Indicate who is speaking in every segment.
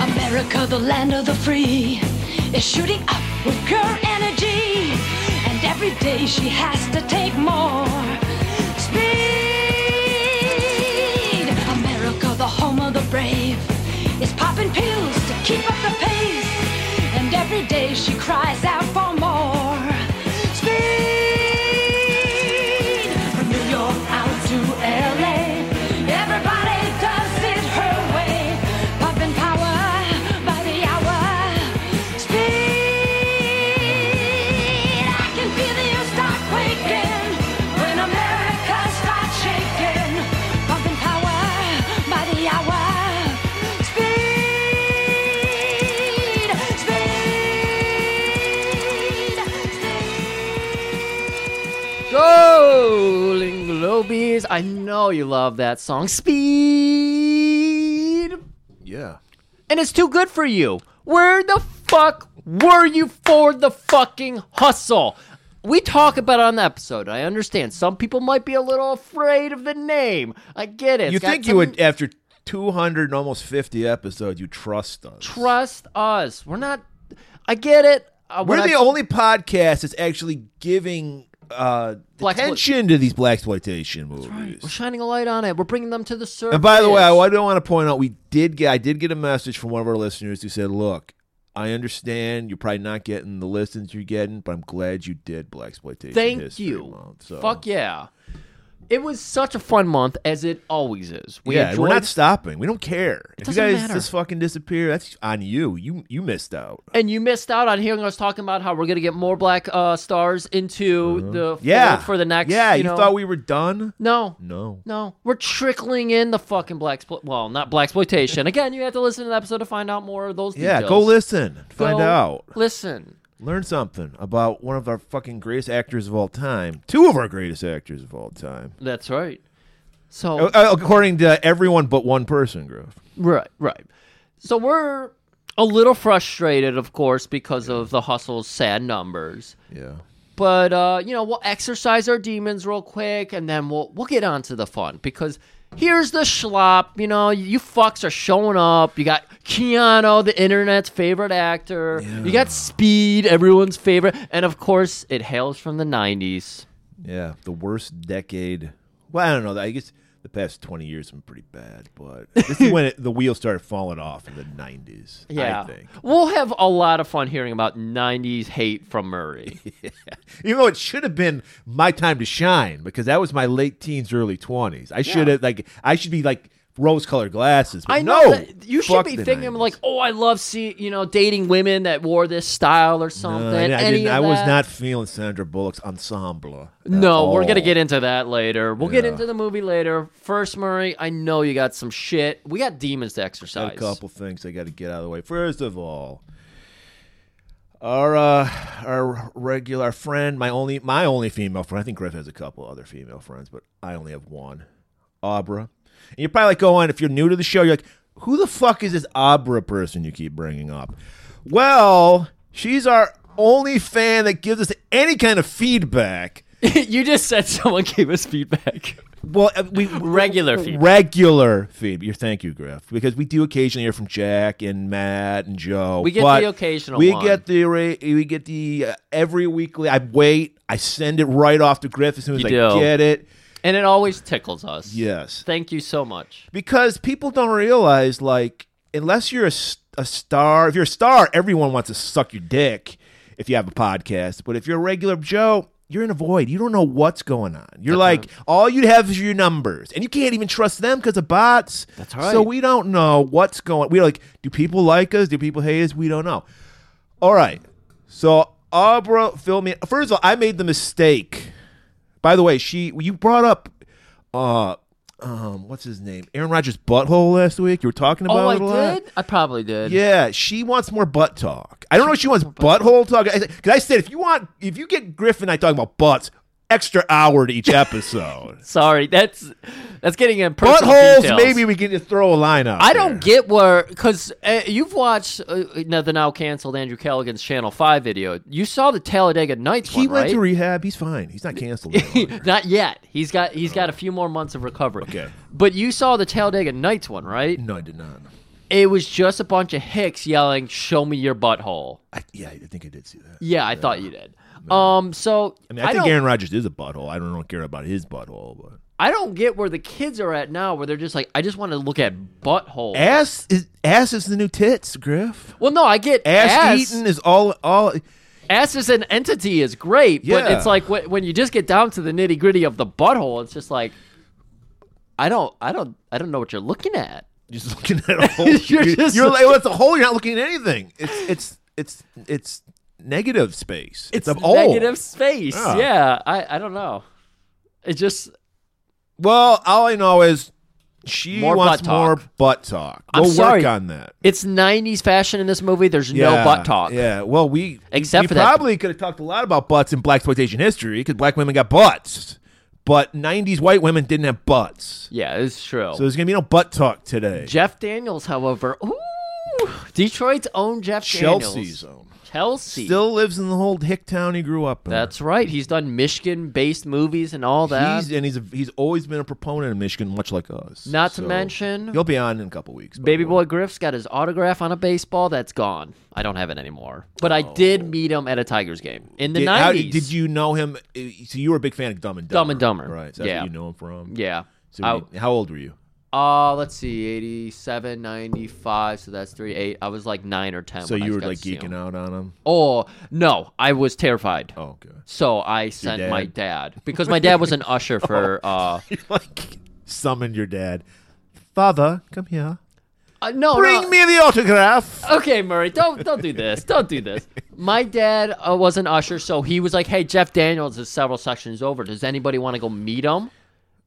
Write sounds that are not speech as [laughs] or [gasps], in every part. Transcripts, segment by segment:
Speaker 1: America, the land of the free, is shooting up with girl energy. And every day she has to take more speed. America, the home of the brave, is popping pills to keep up the pace. And every day she cries out for more speed. From New York out to LA, everybody does it her way. Pumping power by the hour. Speed. I can feel the earth start quaking when America starts shaking. Pumping power by the hour. Speed.
Speaker 2: Golden Globies. I know you love that song. Speed.
Speaker 3: Yeah.
Speaker 2: And it's too good for you. Where the fuck were you for the fucking hustle? We talk about it on the episode. I understand. Some people might be a little afraid of the name. I get it. It's
Speaker 3: you
Speaker 2: got
Speaker 3: think
Speaker 2: some-
Speaker 3: you would, after 200 and almost 50 episodes, you trust us?
Speaker 2: trust us? We're not. I get it. Uh,
Speaker 3: We're
Speaker 2: when
Speaker 3: the
Speaker 2: I-
Speaker 3: only podcast that's actually giving uh,
Speaker 2: Blaxploit-
Speaker 3: attention to these black exploitation movies.
Speaker 2: We're shining a light on it. We're bringing them to the surface.
Speaker 3: And by the way, I, I do want to point out we did get I did get a message from one of our listeners who said, "Look, I understand you're probably not getting the listens you're getting, but I'm glad you did Black Exploitation
Speaker 2: Thank
Speaker 3: History
Speaker 2: you.
Speaker 3: Month." So,
Speaker 2: Fuck yeah. It was such a fun month as it always is. We
Speaker 3: yeah, we're
Speaker 2: enjoyed-
Speaker 3: not stopping. We don't care. if you
Speaker 2: doesn't
Speaker 3: guys
Speaker 2: matter.
Speaker 3: just fucking disappear, that's on you. You you missed out.
Speaker 2: and you missed out on hearing us talking about how we're gonna get more black uh, stars into the
Speaker 3: Uh-huh. Yeah,
Speaker 2: fold for the next.
Speaker 3: Yeah,
Speaker 2: you,
Speaker 3: you,
Speaker 2: know-
Speaker 3: thought we were done?
Speaker 2: no,
Speaker 3: No.
Speaker 2: no, we're trickling in the fucking black. Explo- well, not black exploitation. Again, you have to listen to the episode to find out more of those.
Speaker 3: Yeah,
Speaker 2: details.
Speaker 3: go listen.
Speaker 2: Go
Speaker 3: Find out.
Speaker 2: Listen,
Speaker 3: Learn something about one of our fucking greatest actors of all time. Two of our greatest actors of all time.
Speaker 2: that's right. So
Speaker 3: Uh, uh, According to everyone but one person, Griff.
Speaker 2: Right, right. So we're a little frustrated, of course, because of the hustle's sad numbers.
Speaker 3: Yeah.
Speaker 2: But uh, you know, we'll exercise our demons real quick, and then we'll we'll get on to the fun because here's the schlop. You know, you fucks are showing up. You got Keanu, the internet's favorite actor. You got Speed, everyone's favorite, and of course, it hails from the '90s.
Speaker 3: Yeah. The worst decade. Well, I don't know. I guess the past 20 years have been pretty bad, but this
Speaker 2: [laughs]
Speaker 3: is when it, the wheels started falling off in the 90s.
Speaker 2: Yeah,
Speaker 3: I think.
Speaker 2: we'll have a lot of fun hearing about '90s hate from
Speaker 3: [laughs]
Speaker 2: Murray.
Speaker 3: Even though it should have been my time to shine because that was my late teens, early 20s. I should have, like, I should be like rose colored glasses. But
Speaker 2: I
Speaker 3: no.
Speaker 2: know that you should
Speaker 3: Fuck
Speaker 2: be
Speaker 3: the
Speaker 2: thinking
Speaker 3: 90s.
Speaker 2: like, oh, I love see you know dating women that wore this style or something.
Speaker 3: No, I, didn't- Uh, I
Speaker 2: Any
Speaker 3: didn't-
Speaker 2: of
Speaker 3: I was
Speaker 2: that.
Speaker 3: not feeling Sandra Bullock's ensemble. at
Speaker 2: No, we're gonna
Speaker 3: all.
Speaker 2: get into that later. We'll get
Speaker 3: Yeah.
Speaker 2: into the movie later. First, Murray, I know you got some shit. We got demons to exercise.
Speaker 3: Got a couple things I got to get out of the way. First of all, our uh, our regular friend, my only my only female friend. I think Griff has a couple other female friends, but I only have one, Abra. And you're probably like going if you're new to the show, you're like, who the fuck is this Abra person you keep bringing up? Well, she's our only fan that gives us any kind of feedback.
Speaker 2: [laughs] you just said someone gave us feedback. [laughs]
Speaker 3: Well, uh, we
Speaker 2: Regular feedback.
Speaker 3: regular feedback. Thank you, Griff, because we do occasionally hear from Jack and Matt and Joe.
Speaker 2: We get
Speaker 3: but
Speaker 2: the occasional
Speaker 3: We
Speaker 2: one.
Speaker 3: get the re- we get the uh, every weekly. I wait. I send it right off to Griff as soon as
Speaker 2: You
Speaker 3: I
Speaker 2: do.
Speaker 3: get it.
Speaker 2: And it always tickles us.
Speaker 3: Yes,
Speaker 2: Thank you so much.
Speaker 3: because people don't realize like unless you're a, s- a star, if you're a star, everyone wants to suck your dick if you have a podcast. But if you're a regular Joe. You're in a void. You don't know what's going on. You're like, all you have is your numbers, and you can't even trust them because of bots. That's
Speaker 2: right.
Speaker 3: So we don't know what's going. We're like, do people like us? Do people hate us? We don't know. All right. So Abra filled me. First of all, I made the mistake. By the way, she you brought up uh um what's his name? Aaron Rodgers' butthole last week. You were talking about
Speaker 2: Oh, I
Speaker 3: it a lot.
Speaker 2: did. I probably did.
Speaker 3: Yeah, she wants more butt talk. I don't know if she wants butthole talk. Because I said if you want if you get Griffin and I talking about butts, extra
Speaker 2: [laughs]
Speaker 3: hour to each episode.
Speaker 2: Sorry, that's that's getting in personal
Speaker 3: Buttholes,
Speaker 2: details.
Speaker 3: maybe we can just throw a line out.
Speaker 2: I don't
Speaker 3: there.
Speaker 2: get where because uh, you've watched uh, now the now canceled Andrew Callaghan's Channel Five video. You saw the Talladega Nights
Speaker 3: He
Speaker 2: one,
Speaker 3: went
Speaker 2: right?
Speaker 3: to rehab. He's fine. He's not canceled. any
Speaker 2: [laughs]
Speaker 3: longer.
Speaker 2: Not yet. He's got he's got a few more months of recovery.
Speaker 3: Okay.
Speaker 2: But you saw the Talladega Nights one, right?
Speaker 3: no, I did not.
Speaker 2: It was just a bunch of hicks yelling, "Show me your butthole."
Speaker 3: I, yeah, I think I did see that.
Speaker 2: Yeah, I thought you did. Um, so
Speaker 3: I mean, I, think
Speaker 2: don't,
Speaker 3: Aaron Rodgers is a butthole. I don't, care about his butthole, but
Speaker 2: I don't get where the kids are at now, where they're just like, I just want to look at butthole.
Speaker 3: ass is ass is the new tits, Griff.
Speaker 2: well, no, I get
Speaker 3: Ass,
Speaker 2: ass.
Speaker 3: eating is all all.
Speaker 2: ass as an entity is great, but
Speaker 3: Yeah.
Speaker 2: it's like wh- when you just get down to the nitty gritty of the butthole, it's just like I don't, I don't, I don't know what you're looking at.
Speaker 3: Just looking
Speaker 2: [laughs]
Speaker 3: at a hole.
Speaker 2: You're
Speaker 3: you're
Speaker 2: just
Speaker 3: you're like, well, it's a hole. You're not looking at anything. It's it's it's it's negative space. It's, a hole.
Speaker 2: negative space.
Speaker 3: Yeah.
Speaker 2: Yeah, I, I don't know. It just
Speaker 3: Well, all I know is she
Speaker 2: More
Speaker 3: wants
Speaker 2: butt
Speaker 3: more
Speaker 2: talk.
Speaker 3: butt talk.
Speaker 2: I'm
Speaker 3: we'll
Speaker 2: sorry.
Speaker 3: work on that.
Speaker 2: it's '90s fashion in this movie. There's no
Speaker 3: Yeah,
Speaker 2: butt talk.
Speaker 3: Yeah. Well, we
Speaker 2: Except
Speaker 3: we
Speaker 2: for that-
Speaker 3: probably could have talked a lot about butts in black exploitation history because black women got butts, but '90s white women didn't have butts.
Speaker 2: Yeah, it's true.
Speaker 3: So there's gonna be no butt talk today.
Speaker 2: Jeff Daniels, however, ooh, Detroit's own Jeff
Speaker 3: Chelsea's
Speaker 2: Daniels,
Speaker 3: own
Speaker 2: Chelsea.
Speaker 3: still lives in the whole hick town he grew up in.
Speaker 2: That's right. He's done Michigan-based movies and all that.
Speaker 3: He's, and he's a, he's always been a proponent of Michigan, much like us.
Speaker 2: Not to
Speaker 3: So
Speaker 2: mention-
Speaker 3: he'll be on in a couple weeks. by
Speaker 2: Baby
Speaker 3: the way.
Speaker 2: boy Griff's got his autograph on a baseball. That's gone. I don't have it anymore. But I did meet him at a Tigers game in the
Speaker 3: Oh. Did, how,
Speaker 2: nineties.
Speaker 3: did you know him? uh, So you were a big fan of Dumb and Dumber,
Speaker 2: Dumb and Dumber.
Speaker 3: right? So
Speaker 2: Yeah.
Speaker 3: you know him from.
Speaker 2: Yeah.
Speaker 3: So you- how old were you?
Speaker 2: I, uh, let's see, 87, 95, so that's 3, 8. I was like 9 or 10.
Speaker 3: So
Speaker 2: when I
Speaker 3: you were
Speaker 2: got
Speaker 3: like
Speaker 2: to see
Speaker 3: geeking
Speaker 2: him.
Speaker 3: out on him.
Speaker 2: Oh, no. I was terrified.
Speaker 3: Oh, okay.
Speaker 2: So I sent
Speaker 3: dad? Oh.
Speaker 2: my dad, because my dad was an usher for, uh,
Speaker 3: [laughs] You like summoned your dad. Father, come here.
Speaker 2: uh, no,
Speaker 3: Bring
Speaker 2: no.
Speaker 3: me the autograph.
Speaker 2: okay, Murray, don't don't do this. Don't do this. My dad uh, was an usher, so he was like, "Hey, Jeff Daniels is several sections over. Does anybody want to go meet him?"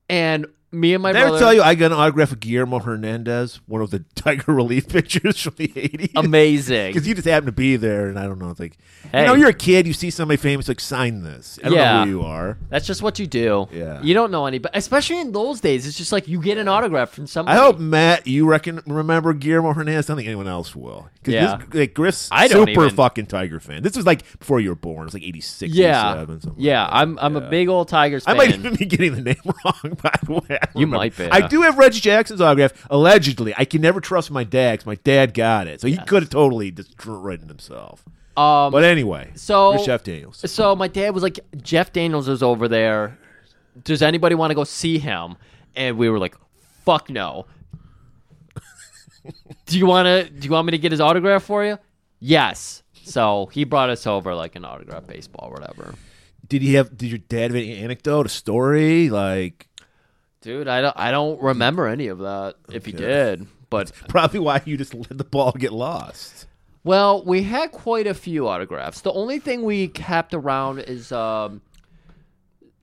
Speaker 2: And me and my
Speaker 3: Did I ever
Speaker 2: brother.
Speaker 3: tell you I got an autograph of Guillermo Hernandez, one of the [laughs] Tiger Relief pictures from the 80s? [laughs]
Speaker 2: amazing.
Speaker 3: Because you just happen to be there, and I don't know. It's like,
Speaker 2: Hey.
Speaker 3: you know, you're a kid, you see somebody famous, like, sign this. I don't
Speaker 2: Yeah.
Speaker 3: know who you are.
Speaker 2: That's just what you do.
Speaker 3: Yeah.
Speaker 2: You don't know anybody, especially in those days. It's just like you get an autograph from
Speaker 3: I
Speaker 2: somebody.
Speaker 3: hope, Matt, you reckon remember Guillermo Hernandez. I don't think anyone else will. Because
Speaker 2: Yeah.
Speaker 3: this, like, Griff's
Speaker 2: I don't
Speaker 3: super
Speaker 2: even-
Speaker 3: fucking Tiger fan. This was like before you were born. It was like 86,
Speaker 2: Yeah.
Speaker 3: 87, something
Speaker 2: Yeah.
Speaker 3: like that.
Speaker 2: I'm I'm a big old Tigers
Speaker 3: I
Speaker 2: fan.
Speaker 3: might even be getting the name [laughs] wrong, by the way. I don't
Speaker 2: You
Speaker 3: remember.
Speaker 2: might be, yeah.
Speaker 3: I do have Reggie Jackson's autograph, allegedly. I can never trust my dad 'cause my dad got it. So he could have totally just dr- written himself. [laughs]
Speaker 2: Um,
Speaker 3: But anyway,
Speaker 2: so-
Speaker 3: here's Jeff Daniels.
Speaker 2: So my dad was like, Jeff Daniels is over there. Does anybody want to go see him? And we were like, fuck no. [laughs] do you want to? Do you want me to get his autograph for you? Yes. So he brought us over like an autograph baseball, or whatever.
Speaker 3: Did he have? Did your dad have any anecdote, a story? Like
Speaker 2: Dude, I don't. I don't remember any of that. If he did, but
Speaker 3: probably why you just let the ball get lost.
Speaker 2: Well, we had quite a few autographs. The only thing we kept around is um,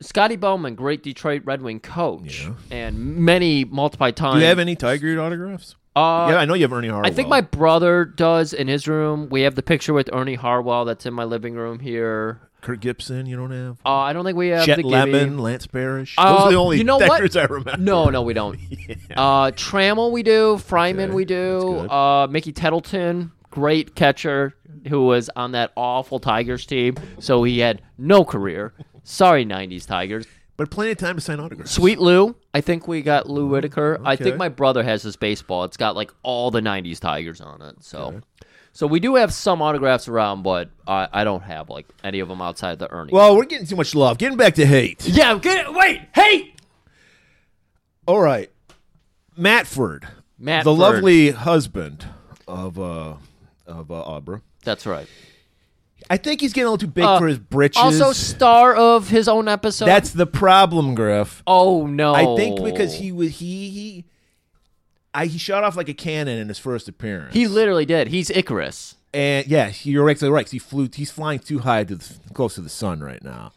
Speaker 2: Scotty Bowman, great Detroit Red Wing coach, and many multiple times.
Speaker 3: Do you have any Tiger autographs?
Speaker 2: Uh,
Speaker 3: yeah, I know you have Ernie Harwell.
Speaker 2: I think my brother does in his room. We have the picture with Ernie Harwell that's in my living room here.
Speaker 3: Kurt Gibson. You don't have
Speaker 2: Uh, I don't think we have
Speaker 3: Chet
Speaker 2: the Gibby.
Speaker 3: Lemon, Lance Parrish.
Speaker 2: Uh,
Speaker 3: Those are the only
Speaker 2: you know what?
Speaker 3: Tigers I remember.
Speaker 2: No, no, we
Speaker 3: [laughs]
Speaker 2: don't. Uh, Trammell, we do. Fryman,
Speaker 3: Okay,
Speaker 2: we
Speaker 3: that's
Speaker 2: do.
Speaker 3: good.
Speaker 2: Uh, Mickey Tettleton, great catcher who was on that awful Tigers team. So he had no career. Sorry, 90s Tigers.
Speaker 3: but plenty of time to sign autographs.
Speaker 2: Sweet Lou. I think we got Lou Whitaker. I think
Speaker 3: okay.
Speaker 2: my brother has his baseball. It's got like all the 90s Tigers on it. So. So we do have some autographs around, but I, I don't have like any of them outside the Ernie.
Speaker 3: Well, we're getting too much love. Getting back to hate.
Speaker 2: yeah, get wait, hey,
Speaker 3: All right. Matford.
Speaker 2: Matt,
Speaker 3: The
Speaker 2: Ferd.
Speaker 3: lovely husband of uh of uh, Abra.
Speaker 2: That's right.
Speaker 3: I think he's getting a little too big
Speaker 2: Uh,
Speaker 3: for his britches.
Speaker 2: Also, star of his own episode.
Speaker 3: that's the problem, Griff.
Speaker 2: Oh no!
Speaker 3: I think because
Speaker 2: Oh.
Speaker 3: he was he he I, he shot off like a cannon in his first appearance.
Speaker 2: he literally did. He's Icarus.
Speaker 3: And yeah, you're exactly right. 'cause He flew. He's flying too high to the, close to the sun right now,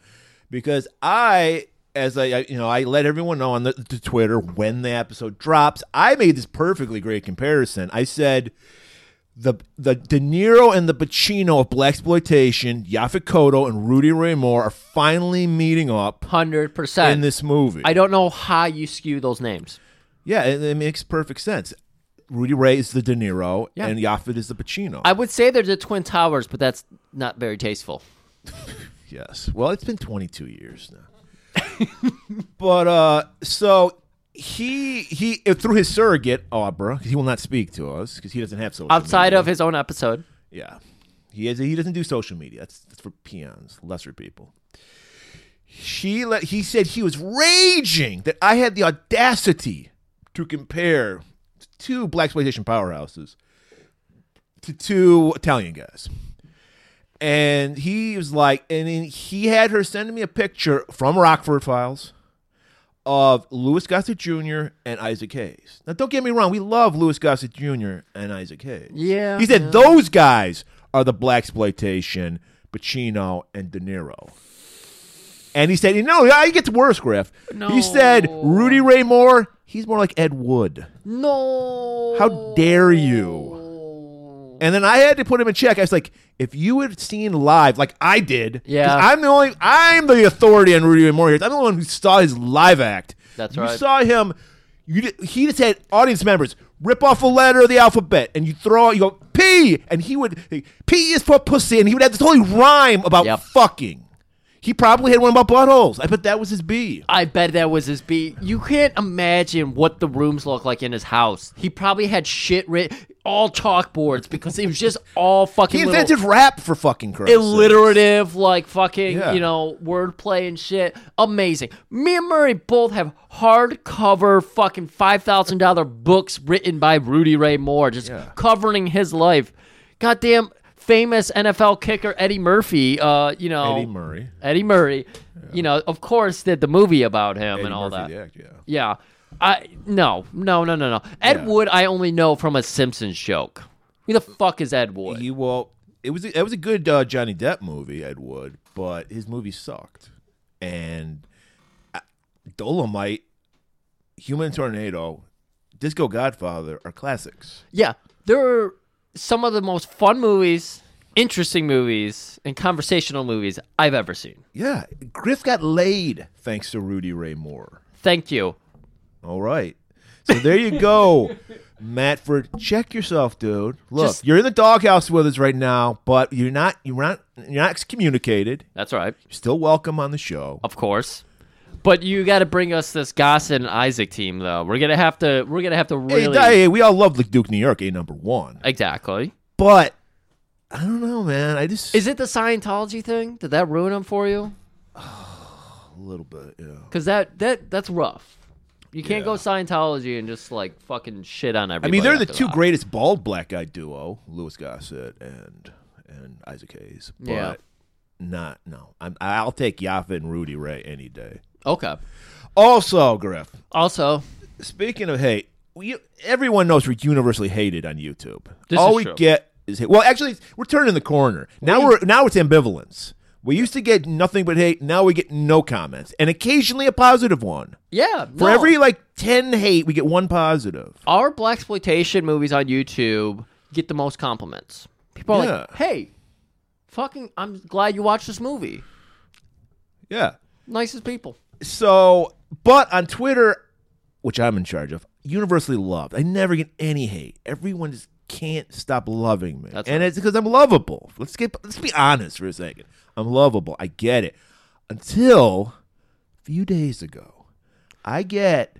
Speaker 3: because I, as I, I you know, I let everyone know on the, the Twitter when the episode drops. I made this perfectly great comparison. I said the the De Niro and the Pacino of black exploitation, Yaphet Kotto and Rudy Ray Moore are finally meeting up
Speaker 2: Hundred
Speaker 3: in
Speaker 2: percent.
Speaker 3: this movie.
Speaker 2: I don't know how you skew those names.
Speaker 3: yeah, it, it makes perfect sense. Rudy Ray is the De Niro,
Speaker 2: Yeah.
Speaker 3: and Yaphet is the Pacino.
Speaker 2: I would say they're the Twin Towers, but that's not very tasteful.
Speaker 3: Yes. Well, it's been 22 years now. [laughs] but uh so he he uh, through his surrogate Abra, 'cause he will not speak to us because he doesn't have social
Speaker 2: Outside
Speaker 3: media.
Speaker 2: of his own episode,
Speaker 3: yeah he is he doesn't do social media that's that's for peons lesser people. She let he said he was raging that I had the audacity to compare two black exploitation powerhouses to two Italian guys. And he was like, and then he had her send me a picture from Rockford Files of Louis Gossett Jr. and Isaac Hayes. Now, don't get me wrong, we love Louis Gossett Jr. and Isaac Hayes.
Speaker 2: Yeah,
Speaker 3: He said those guys are the black exploitation Pacino and De Niro. And he said, you know, it gets worse, Griff. He said
Speaker 2: No.
Speaker 3: Rudy Ray Moore, he's more like Ed Wood.
Speaker 2: no.
Speaker 3: How dare you? And then I had to put him in check. I was like, if you had seen live, like I did, 'cause
Speaker 2: Yeah.
Speaker 3: I'm the only, I'm the authority on Rudy Ray Moore here. I'm the one who saw his live act.
Speaker 2: That's
Speaker 3: you
Speaker 2: right.
Speaker 3: saw him. You did, he just had audience members rip off a letter of the alphabet, and you throw out, you go P, and he would P is for pussy, and he would have this whole rhyme about
Speaker 2: Yep.
Speaker 3: fucking. He probably had one about buttholes. I bet that was his B.
Speaker 2: I bet that was his beat. You can't imagine what the rooms look like in his house. He probably had shit written all chalkboards because it was just all fucking
Speaker 3: He
Speaker 2: little
Speaker 3: invented rap for fucking Christ.
Speaker 2: alliterative, like fucking,
Speaker 3: Yeah.
Speaker 2: you know, wordplay and shit. Amazing. Me and Murray both have hardcover fucking five thousand dollar books written by Rudy Ray Moore, just covering his life. Goddamn famous NFL kicker Eddie Murphy. Uh, you know
Speaker 3: Eddie Murray.
Speaker 2: Eddie Murray, you know, of course, did the movie about him
Speaker 3: Eddie
Speaker 2: and all
Speaker 3: Murphy,
Speaker 2: that.
Speaker 3: the act, yeah.
Speaker 2: Yeah. I no no no no no. Ed
Speaker 3: Yeah.
Speaker 2: Wood, I only know from a Simpsons joke. Who the fuck is Ed Wood?
Speaker 3: He well, it was it was a good uh, Johnny Depp movie, Ed Wood, but his movie sucked. And uh, Dolomite, Human Tornado, Disco Godfather are classics.
Speaker 2: Yeah, there are some of the most fun movies, interesting movies, and conversational movies I've ever seen.
Speaker 3: Yeah, Griff got laid thanks to Rudy Ray Moore.
Speaker 2: Thank you.
Speaker 3: All right, so there
Speaker 2: [laughs]
Speaker 3: you go. Matford, check yourself, dude. Look,
Speaker 2: Just-
Speaker 3: you're in the doghouse with us right now, but you're not. You're not. You're not excommunicated.
Speaker 2: That's right,
Speaker 3: You're still welcome on the show.
Speaker 2: of course. But you got to bring us this Gossen and Isaac team, though. We're gonna have to. We're gonna have to
Speaker 3: Hey,
Speaker 2: really.
Speaker 3: hey, we all love Duke New York, a number one.
Speaker 2: Exactly.
Speaker 3: But I don't know, man. I just
Speaker 2: Is it the Scientology thing? Did that ruin them for you?
Speaker 3: a little bit, yeah.
Speaker 2: Because that that that's rough. You can't go Scientology and just like fucking shit on
Speaker 3: I
Speaker 2: everybody.
Speaker 3: mean, they're the
Speaker 2: after
Speaker 3: two
Speaker 2: that.
Speaker 3: greatest bald black guy duo, Louis Gossett and and Isaac Hayes. But
Speaker 2: Yeah.
Speaker 3: not no. I'm, I'll take Yaffa and Rudy Ray any day.
Speaker 2: Okay.
Speaker 3: Also, Griff.
Speaker 2: Also,
Speaker 3: Speaking of hate, we, everyone knows we're universally hated on YouTube.
Speaker 2: This
Speaker 3: All
Speaker 2: is
Speaker 3: we
Speaker 2: true.
Speaker 3: get is hate. Well, actually, we're turning the corner. Now we're now it's ambivalence. We used to get nothing but hate. Now we get no comments and occasionally a positive one.
Speaker 2: yeah.
Speaker 3: For
Speaker 2: no.
Speaker 3: every like ten hate, we get one positive.
Speaker 2: our black exploitation movies on YouTube get the most compliments. People are like,
Speaker 3: Yeah.
Speaker 2: "Hey, fucking, I'm glad you watched this movie."
Speaker 3: Yeah.
Speaker 2: Nicest people.
Speaker 3: So, but on Twitter, which I'm in charge of, universally loved. I never get any hate. Everyone just can't stop loving me,
Speaker 2: That's
Speaker 3: and it's because I'm lovable. Let's get let's be honest for a second. I'm lovable. I get it. Until a few days ago, I get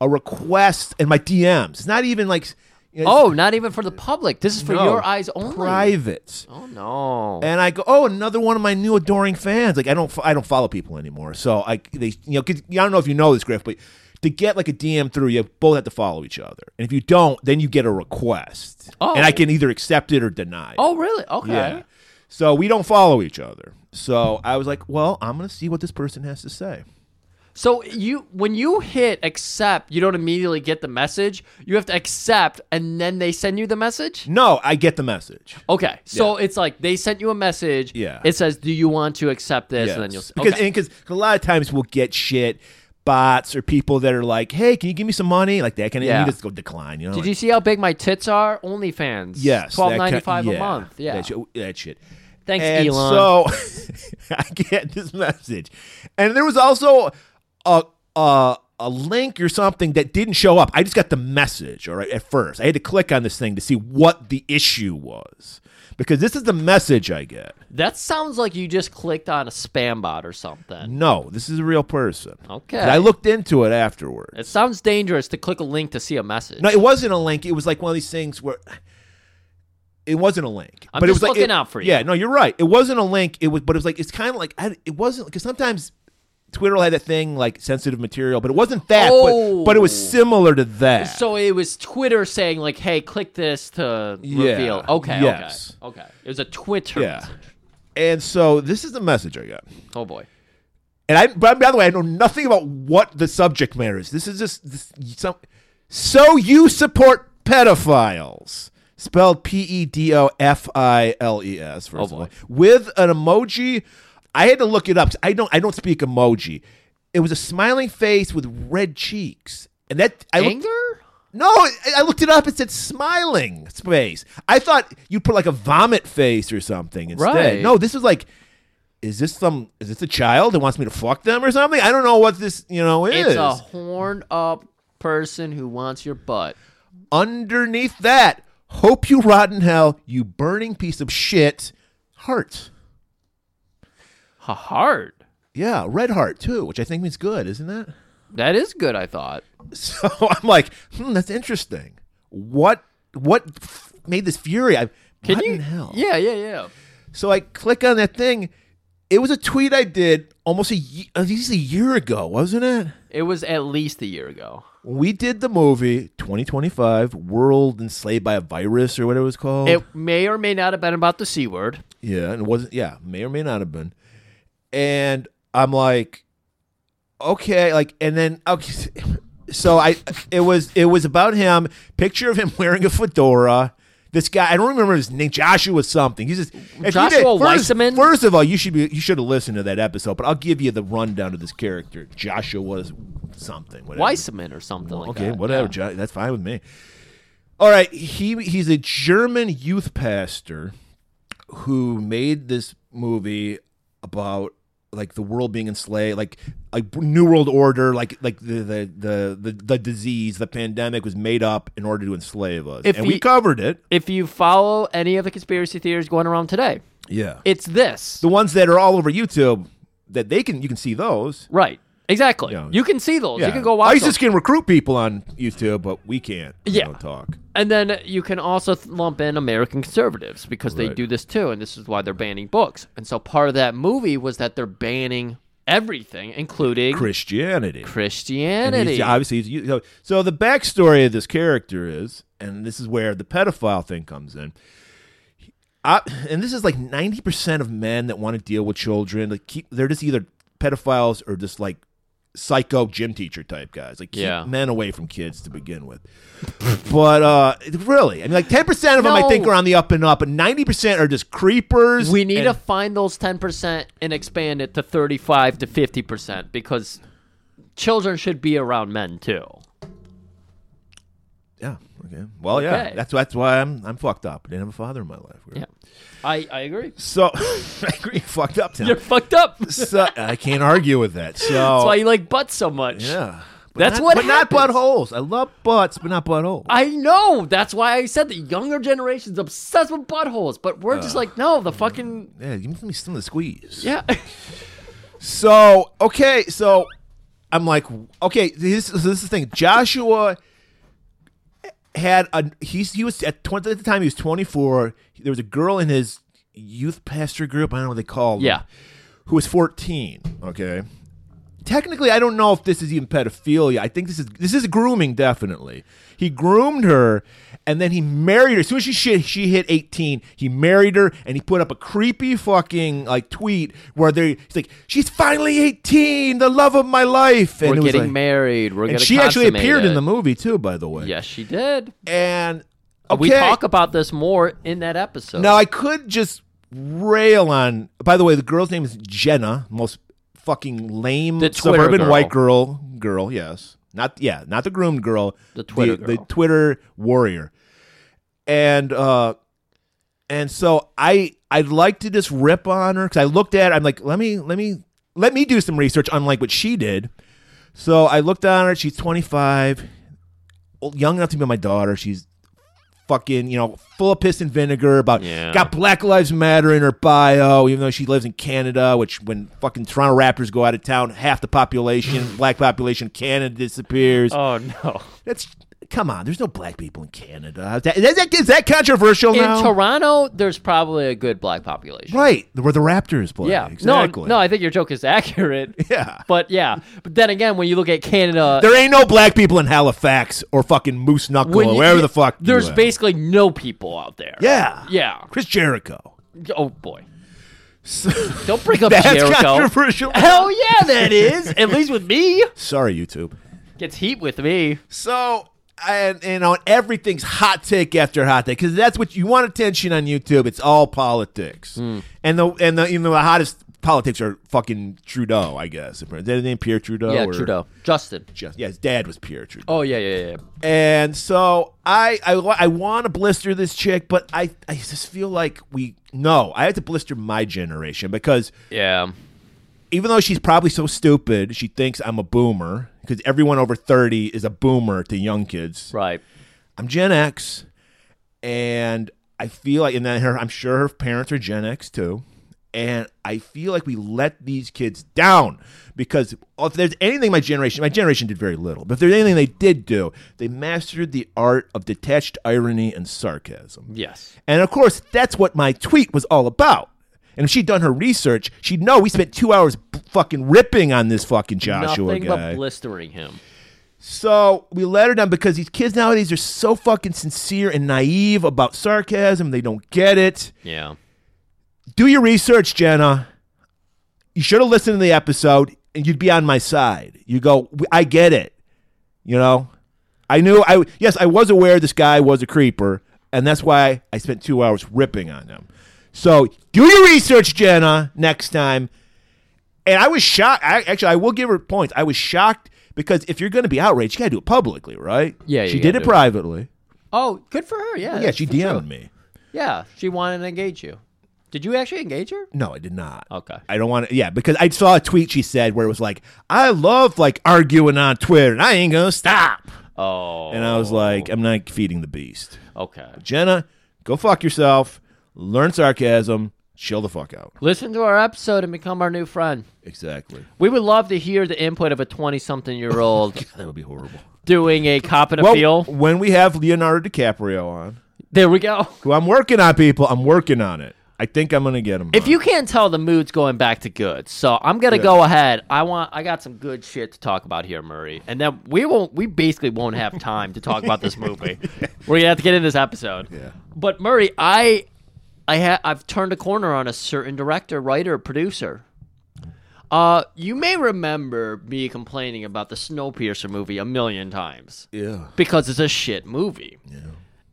Speaker 3: a request in my DMs. It's not even like you know,
Speaker 2: Oh, not even for the public. This is for
Speaker 3: no,
Speaker 2: your eyes only.
Speaker 3: Private.
Speaker 2: Oh no.
Speaker 3: And I go, oh, another one of my new adoring fans. Like I don't, I don't follow people anymore. So I, they, you know, 'cause- I don't know if you know this, Griff, but to get like a DM through, you both have to follow each other. And if you don't, then you get a request,
Speaker 2: Oh.
Speaker 3: and I can either accept it or deny. It.
Speaker 2: oh really? Okay.
Speaker 3: yeah. So we don't follow each other. So I was like, well, I'm gonna see what this person has to say.
Speaker 2: So you, when you hit accept, you don't immediately get the message. You have to accept, and then they send you the message.
Speaker 3: No, I get the message.
Speaker 2: Okay, so it's like they sent you a message.
Speaker 3: Yeah.
Speaker 2: It says, "Do you want to accept this?"
Speaker 3: Yes.
Speaker 2: And then you'll
Speaker 3: because
Speaker 2: okay.
Speaker 3: and 'cause a lot of times we'll get shit. bots or people that are like, "Hey, can you give me some money?" Like that kind of.
Speaker 2: Yeah.
Speaker 3: You just go decline. You know.
Speaker 2: Did
Speaker 3: like-
Speaker 2: you see how big my tits are? OnlyFans.
Speaker 3: Yes,
Speaker 2: twelve
Speaker 3: that kind-
Speaker 2: ninety five a
Speaker 3: yeah,
Speaker 2: month. Yeah.
Speaker 3: that shit. That shit.
Speaker 2: Thanks,
Speaker 3: and
Speaker 2: Elon.
Speaker 3: So [laughs] I get this message, and there was also a a a link or something that didn't show up. I just got the message. All right, at first I had to click on this thing to see what the issue was because this is the message I get.
Speaker 2: that sounds like you just clicked on a spam bot or something.
Speaker 3: No, this is a real person.
Speaker 2: Okay.
Speaker 3: 'Cause I looked into it afterwards.
Speaker 2: It sounds dangerous to click a link to see a message.
Speaker 3: No, it wasn't a link. It was like one of these things where it wasn't a link.
Speaker 2: I'm
Speaker 3: but it
Speaker 2: just
Speaker 3: was like,
Speaker 2: looking
Speaker 3: it-
Speaker 2: out for you.
Speaker 3: Yeah, no, you're right. It wasn't a link. It was, but it was like it's kind of like I, it wasn't because sometimes Twitter had that thing like sensitive material, but it wasn't that.
Speaker 2: Oh.
Speaker 3: But, but it was similar to that.
Speaker 2: So it was Twitter saying like, "Hey, click this to
Speaker 3: Yeah.
Speaker 2: reveal." Okay,
Speaker 3: Yes.
Speaker 2: okay, okay. It was a Twitter.
Speaker 3: yeah.
Speaker 2: message.
Speaker 3: And so this is the message I got.
Speaker 2: Oh boy.
Speaker 3: And I, but by the way, I know nothing about what the subject matter is. This is just this, some. So you support pedophiles, spelled P E D O F I L E S. First of
Speaker 2: boy.
Speaker 3: all, with an emoji. I had to look it up. I don't. I don't speak emoji. It was a smiling face with red cheeks, and that I looked,
Speaker 2: Anger?
Speaker 3: no. I, I looked it up. It said smiling face. I thought you put like a vomit face or something instead.
Speaker 2: Right.
Speaker 3: No, this was like is this some is this a child that wants me to fuck them or something? I don't know what this you know is.
Speaker 2: It's a horned up person who wants your butt.
Speaker 3: Underneath that, hope you rot in hell, you burning piece of shit. Heart.
Speaker 2: Ha hard.
Speaker 3: Yeah, red heart too, which I think means good, isn't that?
Speaker 2: That is good, I thought.
Speaker 3: [laughs] So I'm like, hmm, that's interesting. What what f- made this fury? I
Speaker 2: Can
Speaker 3: rot
Speaker 2: you?
Speaker 3: in hell.
Speaker 2: Yeah, yeah, yeah.
Speaker 3: So I click on that thing. It was a tweet I did almost a ye- at least a year ago, wasn't it?
Speaker 2: It was at least a year ago.
Speaker 3: When we did the movie 2025 World Enslaved by a Virus or whatever it was called.
Speaker 2: It may or may not have been about the C word.
Speaker 3: yeah, and it wasn't yeah, may or may not have been. And I'm like okay, like and then okay so I it was it was about him, picture of him wearing a fedora. This guy, I don't remember his name, Joshua something. He's just if you did-
Speaker 2: Joshua
Speaker 3: first,
Speaker 2: Weisman?
Speaker 3: First of all, you should be you should have listened to that episode, but I'll give you the rundown of this character. Joshua was something, whatever.
Speaker 2: Weissman or something like
Speaker 3: okay,
Speaker 2: that.
Speaker 3: whatever.
Speaker 2: Yeah.
Speaker 3: Jo- that's fine with me. All right, he he's a German youth pastor who made this movie about like the world being enslaved, like like New World Order, like like the the the the, the disease, the pandemic was made up in order to enslave us,
Speaker 2: If
Speaker 3: and
Speaker 2: he-
Speaker 3: we covered it.
Speaker 2: If you follow any of the conspiracy theories going around today,
Speaker 3: Yeah,
Speaker 2: it's this.
Speaker 3: the ones that are all over YouTube that they can you can see those.
Speaker 2: Right. Exactly.
Speaker 3: Yeah.
Speaker 2: You can see those.
Speaker 3: Yeah.
Speaker 2: You can go watch
Speaker 3: ISIS
Speaker 2: them.
Speaker 3: can recruit people on YouTube, but we can't. We
Speaker 2: Yeah.
Speaker 3: don't talk.
Speaker 2: And then you can also th- lump in American conservatives because they
Speaker 3: Right.
Speaker 2: do this too, and this is why they're banning books. And so part of that movie was that they're banning everything, including
Speaker 3: Christianity. And he's-
Speaker 2: Christianity.
Speaker 3: obviously, he's, you know, so the backstory of this character is, and this is where the pedophile thing comes in. He- I, and this is like ninety percent of men that want to deal with children. Like, keep, they're just either pedophiles or just like psycho gym teacher type guys. Like, keep
Speaker 2: Yeah.
Speaker 3: men away from kids to begin with. but uh really, I mean, like ten percent of them, I think,
Speaker 2: No.
Speaker 3: are on the up and up, but ninety percent are just creepers.
Speaker 2: we need
Speaker 3: and-
Speaker 2: to find those 10% and expand it to 35 to 50% because children should be around men too.
Speaker 3: yeah. Okay. Well, yeah.
Speaker 2: Okay.
Speaker 3: That's that's why I'm I'm fucked up. I didn't have a father in my life.
Speaker 2: Yeah. I, I agree.
Speaker 3: So [laughs] I agree, fucked up
Speaker 2: You're
Speaker 3: Tim.
Speaker 2: fucked up. That's
Speaker 3: So, I can't argue with that. So
Speaker 2: why you like butts so much.
Speaker 3: yeah, But
Speaker 2: That's
Speaker 3: not-
Speaker 2: what
Speaker 3: but not
Speaker 2: happens.
Speaker 3: buttholes. I love butts, but not buttholes.
Speaker 2: I know. That's why I said the younger generation's obsessed with buttholes, but we're just like, no, the fucking.
Speaker 3: yeah, give me some of the squeeze.
Speaker 2: Yeah. [laughs]
Speaker 3: So okay, so I'm like, okay, this is this is the thing. Joshua had a he's he was at 20, at the time he was 24. There was a girl in his youth pastor group. I don't know what they called. them,
Speaker 2: Yeah.
Speaker 3: who was 14. Okay. Technically, I don't know if this is even pedophilia. I think this is this is grooming definitely. He groomed her, and then he married her. As soon as she she, she hit 18, he married her, and he put up a creepy fucking like tweet where they he's like, "She's finally 18, the love of my life." And
Speaker 2: We're
Speaker 3: it was
Speaker 2: getting
Speaker 3: like-
Speaker 2: married. We're
Speaker 3: And
Speaker 2: gonna
Speaker 3: she actually
Speaker 2: consummate
Speaker 3: appeared
Speaker 2: it.
Speaker 3: in the movie too, by the way.
Speaker 2: Yes, she did.
Speaker 3: And okay,
Speaker 2: We talk about this more in that episode.
Speaker 3: Now I could just rail on. By the way, the girl's name is Jenna. Most fucking lame
Speaker 2: The Twitter
Speaker 3: suburban
Speaker 2: girl.
Speaker 3: white girl. Girl, yes. Not yeah, not the groomed girl.
Speaker 2: The Twitter
Speaker 3: the
Speaker 2: girl.
Speaker 3: Twitter warrior. And uh and so I I'd like to just rip on her because I looked at her, I'm like, let me let me let me do some research, unlike what she did. So I looked on her, she's twenty five, young enough to be my daughter. She's fucking, you know, full of piss and vinegar about
Speaker 2: Yeah.
Speaker 3: got Black Lives Matter in her bio, even though she lives in Canada, which when fucking Toronto Raptors go out of town, half the
Speaker 2: [laughs]
Speaker 3: population, black population, Canada disappears.
Speaker 2: Oh no!
Speaker 3: That's come on, there's no black people in Canada. Is that, is that, is that controversial
Speaker 2: In
Speaker 3: now?
Speaker 2: Toronto, there's probably a good black population.
Speaker 3: right, where the Raptors play.
Speaker 2: Yeah.
Speaker 3: exactly.
Speaker 2: No, no, I think your joke is
Speaker 3: [laughs]
Speaker 2: accurate.
Speaker 3: yeah.
Speaker 2: But yeah, but then again, when you look at Canada,
Speaker 3: There ain't no black people in Halifax or fucking Moose Knuckle
Speaker 2: when
Speaker 3: or
Speaker 2: you-
Speaker 3: wherever the fuck. you
Speaker 2: there's
Speaker 3: live.
Speaker 2: basically no people out there.
Speaker 3: yeah,
Speaker 2: Yeah.
Speaker 3: Chris Jericho.
Speaker 2: Oh boy. [laughs] Don't bring up
Speaker 3: [laughs] That's
Speaker 2: Jericho.
Speaker 3: controversial.
Speaker 2: Hell yeah, that
Speaker 3: [laughs]
Speaker 2: is. At least with me,
Speaker 3: Sorry, YouTube.
Speaker 2: gets heat with me.
Speaker 3: So and and on everything's hot take after hot take because that's what you want attention on YouTube. It's all politics,
Speaker 2: Hmm.
Speaker 3: and the and the even the hottest politics are fucking Trudeau. I guess is that his name Pierre Trudeau?
Speaker 2: yeah,
Speaker 3: or-
Speaker 2: Trudeau, Justin.
Speaker 3: Just, yeah, his dad was Pierre Trudeau.
Speaker 2: Oh yeah, yeah, yeah.
Speaker 3: And so I I, wa- I want to blister this chick, but I I just feel like we no, I have to blister my generation because
Speaker 2: Yeah.
Speaker 3: even though she's probably so stupid, she thinks I'm a boomer because everyone over thirty is a boomer to young kids.
Speaker 2: Right.
Speaker 3: I'm Gen X, and I feel like, and then her, I'm sure her parents are Gen X too, and I feel like we let these kids down because if there's anything my generation, my generation did very little, but if there's anything they did do, they mastered the art of detached irony and sarcasm.
Speaker 2: Yes.
Speaker 3: And of course, that's what my tweet was all about. And if she'd done her research, she'd know we spent two hours b- fucking ripping on this fucking Joshua
Speaker 2: Nothing
Speaker 3: guy.
Speaker 2: but blistering him.
Speaker 3: So we let her down because these kids nowadays are so fucking sincere and naive about sarcasm. They don't get it.
Speaker 2: Yeah.
Speaker 3: Do your research, Jenna. You should have listened to the episode and you'd be on my side. You go, "W- I get it. You know, I knew I, yes, I was aware this guy was a creeper and that's why I spent two hours ripping on him. So do your research, Jenna, next time. And I was shocked. I, actually, I will give her points. I was shocked because if you're going to be outraged, you got to do it publicly, right?
Speaker 2: Yeah, you
Speaker 3: She did
Speaker 2: gotta
Speaker 3: it
Speaker 2: do it.
Speaker 3: privately.
Speaker 2: Oh, good for her. Yeah.
Speaker 3: yeah, she DM'd me.
Speaker 2: Yeah, she wanted to engage you. Did you actually engage her?
Speaker 3: No, I did not.
Speaker 2: Okay.
Speaker 3: I don't want to. Yeah, because I saw a tweet she said where it was like, "I love like arguing on Twitter, and I ain't gonna stop."
Speaker 2: Oh.
Speaker 3: And I was like, "I'm not feeding the beast,
Speaker 2: Okay.
Speaker 3: Jenna. Go fuck yourself. Learn sarcasm. Chill the fuck out."
Speaker 2: Listen to our episode and become our new friend.
Speaker 3: Exactly.
Speaker 2: We would love to hear the input of a 20 something year old
Speaker 3: That would be horrible.
Speaker 2: doing a cop and a
Speaker 3: Well,
Speaker 2: feel.
Speaker 3: when we have Leonardo DiCaprio on,
Speaker 2: There we go.
Speaker 3: who I'm working on, people, I'm working on it. I think I'm gonna get him.
Speaker 2: If
Speaker 3: on.
Speaker 2: you can't tell, the mood's going back to good. So I'm gonna go ahead. I want. I got some good shit to talk about here, Murray. And then we won't. We basically won't have time to talk [laughs] about this movie. We're gonna have to get in this episode. Yeah. But Murray, I, I ha- I've turned a corner on a certain director, writer, producer. Uh, you may remember me complaining about the Snowpiercer movie a million times
Speaker 3: yeah,
Speaker 2: because it's a shit movie. Yeah.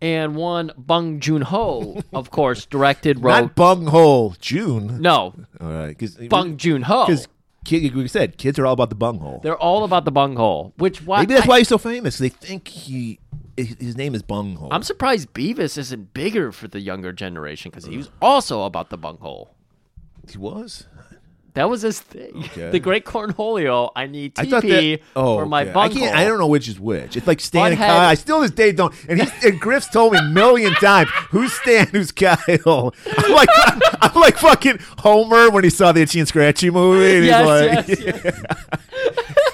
Speaker 2: And one Bong Joon Ho, of course, [laughs] directed, wrote.
Speaker 3: not bung hole June.
Speaker 2: no,
Speaker 3: All right, because
Speaker 2: Bung Joon Ho.
Speaker 3: because we said kids are all about the bung hole.
Speaker 2: They're all about the bunghole, which why
Speaker 3: Maybe that's
Speaker 2: I,
Speaker 3: why he's so famous. They think he his his name is Bunghole.
Speaker 2: I'm surprised Beavis isn't bigger for the younger generation because he was also about the bunghole.
Speaker 3: he was.
Speaker 2: That was his thing.
Speaker 3: Okay.
Speaker 2: [laughs] The Great Cornholio. I need
Speaker 3: I thought
Speaker 2: TP
Speaker 3: that. Oh,
Speaker 2: for my
Speaker 3: okay. I,
Speaker 2: bunghole.
Speaker 3: can't, I don't know which is which. It's like Stan and
Speaker 2: Bunhead.
Speaker 3: Kyle. I still to this day don't. And he and Griff's told me a million times who's Stan, who's Kyle. [laughs] I'm like I'm, like fucking Homer when he saw the Itchy and Scratchy movie. And
Speaker 2: Yes,
Speaker 3: he's like,
Speaker 2: yes,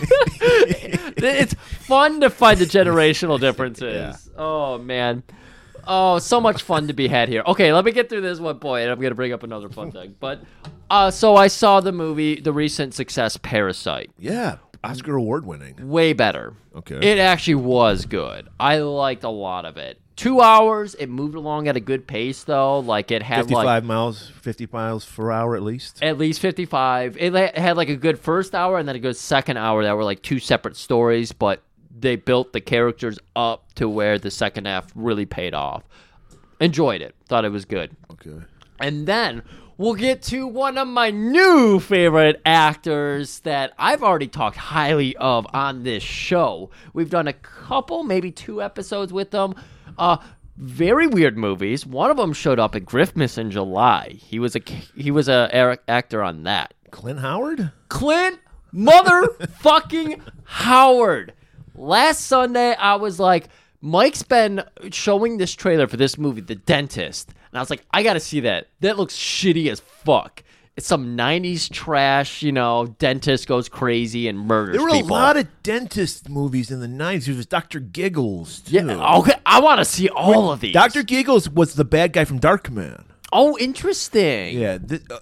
Speaker 2: yes. it's fun to find
Speaker 3: [laughs]
Speaker 2: the generational differences. Oh man. Oh, so much fun to be had here. Okay, let me get through this one point, and I'm gonna bring up another fun thing. But uh, so I saw the movie, the recent success, Parasite.
Speaker 3: [laughs] yeah, Oscar award winning.
Speaker 2: way better.
Speaker 3: Okay.
Speaker 2: It actually was good. I liked a lot of it. Two hours. It moved along at a good pace though. Like it had
Speaker 3: Fifty-five
Speaker 2: like
Speaker 3: miles, fifty miles per hour at least.
Speaker 2: at least fifty-five. It la- had like a good first hour and then a good second hour that were like two separate stories, but they built the characters up to where the second half really paid off. Enjoyed it. Thought it was good.
Speaker 3: Okay.
Speaker 2: And then we'll get to one of my new favorite actors that I've already talked highly of on this show. We've done a couple, maybe two episodes with them. Uh, very weird movies. One of them showed up at Griffmas in July. He was a he was a Eric actor on that.
Speaker 3: Clint Howard?
Speaker 2: Clint motherfucking Howard. Last Sunday, I was like, Mike's been showing this trailer for this movie, The Dentist. And I was like, I gotta see that. That looks shitty as fuck. It's some 90s trash, you know, dentist goes crazy and murders
Speaker 3: There were
Speaker 2: people.
Speaker 3: a lot of dentist movies in the 90s. There was Dr. Giggles, too.
Speaker 2: yeah, okay, I want to see all of these.
Speaker 3: Dr. Giggles was the bad guy from Darkman.
Speaker 2: Oh, interesting.
Speaker 3: Yeah. th- uh,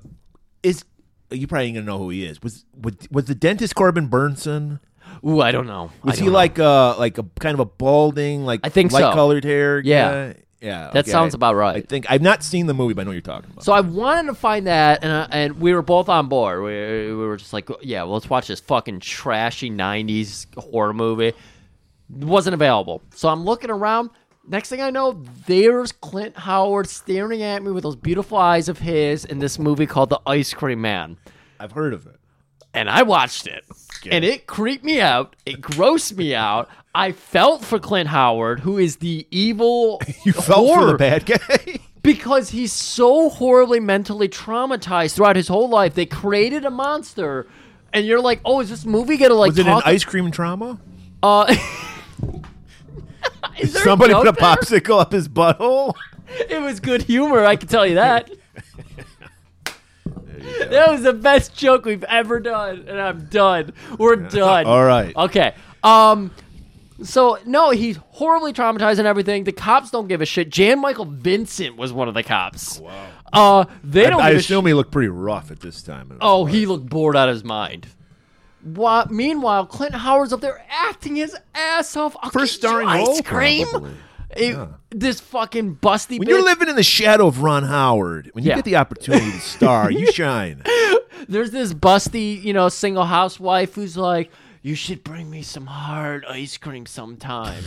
Speaker 3: is you probably ain't going to know who he is. Was, was was the dentist Corbin Burnson?
Speaker 2: Ooh, I don't know. I
Speaker 3: Was he
Speaker 2: don't know.
Speaker 3: like a like a kind of a balding like
Speaker 2: I think so.
Speaker 3: light colored hair?
Speaker 2: Yeah.
Speaker 3: guy? yeah.
Speaker 2: That
Speaker 3: okay.
Speaker 2: sounds about right.
Speaker 3: I think I've not seen the movie, but I know what you're talking about.
Speaker 2: So I wanted to find that, and I, and we were both on board. We, we were just like, yeah, well, let's watch this fucking trashy '90s horror movie. It wasn't available, so I'm looking around. Next thing I know, there's Clint Howard staring at me with those beautiful eyes of his in this movie called The Ice Cream Man,
Speaker 3: I've heard of it.
Speaker 2: and I watched it, and it creeped me out. It grossed me out. I felt for Clint Howard, who is the evil.
Speaker 3: [laughs] You fell for
Speaker 2: horror
Speaker 3: the bad [laughs] guy.
Speaker 2: because he's so horribly mentally traumatized throughout his whole life. They created a monster, and you're like, oh, is this movie gonna like?
Speaker 3: was it an
Speaker 2: talk-
Speaker 3: ice cream trauma?
Speaker 2: Uh, [laughs] is there
Speaker 3: Somebody
Speaker 2: joke
Speaker 3: put a
Speaker 2: there?
Speaker 3: popsicle up his butthole.
Speaker 2: It was good humor. I can tell you
Speaker 3: [laughs]
Speaker 2: that. That was the best joke we've ever done, and I'm done. We're
Speaker 3: [laughs]
Speaker 2: done.
Speaker 3: All right.
Speaker 2: Okay. Um. So no, he's horribly traumatized and everything. The cops don't give a shit. Jan Michael Vincent was one of the cops. Wow. Uh, they
Speaker 3: Oh, I,
Speaker 2: don't.
Speaker 3: I
Speaker 2: give a
Speaker 3: assume he looked pretty rough at this time.
Speaker 2: Oh, he looked bored out of his mind. Wha- meanwhile, Clint Howard's up there acting his ass off. I'll
Speaker 3: First
Speaker 2: get you
Speaker 3: starring
Speaker 2: ice
Speaker 3: role,
Speaker 2: cream.
Speaker 3: probably.
Speaker 2: It- This fucking busty.
Speaker 3: When
Speaker 2: bitch.
Speaker 3: you're living in the shadow of Ron Howard, when you
Speaker 2: Yeah.
Speaker 3: get the opportunity to star,
Speaker 2: [laughs]
Speaker 3: you shine.
Speaker 2: There's this busty, you know, single housewife who's like, "You should bring me some hard ice cream sometime."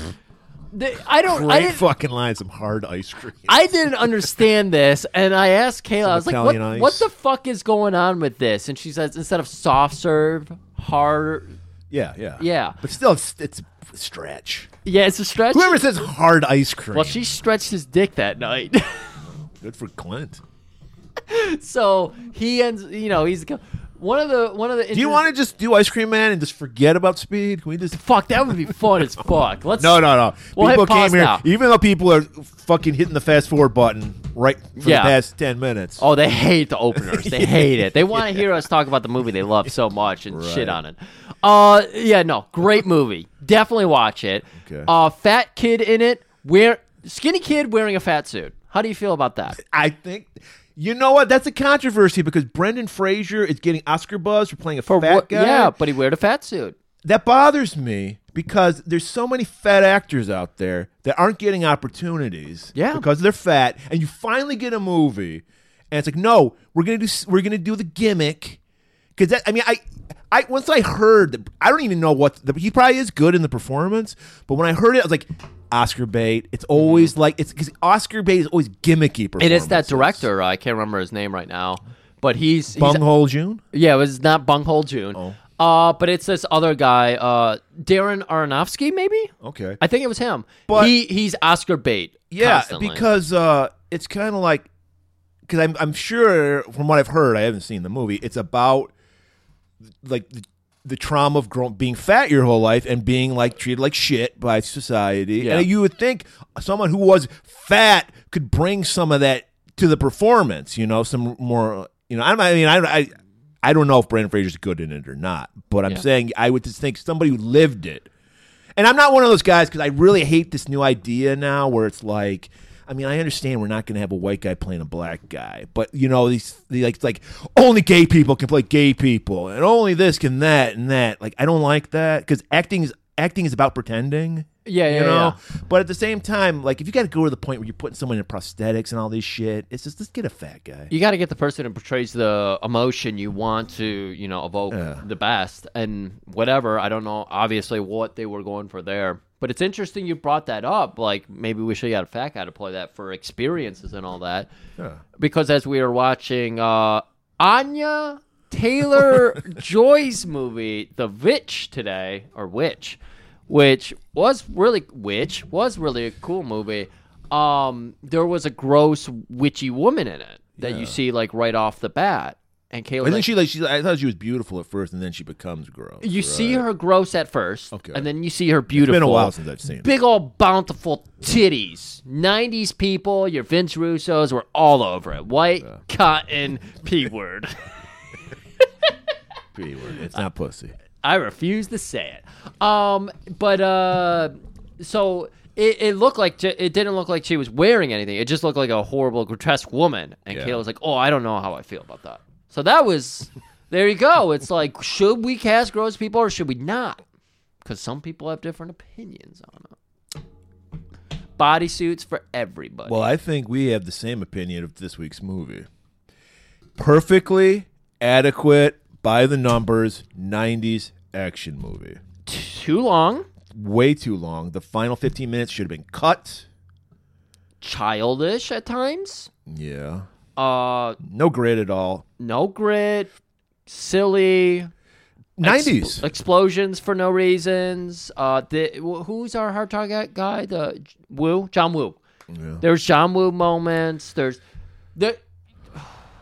Speaker 2: They- I don't. I
Speaker 3: Great
Speaker 2: didn't.
Speaker 3: fucking line, some hard ice cream.
Speaker 2: I didn't understand this, and I asked Kayla, I was like, what,
Speaker 3: Italian ice.
Speaker 2: what the fuck is going on with this? And she says, instead of soft serve, hard.
Speaker 3: yeah, yeah,
Speaker 2: Yeah.
Speaker 3: But still, it's, it's a stretch.
Speaker 2: Yeah, it's a stretch.
Speaker 3: Whoever says hard ice cream,
Speaker 2: Well, she stretched his dick that night. [laughs]
Speaker 3: good for Clint.
Speaker 2: so he ends, you know, he's one of the one of the.
Speaker 3: Do you want to just do Ice Cream Man and just forget about speed? Can we just?
Speaker 2: Fuck, that would be fun as fuck. Let's
Speaker 3: No, no, no.
Speaker 2: We'll hit
Speaker 3: people came
Speaker 2: pause
Speaker 3: here,
Speaker 2: now.
Speaker 3: even though people are fucking hitting the fast forward button right for
Speaker 2: Yeah.
Speaker 3: the past ten minutes.
Speaker 2: Oh, they hate the openers. They hate it. They
Speaker 3: [laughs]
Speaker 2: want to hear us talk about the movie they love so much and shit
Speaker 3: Right.
Speaker 2: on it. Uh, yeah, no, great movie. Definitely watch it.
Speaker 3: Okay.
Speaker 2: Uh, fat kid in it. Wear skinny kid wearing a fat suit. How do you feel about
Speaker 3: [laughs]
Speaker 2: that?
Speaker 3: I think you know what? That's a controversy because Brendan Fraser is getting Oscar buzz for playing a fat
Speaker 2: what-
Speaker 3: guy.
Speaker 2: Yeah, but he wear a fat suit.
Speaker 3: that bothers me because there's so many fat actors out there that aren't getting opportunities.
Speaker 2: Yeah.
Speaker 3: because they're fat, and you finally get a movie, and it's like, no, we're gonna do we're gonna do the gimmick because that I mean I. I, once I heard, that, I don't even know what the, he probably is good in the performance, but when I heard it, I was like, Oscar bait. It's always like it's because Oscar bait is always gimmicky.
Speaker 2: It is that
Speaker 3: performances.
Speaker 2: director. I can't remember his name right now, but he's, he's
Speaker 3: Bunghole June.
Speaker 2: Yeah, it was not Bunghole June.
Speaker 3: Oh.
Speaker 2: Uh, but it's this other guy, uh, Darren Aronofsky, maybe.
Speaker 3: Okay.
Speaker 2: I think it was him.
Speaker 3: But-
Speaker 2: he he's Oscar bait.
Speaker 3: Yeah,
Speaker 2: constantly.
Speaker 3: because uh, it's kind of like because I'm I'm sure from what I've heard, I haven't seen the movie. It's about like the, the trauma of grown, being fat your whole life and being like treated like shit by society.
Speaker 2: Yeah.
Speaker 3: And you would think someone who was fat could bring some of that to the performance. You know, some more. You know, I'm- I mean, I. I I don't know if Brandon Fraser's good in it or not, but I'm
Speaker 2: Yeah.
Speaker 3: saying I would just think somebody who lived it and I'm not one of those guys because I really hate this new idea now where it's like, I mean, I understand we're not going to have a white guy playing a black guy, but you know, these the, like it's like only gay people can play gay people, and only this can that and that. Like, I don't like that because acting is acting is about pretending.
Speaker 2: Yeah, yeah,
Speaker 3: you know. But at the same time, like if you got to go to the point where you're putting someone in prosthetics and all this shit, it's just let's get a fat guy.
Speaker 2: you got to get the person who portrays the emotion you want to, you know, evoke the best and whatever. I don't know, obviously, what they were going for there, But it's interesting you brought that up. Like maybe we should get a fat guy to play that for experiences and all that. Because as we were watching uh, Anya Taylor
Speaker 3: [laughs]
Speaker 2: Joy's movie, The Witch today, or Witch, which was really Witch was really a cool movie. Um, there was a gross witchy woman in it that you see like right off the bat. And Kayla,
Speaker 3: I think she like she. I thought she was beautiful at first, and then she becomes gross.
Speaker 2: you see her gross at first,
Speaker 3: Okay.
Speaker 2: and then you see her beautiful.
Speaker 3: It's been a while since I've seen. it.
Speaker 2: Big old bountiful titties. 90s people, your Vince Russos were all over it. White, cotton, P word.
Speaker 3: P word. It's not pussy.
Speaker 2: I refuse to say it. Um, but uh, so it, it looked like j- it didn't look like she was wearing anything. It just looked like a horrible, grotesque woman. And
Speaker 3: Yeah.
Speaker 2: Kayla was like, "Oh, I don't know how I feel about that." So that was there. You go. It's like, should we cast gross people or should we not? Because some people have different opinions on it. Bodysuits for everybody.
Speaker 3: Well, I think we have the same opinion of this week's movie. Perfectly adequate, by the numbers, 90s action movie.
Speaker 2: Too long,
Speaker 3: Way too long. The final 15 minutes should have been cut.
Speaker 2: childish at times.
Speaker 3: Yeah.
Speaker 2: Uh,
Speaker 3: No grit at all.
Speaker 2: no grit, silly.
Speaker 3: 90s.
Speaker 2: explosions for no reasons. Uh, the, wh- who's our hard target guy? The J- Woo, John Woo. There's John Woo moments. There's the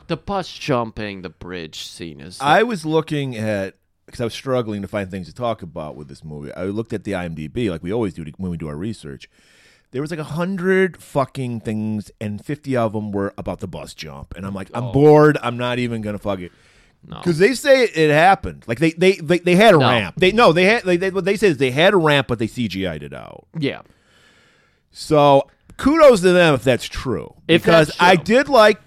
Speaker 2: the bus jumping the bridge scene is.
Speaker 3: I was looking at because I was struggling to find things to talk about with this movie. I looked at the IMDb, like we always do to- when we do our research. There was like a hundred fucking things, and fifty of them were about the bus jump. And I'm like, I'm bored. I'm not even gonna fuck it. Because they say it, it happened. Like they they they, they had a
Speaker 2: No.
Speaker 3: ramp. They no, they had they, they, what they said is they had a ramp, but they CGI'd it out.
Speaker 2: yeah,
Speaker 3: So kudos to them if that's true.
Speaker 2: If
Speaker 3: because
Speaker 2: that's true.
Speaker 3: I did like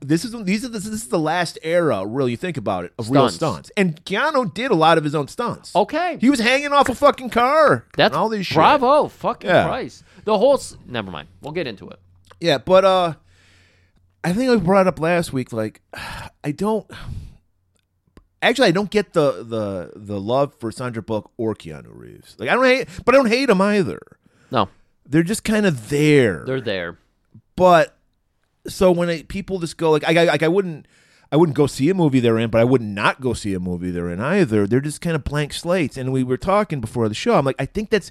Speaker 3: this is these are this, this is the last era. Really, you think about it of real
Speaker 2: Stunts.
Speaker 3: stunts. And Keanu did a lot of his own stunts.
Speaker 2: Okay.
Speaker 3: he was hanging off a fucking car.
Speaker 2: that's
Speaker 3: and all these shit.
Speaker 2: bravo. Fucking
Speaker 3: Yeah.
Speaker 2: Christ. The whole. s- Never mind. We'll get into it.
Speaker 3: Yeah, but uh, I think I brought up last week. Like, I don't. Actually, I don't get the the the love for Sandra Bullock or Keanu Reeves. Like, I don't hate, but I don't hate them either.
Speaker 2: No,
Speaker 3: They're just kind of there.
Speaker 2: they're there.
Speaker 3: but so when I, people just go like I, I like I wouldn't I wouldn't go see a movie they're in, but I would not go see a movie they're in either. They're just kind of blank slates. And we were talking before the show. I'm like, I think that's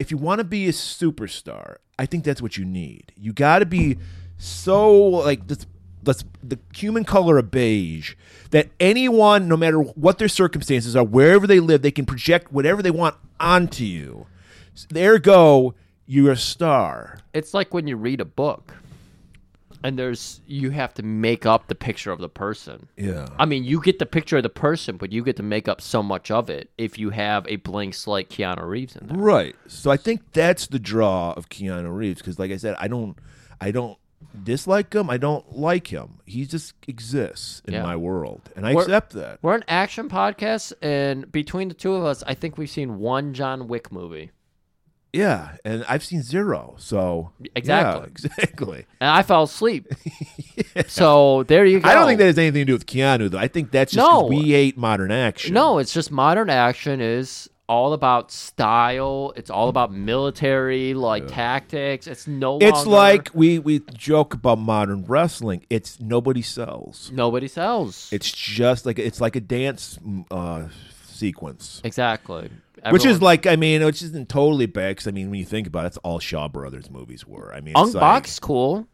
Speaker 3: if you want to be a superstar, I think that's what you need. You got to be so like this. Let's the human color of beige that anyone, no matter what their circumstances are, wherever they live, they can project whatever they want onto you. Ergo, you're a star.
Speaker 2: It's like when you read a book, and there's you have to make up the picture of the person.
Speaker 3: Yeah.
Speaker 2: I mean, you get the picture of the person, but you get to make up so much of it if you have a blank slate Keanu Reeves in there.
Speaker 3: Right. So I think that's the draw of Keanu Reeves because, like I said, I don't, I don't dislike him. I don't like him. He just exists in
Speaker 2: Yeah.
Speaker 3: my world, and I
Speaker 2: We're-
Speaker 3: accept that.
Speaker 2: We're an action podcast, and between the two of us, I think we've seen one John Wick movie.
Speaker 3: Yeah, and I've seen zero, so yeah, [laughs]
Speaker 2: Exactly.
Speaker 3: exactly.
Speaker 2: And I fell
Speaker 3: [laughs]
Speaker 2: asleep. So there you go.
Speaker 3: I don't think that has anything to do with Keanu, though. I think that's just 'cause
Speaker 2: No.
Speaker 3: we hate modern action.
Speaker 2: No, it's just modern action is all about style. It's all about military, like tactics. It's no
Speaker 3: it's
Speaker 2: longer-
Speaker 3: like we we joke about modern wrestling. It's nobody sells.
Speaker 2: nobody sells.
Speaker 3: It's just like it's like a dance mm, uh, sequence.
Speaker 2: exactly.
Speaker 3: Which is
Speaker 2: Everyone-
Speaker 3: like, I mean, which isn't totally bad 'cause, I mean, when you think about it, that's all Shaw Brothers movies were. I mean, it's
Speaker 2: Ung
Speaker 3: like,
Speaker 2: Bak's cool.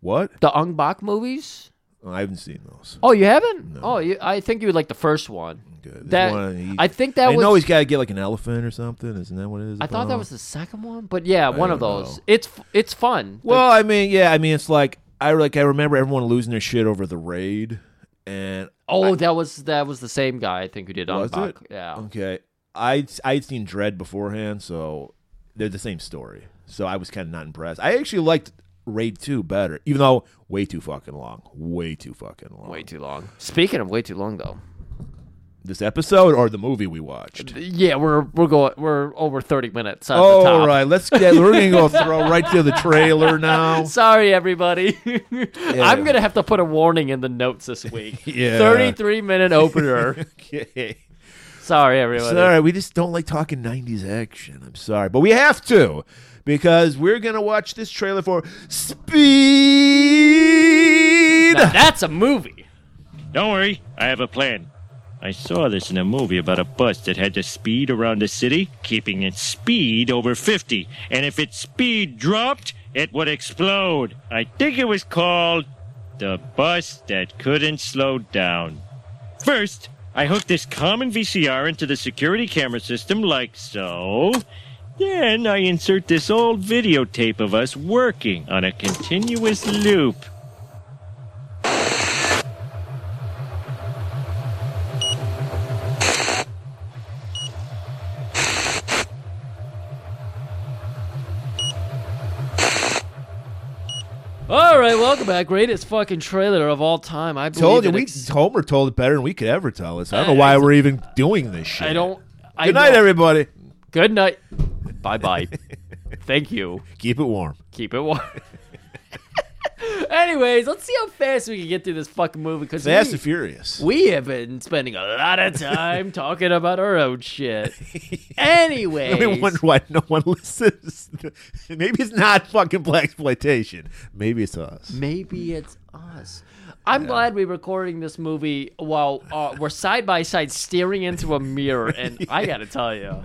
Speaker 3: what?
Speaker 2: The Ung Bak movies.
Speaker 3: Oh, I haven't seen those.
Speaker 2: Oh, you haven't? Oh, you, I think you would like the first one.
Speaker 3: Good. This
Speaker 2: That
Speaker 3: one, he-
Speaker 2: I think that
Speaker 3: I
Speaker 2: was.
Speaker 3: know he's got to get like an elephant or something. Isn't that what it is?
Speaker 2: I thought that
Speaker 3: about?
Speaker 2: was the second one, but yeah, one of
Speaker 3: don't
Speaker 2: those.
Speaker 3: know.
Speaker 2: It's it's fun.
Speaker 3: Well, I mean, yeah, I mean, it's like I like I remember everyone losing their shit over the raid, and
Speaker 2: oh, that was that was the same guy I think who did
Speaker 3: was
Speaker 2: Unbach.
Speaker 3: it? Oh.
Speaker 2: Yeah.
Speaker 3: Okay, I I'd seen Dread beforehand, so they're the same story. So I was kind of not impressed. I actually liked Raid Two better, even though way too fucking long. Way too fucking long.
Speaker 2: Way too long. Speaking of way too long though.
Speaker 3: this episode or the movie we watched?
Speaker 2: Yeah, we're we're going we're over 30 minutes at the
Speaker 3: All
Speaker 2: top.
Speaker 3: right, let's get. We're gonna go throw right to the trailer now.
Speaker 2: [laughs] Sorry everybody. [laughs] I'm going to have to
Speaker 3: [laughs]
Speaker 2: put a warning in the notes this week.
Speaker 3: Yeah. [laughs]
Speaker 2: 33 minute opener.
Speaker 3: Okay.
Speaker 2: Sorry, everybody.
Speaker 3: Sorry, we just don't like talking 90s action. I'm sorry, but we have to because we're going to watch this trailer for Speed.
Speaker 2: Now, that's a movie.
Speaker 4: Don't worry, I have a plan. I saw this in a movie about a bus that had to speed around the city, keeping its speed over 50. And if its speed dropped, it would explode. I think it was called The Bus That Couldn't Slow Down. First, I hooked this common VCR into the security camera system like so. Then I insert this old videotape of us working on a continuous loop.
Speaker 2: All right, welcome back. Greatest fucking trailer of all time. I believe
Speaker 3: [laughs] Told you,
Speaker 2: it
Speaker 3: we
Speaker 2: ex-
Speaker 3: Homer told it better than we could ever tell us. I don't
Speaker 2: I-
Speaker 3: know why
Speaker 2: I-
Speaker 3: we're even doing this shit.
Speaker 2: I don't. I
Speaker 3: Good night,
Speaker 2: don't-
Speaker 3: everybody.
Speaker 2: Good night. Bye
Speaker 3: [laughs]
Speaker 2: bye. Thank you.
Speaker 3: Keep it warm.
Speaker 2: Keep it warm. [laughs] Anyways, let's see how fast we can get through this fucking movie because
Speaker 3: Fast and Furious.
Speaker 2: We have been spending a lot of time talking about our own
Speaker 3: [laughs]
Speaker 2: shit. Anyways,
Speaker 3: [laughs] I wonder why no one [laughs] listens. Maybe it's not fucking black exploitation. Maybe it's us.
Speaker 2: maybe it's us. I'm glad we're recording this movie while uh,
Speaker 3: [laughs]
Speaker 2: we're side by side staring into a mirror, and I gotta tell you,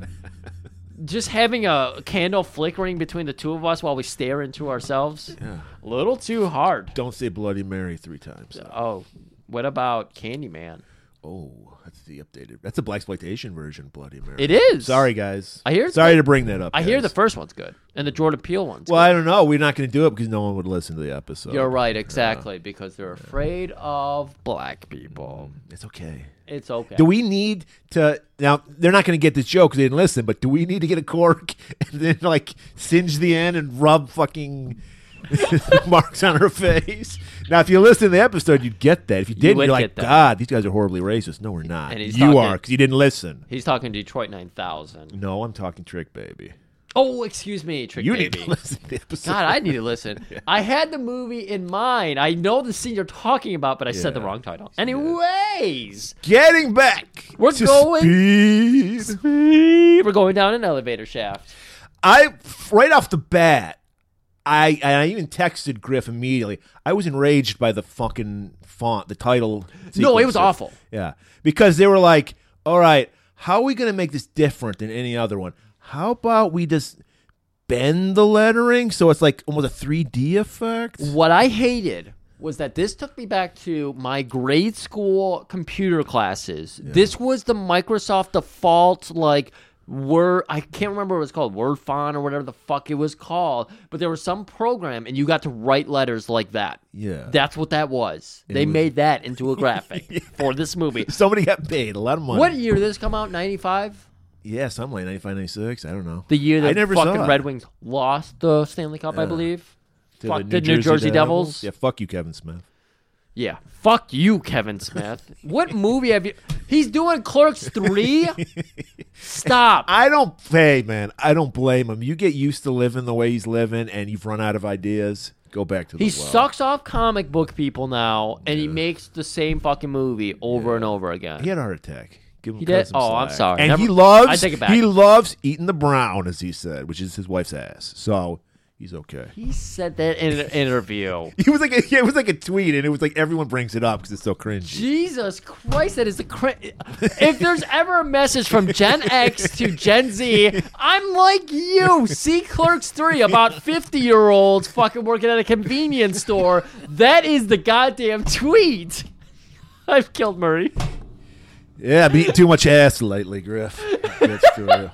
Speaker 2: just having a candle flickering between the two of us while we stare into ourselves, a little too hard.
Speaker 3: Don't say Bloody Mary three times.
Speaker 2: Oh, what about Candyman?
Speaker 3: Oh, that's the updated. That's the black exploitation version. of Bloody Mary.
Speaker 2: It is.
Speaker 3: Sorry, guys.
Speaker 2: I hear-
Speaker 3: Sorry to bring that up.
Speaker 2: I hear the
Speaker 3: guys.
Speaker 2: first one's good, and the Jordan Peele one's.
Speaker 3: Well, I don't know. We're not going to do it because no one would listen to the episode.
Speaker 2: You're right, exactly, because they're afraid of black people.
Speaker 3: It's okay.
Speaker 2: It's okay.
Speaker 3: Mm-hmm. Do we need to now? They're not going to get this joke because they didn't listen. But do we need to get a cork [laughs] and then like singe the end and rub fucking [laughs] marks on her face? Now, if you listen to the episode, you'd get that. If you didn't,
Speaker 2: would
Speaker 3: you are
Speaker 2: get
Speaker 3: like,
Speaker 2: that.
Speaker 3: God, these guys are horribly racist. No, we're not.
Speaker 2: And he's
Speaker 3: you
Speaker 2: talking-
Speaker 3: are because you didn't listen.
Speaker 2: He's talking Detroit 9000.
Speaker 3: No, I'm talking trick, baby.
Speaker 2: Oh, excuse me, Trick
Speaker 3: You need
Speaker 2: Baby.
Speaker 3: to listen to the episode.
Speaker 2: God, I need to
Speaker 3: [laughs]
Speaker 2: listen. I had the movie in mind. I know the scene you're talking about, but I said the
Speaker 3: Yeah.
Speaker 2: wrong title. Anyways,
Speaker 3: Getting back.
Speaker 2: We're
Speaker 3: to
Speaker 2: going-
Speaker 3: Speed.
Speaker 2: we're going down an elevator shaft.
Speaker 3: I right off the bat, I and I even texted Griff immediately. I was enraged by the fucking font, the title.
Speaker 2: No, it was
Speaker 3: sequences.
Speaker 2: awful.
Speaker 3: Yeah, because they were like, "All right, how are we going to make this different than any other one? How about we just bend the lettering so it's like almost a three D effect?"
Speaker 2: What I hated was that this took me back to my grade school computer classes. This was the Microsoft default, like word I can't remember what it was called, Word font or whatever the fuck it was called. But there was some program and you got to write letters like that.
Speaker 3: Yeah.
Speaker 2: That's what that was. they
Speaker 3: was-
Speaker 2: made that
Speaker 3: [laughs]
Speaker 2: into a graphic for this movie.
Speaker 3: Somebody got paid a lot of money.
Speaker 2: What year did this come out? Ninety five?
Speaker 3: Yeah, something like 95, 96. I don't know.
Speaker 2: The year that
Speaker 3: I never
Speaker 2: fucking
Speaker 3: saw it.
Speaker 2: Red Wings lost the Stanley Cup, I believe.
Speaker 3: To
Speaker 2: fuck the New Jersey Devils.
Speaker 3: Yeah, fuck you, Kevin Smith.
Speaker 2: Yeah. Fuck you, Kevin Smith. what movie have you? He's doing Clerks three. Stop.
Speaker 3: I don't hey man, I don't blame him. You get used to living the way he's living and you've run out of ideas, go back to the
Speaker 2: he
Speaker 3: well.
Speaker 2: sucks off comic book people now, and he makes the same fucking movie over and over again.
Speaker 3: He had a heart attack. Give him
Speaker 2: He
Speaker 3: cut
Speaker 2: did?
Speaker 3: some
Speaker 2: Oh, I'm
Speaker 3: slack.
Speaker 2: sorry.
Speaker 3: And
Speaker 2: Never-
Speaker 3: he loves
Speaker 2: I take it back.
Speaker 3: he loves eating the brown, as he said, which is his wife's ass. So he's okay.
Speaker 2: He said that in an interview.
Speaker 3: [laughs] He was like a, yeah, it was like a tweet and it was like everyone brings it up because it's so cringy.
Speaker 2: Jesus Christ, that is the cra- If there's ever a message from Gen X to Gen Z, I'm like you. See Clerks 3 about 50 year olds fucking working at a convenience store. That is the goddamn tweet. [laughs] I've killed Murray.
Speaker 3: Yeah, I've been eating too much ass lately, Griff. That's true.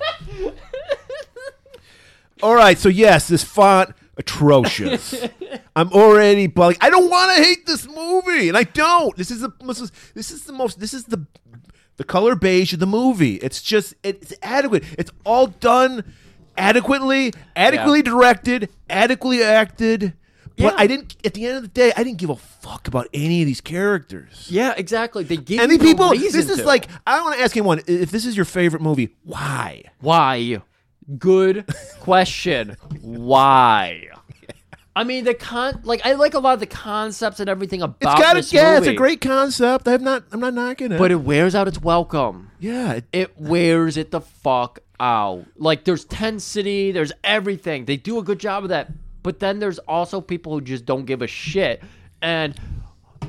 Speaker 3: All right, so yes, this font atrocious. I'm already bugging. I don't want to hate this movie, and I don't. This is the this is, this is the most this is the the color beige of the movie. It's just it's adequate. It's all done adequately, adequately directed, adequately acted. But
Speaker 2: Yeah.
Speaker 3: I didn't. At the end of the day, I didn't give a fuck about any of these characters.
Speaker 2: Yeah, exactly. They give
Speaker 3: And
Speaker 2: you
Speaker 3: the people,
Speaker 2: no
Speaker 3: this
Speaker 2: reason
Speaker 3: is
Speaker 2: to.
Speaker 3: like, I want to ask anyone if this is your favorite movie, why?
Speaker 2: Why? Good question. Why? I mean, the con like I like a lot of the concepts and everything about
Speaker 3: It's got
Speaker 2: this
Speaker 3: a yeah, it's a
Speaker 2: movie,
Speaker 3: great concept. I'm not I'm not knocking it.
Speaker 2: but it wears out its welcome.
Speaker 3: yeah, it,
Speaker 2: It wears it the fuck out. Like there's tensity, there's everything. They do a good job of that, but then there's also people who just don't give a shit, and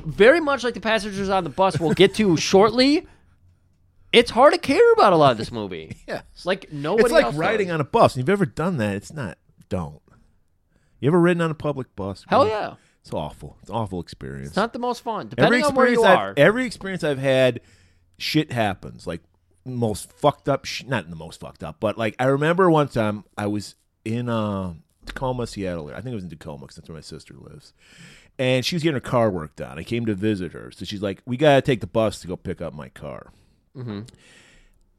Speaker 2: very much like the passengers on the bus we'll get
Speaker 3: [laughs]
Speaker 2: to shortly. It's hard to care about a lot of this movie.
Speaker 3: yeah.
Speaker 2: Like nobody.
Speaker 3: It's like
Speaker 2: else
Speaker 3: riding
Speaker 2: does.
Speaker 3: on a bus. If you've ever done that, it's not don't. You ever ridden on a public bus?
Speaker 2: Hell
Speaker 3: Really?
Speaker 2: yeah.
Speaker 3: It's awful. It's an awful experience.
Speaker 2: It's not the most fun, depending
Speaker 3: every
Speaker 2: on where
Speaker 3: experience
Speaker 2: you
Speaker 3: I've,
Speaker 2: are.
Speaker 3: every experience I've had, shit happens. Like most fucked up, sh- not the most fucked up, but like I remember one time I was in uh, Tacoma, Seattle. or I think it was in Tacoma because that's where my sister lives. And she was getting her car worked on. I came to visit her, so she's like, "We gotta take the bus to go pick up my car."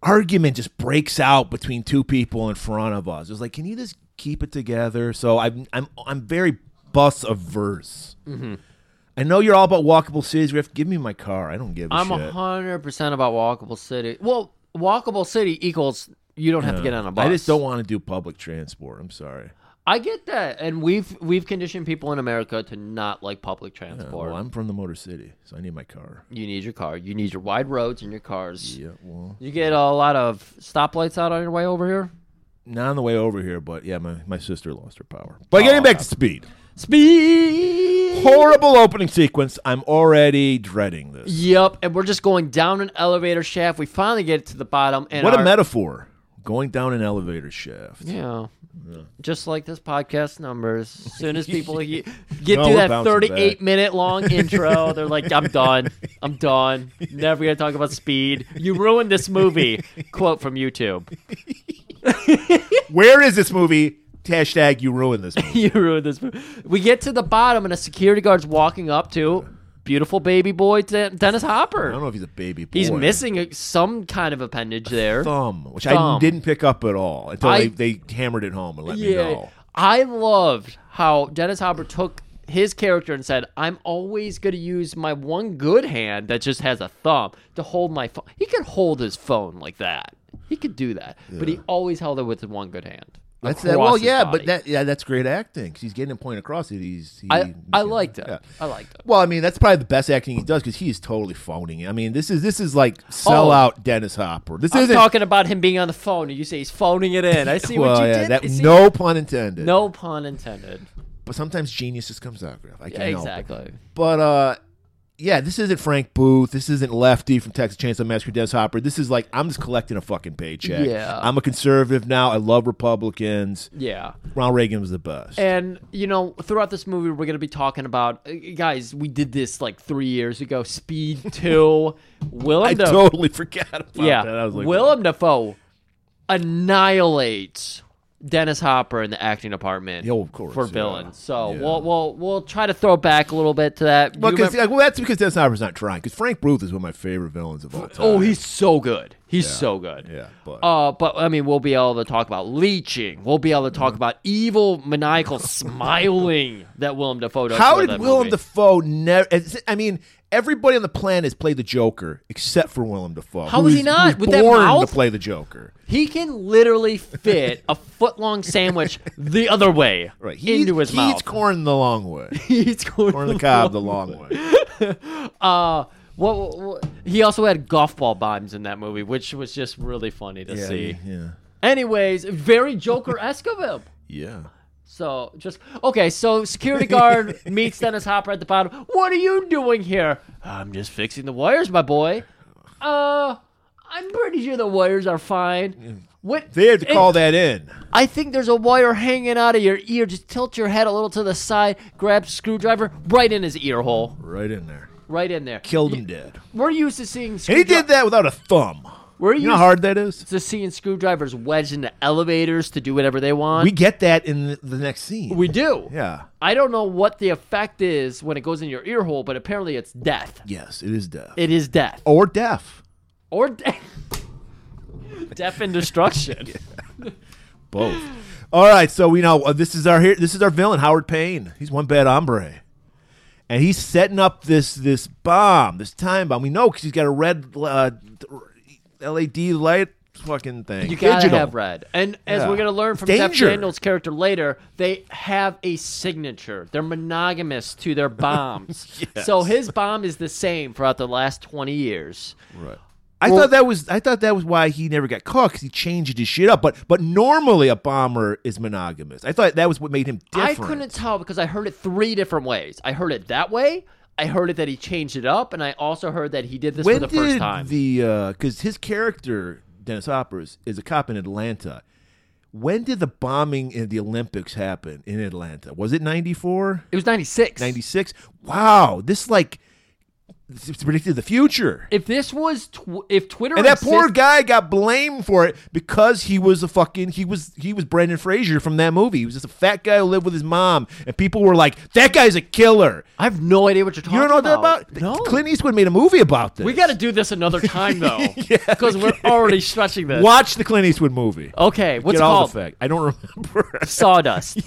Speaker 3: argument just breaks out between two people in front of us. It was like, can you just keep it together? So I'm I'm I'm very bus averse.
Speaker 2: Mm-hmm.
Speaker 3: I know you're all about walkable cities. We have to give me my car. I don't give a
Speaker 2: I'm
Speaker 3: shit.
Speaker 2: hundred percent about walkable city. Well, walkable city equals you don't have to get on a bus.
Speaker 3: I just don't want to do public transport. I'm sorry.
Speaker 2: I get that, and we've we've conditioned people in America to not like public transport.
Speaker 3: Well, I'm from the Motor City, so I need my car.
Speaker 2: you need your car. You need your wide roads and your cars.
Speaker 3: Yeah, well,
Speaker 2: You get a lot of stoplights out on your way over here.
Speaker 3: not on the way over here, but yeah, my, my sister lost her power.
Speaker 2: Oh,
Speaker 3: But getting back to speed,
Speaker 2: Speed.
Speaker 3: horrible opening sequence. I'm already dreading this.
Speaker 2: Yep, and we're just going down an elevator shaft. We finally get to the bottom, and
Speaker 3: What a
Speaker 2: our-
Speaker 3: metaphor! Going down an elevator shaft.
Speaker 2: Yeah. Just like this podcast numbers. As soon as people
Speaker 3: [laughs]
Speaker 2: he- get
Speaker 3: No,
Speaker 2: through
Speaker 3: we're
Speaker 2: that
Speaker 3: bouncing
Speaker 2: 38
Speaker 3: back.
Speaker 2: minute long
Speaker 3: [laughs]
Speaker 2: intro, they're like, I'm done. I'm done. Never going to talk about speed. You ruined this movie. Quote from YouTube. [laughs]
Speaker 3: Where is this movie? Hashtag you ruined this movie.
Speaker 2: You ruined this movie. We get to the bottom, and a security guard's walking up to beautiful baby boy Den- Dennis
Speaker 3: I don't
Speaker 2: Hopper.
Speaker 3: know if he's a baby boy.
Speaker 2: He's missing a, some kind of appendage there.
Speaker 3: thumb, which I
Speaker 2: Thumb.
Speaker 3: didn't pick up at all until
Speaker 2: I-
Speaker 3: they, they hammered it home and let me know.
Speaker 2: I loved how Dennis Hopper took his character and said, I'm always going to use my one good hand that just has a thumb to hold my phone. He could hold his phone like that. He could do that. But he always held it with his one good hand.
Speaker 3: That's
Speaker 2: across
Speaker 3: that. Well,
Speaker 2: his
Speaker 3: yeah,
Speaker 2: body.
Speaker 3: but that yeah, that's great acting. 'cause He's getting a point across. That he's he,
Speaker 2: I, I liked it.
Speaker 3: yeah.
Speaker 2: I liked it.
Speaker 3: Well, I mean, that's probably the best acting he does because he is totally phoning it. I mean, this is this is like sellout out Dennis Hopper. This
Speaker 2: Oh. I'm
Speaker 3: isn't
Speaker 2: talking about him being on the phone, and you say he's phoning it in. I see
Speaker 3: well,
Speaker 2: what you
Speaker 3: yeah,
Speaker 2: did.
Speaker 3: that-
Speaker 2: I see-
Speaker 3: no pun intended.
Speaker 2: no pun intended.
Speaker 3: but sometimes genius just comes out, Griff. I can't
Speaker 2: Yeah,
Speaker 3: help it.
Speaker 2: exactly.
Speaker 3: But uh yeah, this isn't Frank Booth. This isn't Lefty from Texas Chainsaw Massacre, Dennis Hopper. This is like I'm just collecting a fucking paycheck.
Speaker 2: Yeah.
Speaker 3: I'm a conservative now. I love Republicans.
Speaker 2: Yeah.
Speaker 3: Ronald Reagan was the best.
Speaker 2: And you know, throughout this movie, we're gonna be talking about uh, guys. We did this like three years ago.
Speaker 3: [laughs]
Speaker 2: Speed Two,
Speaker 3: I
Speaker 2: Willem Dafoe.
Speaker 3: totally forgot about
Speaker 2: Yeah,
Speaker 3: that. I was like,
Speaker 2: Willem Dafoe annihilates Dennis Hopper in the acting department.
Speaker 3: Yeah, of course,
Speaker 2: for
Speaker 3: yeah.
Speaker 2: villains. So
Speaker 3: Yeah.
Speaker 2: we'll we'll we'll try to throw back a little bit to that.
Speaker 3: Well,
Speaker 2: You
Speaker 3: 'cause,
Speaker 2: remember-
Speaker 3: like, well, that's because Dennis Hopper's not trying. Because Frank Booth is one of my favorite villains of all time.
Speaker 2: oh, he's so good. He's so good.
Speaker 3: yeah, but
Speaker 2: Uh, but I mean, we'll be able to talk about leeching. We'll be able to
Speaker 3: Mm-hmm.
Speaker 2: talk about evil, maniacal smiling that Willem Dafoe does.
Speaker 3: How
Speaker 2: throughout
Speaker 3: did
Speaker 2: that
Speaker 3: Willem
Speaker 2: movie.
Speaker 3: Dafoe never? I mean, everybody on the planet has played the Joker except for Willem Dafoe.
Speaker 2: How
Speaker 3: who
Speaker 2: was he
Speaker 3: is-
Speaker 2: not?
Speaker 3: who
Speaker 2: With
Speaker 3: was
Speaker 2: that
Speaker 3: born
Speaker 2: mouth?
Speaker 3: to play the Joker.
Speaker 2: He can literally fit a foot long sandwich the other way
Speaker 3: Right, he
Speaker 2: into his
Speaker 3: he
Speaker 2: mouth.
Speaker 3: eats corn the long way,
Speaker 2: [laughs] He's going
Speaker 3: [laughs] corn on the cob the long way.
Speaker 2: Uh, what, what- what- he also had golf ball bombs in that movie, which was just really funny to see.
Speaker 3: yeah,
Speaker 2: Anyways, very Joker esque of him.
Speaker 3: yeah.
Speaker 2: So just okay. So security
Speaker 3: [laughs]
Speaker 2: guard meets Dennis Hopper at the bottom. What are you doing here? I'm just fixing the wires, my boy. Uh, I'm pretty sure the wires are fine. What
Speaker 3: They had to
Speaker 2: it-
Speaker 3: call that in.
Speaker 2: I think there's a wire hanging out of your ear. Just tilt your head a little to the side, grab screwdriver right in his ear hole,
Speaker 3: Right in there,
Speaker 2: right in there.
Speaker 3: killed him dead.
Speaker 2: We're used to seeing.
Speaker 3: And he
Speaker 2: screwdri-
Speaker 3: did that without a thumb.
Speaker 2: We're
Speaker 3: You
Speaker 2: used
Speaker 3: know how hard that is.
Speaker 2: to seeing screwdrivers wedged into elevators to do whatever they want.
Speaker 3: We get that in the, the next scene.
Speaker 2: We do.
Speaker 3: yeah,
Speaker 2: I don't know what the effect is when it goes in your ear hole, but apparently it's death.
Speaker 3: yes, it is deaf
Speaker 2: It is death
Speaker 3: or deaf,
Speaker 2: or de- [laughs] death and destruction.
Speaker 3: [laughs] both. [gasps] All right, so we know uh, this is our here. This is our villain, Howard Payne. He's one bad hombre, and he's setting up this this bomb, this time bomb. We know because he's got a red uh, LED light fucking thing.
Speaker 2: You gotta
Speaker 3: Digital.
Speaker 2: have red. And as
Speaker 3: Yeah.
Speaker 2: we're gonna learn from Jeff
Speaker 3: Danger.
Speaker 2: Daniels' character later, they have a signature. They're monogamous to
Speaker 3: [laughs]
Speaker 2: their bombs. So his bomb is the same throughout the last twenty years.
Speaker 3: Right. I thought that was I thought that was why he never got caught because he changed his shit up. But but normally a bomber is monogamous. I thought that was what made him different.
Speaker 2: I couldn't tell because I heard it three different ways. I heard it that way. I heard it that he changed it up, and I also heard that he did this
Speaker 3: When
Speaker 2: for the
Speaker 3: did
Speaker 2: first time.
Speaker 3: the because his character Dennis Hopper is, is a cop in Atlanta. When did the bombing in the Olympics happen in Atlanta? Was it 94?
Speaker 2: it was ninety six.
Speaker 3: 96? Wow, this like it's predicted the future.
Speaker 2: If this was tw- if Twitter
Speaker 3: and that
Speaker 2: insist-
Speaker 3: poor guy got blamed for it because he was a fucking he was he was Brendan Fraser from that movie. He was just a fat guy who lived with his mom, and people were like, "That guy's a killer."
Speaker 2: I have no idea what you're talking
Speaker 3: You don't know that about?
Speaker 2: Oh, No.
Speaker 3: Clint Eastwood made a movie about this.
Speaker 2: we got to do this another time
Speaker 3: [laughs]
Speaker 2: though, because we're already stretching this.
Speaker 3: watch the Clint Eastwood movie.
Speaker 2: Okay, Oh, what's it
Speaker 3: Get all
Speaker 2: called?
Speaker 3: the [laughs] fact. I don't remember. [laughs]
Speaker 2: Sawdust.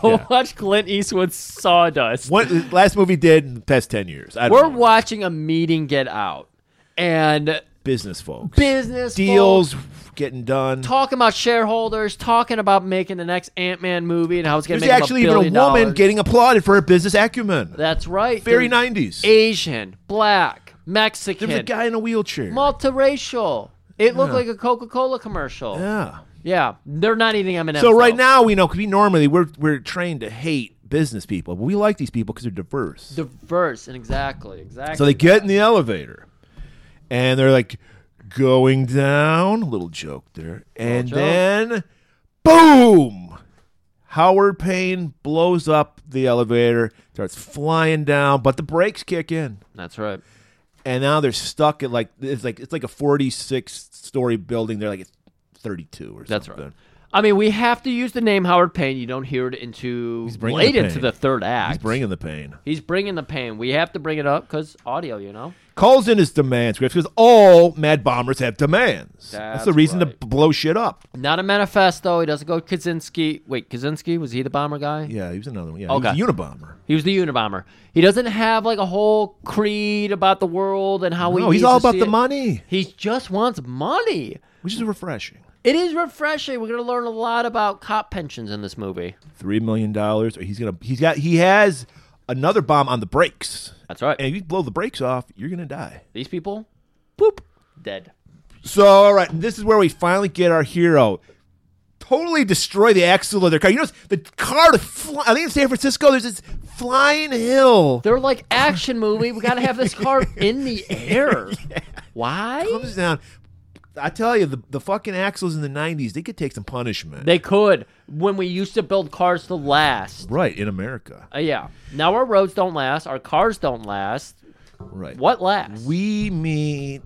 Speaker 2: Go watch Clint Eastwood's Sawdust.
Speaker 3: One last movie did in the past ten years. I don't
Speaker 2: We're
Speaker 3: remember.
Speaker 2: watching a meeting get out, and
Speaker 3: business folks,
Speaker 2: business folks
Speaker 3: deals getting done.
Speaker 2: talking about shareholders, talking about making the next Ant Man movie and how it's going to
Speaker 3: There's
Speaker 2: make him
Speaker 3: actually
Speaker 2: a
Speaker 3: even a
Speaker 2: billion
Speaker 3: woman
Speaker 2: dollars.
Speaker 3: getting applauded for her business acumen.
Speaker 2: That's right.
Speaker 3: Very
Speaker 2: There's
Speaker 3: nineties.
Speaker 2: Asian, black, Mexican,
Speaker 3: There was a guy in a wheelchair.
Speaker 2: multiracial. It looked like a Coca Cola commercial. Yeah.
Speaker 3: yeah.
Speaker 2: they're not eating M and M's.
Speaker 3: So right now we know because we normally we're we're trained to hate business people, but we like these people because they're diverse.
Speaker 2: diverse and exactly, exactly.
Speaker 3: so they get in the elevator, and they're like going down. Little joke there, and
Speaker 2: joke.
Speaker 3: then boom! Howard Payne blows up the elevator, starts flying down, but the brakes kick in,
Speaker 2: That's right.
Speaker 3: and now they're stuck at like it's like it's like a forty six story building. They're like it's thirty two or
Speaker 2: That's right.
Speaker 3: something.
Speaker 2: I mean, we have to use the name Howard Payne. You don't hear it into
Speaker 3: bringing
Speaker 2: late
Speaker 3: the
Speaker 2: into
Speaker 3: pain.
Speaker 2: the third act.
Speaker 3: He's bringing the pain.
Speaker 2: He's bringing the pain. We have to bring it up because audio, you know.
Speaker 3: calls in his demands because all mad bombers have demands. That's, the
Speaker 2: That's
Speaker 3: reason
Speaker 2: right.
Speaker 3: to blow shit up.
Speaker 2: Not a manifesto. He doesn't go Kaczynski. Wait, Kaczynski was he the bomber guy?
Speaker 3: Yeah, he was another one. Yeah,
Speaker 2: Okay.
Speaker 3: he was a Unabomber.
Speaker 2: He was the Unabomber. He doesn't have like a whole creed about the world and how we.
Speaker 3: No, he's
Speaker 2: need
Speaker 3: all
Speaker 2: to
Speaker 3: about
Speaker 2: see
Speaker 3: the
Speaker 2: it.
Speaker 3: money,
Speaker 2: He just wants money.
Speaker 3: which is refreshing.
Speaker 2: It is refreshing. We're gonna learn a lot about cop pensions in this movie.
Speaker 3: Three million dollars, or he's gonna he's got he has another bomb on the brakes.
Speaker 2: That's right.
Speaker 3: And if you blow the brakes off, you're gonna die.
Speaker 2: These people, boop, dead.
Speaker 3: So all right, this is where we finally get our hero. Totally destroy the axle of their car. You know, the car to fly. I think in San Francisco, there's this flying hill.
Speaker 2: They're like action movie. We gotta have this
Speaker 3: [laughs]
Speaker 2: car in the air. Why?
Speaker 3: comes down. I tell you, the, the fucking axles in the '90s, they could take some punishment.
Speaker 2: They could when we used to build cars to last.
Speaker 3: right in America.
Speaker 2: Uh, yeah. Now our roads don't last. Our cars don't last.
Speaker 3: Right.
Speaker 2: What lasts?
Speaker 3: we meet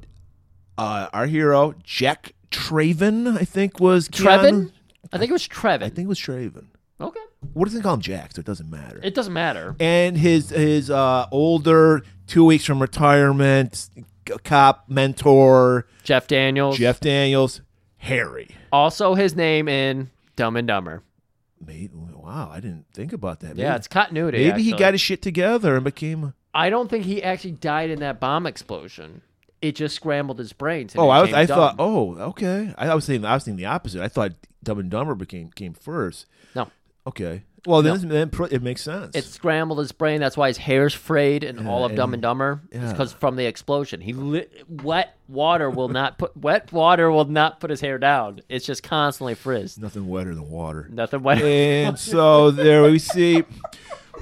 Speaker 3: uh, our hero Jack Traven, I think was
Speaker 2: Trevin?
Speaker 3: Keanu-
Speaker 2: I think it was Trevin.
Speaker 3: um, I think it was Traven.
Speaker 2: okay.
Speaker 3: What does it call him, Jack? So it doesn't matter.
Speaker 2: It doesn't matter.
Speaker 3: and his his uh, older, two weeks from retirement, c- cop mentor
Speaker 2: Jeff Daniels.
Speaker 3: Jeff Daniels, Harry.
Speaker 2: Also his name in Dumb and Dumber.
Speaker 3: Mate, wow, I didn't think about that.
Speaker 2: Yeah,
Speaker 3: Maybe-
Speaker 2: it's continuity.
Speaker 3: Maybe he
Speaker 2: actually.
Speaker 3: got his shit together and became.
Speaker 2: I don't think he actually died in that bomb explosion. It just scrambled his brains. and
Speaker 3: Oh,
Speaker 2: he
Speaker 3: I, was,
Speaker 2: became
Speaker 3: I thought.
Speaker 2: dumb.
Speaker 3: Oh, okay. I, I was thinking. I was thinking the opposite. I thought Dumb and Dumber became came first.
Speaker 2: No.
Speaker 3: Okay. Well, then, then pr- it makes sense.
Speaker 2: It scrambled his brain. That's why his hair's frayed and all of Dumb and Dumber.
Speaker 3: yeah.
Speaker 2: because from the explosion, he li- wet water will not put wet water will not put his hair down. It's just constantly frizzed.
Speaker 3: nothing wetter than water.
Speaker 2: Nothing wet.
Speaker 3: And so there we see.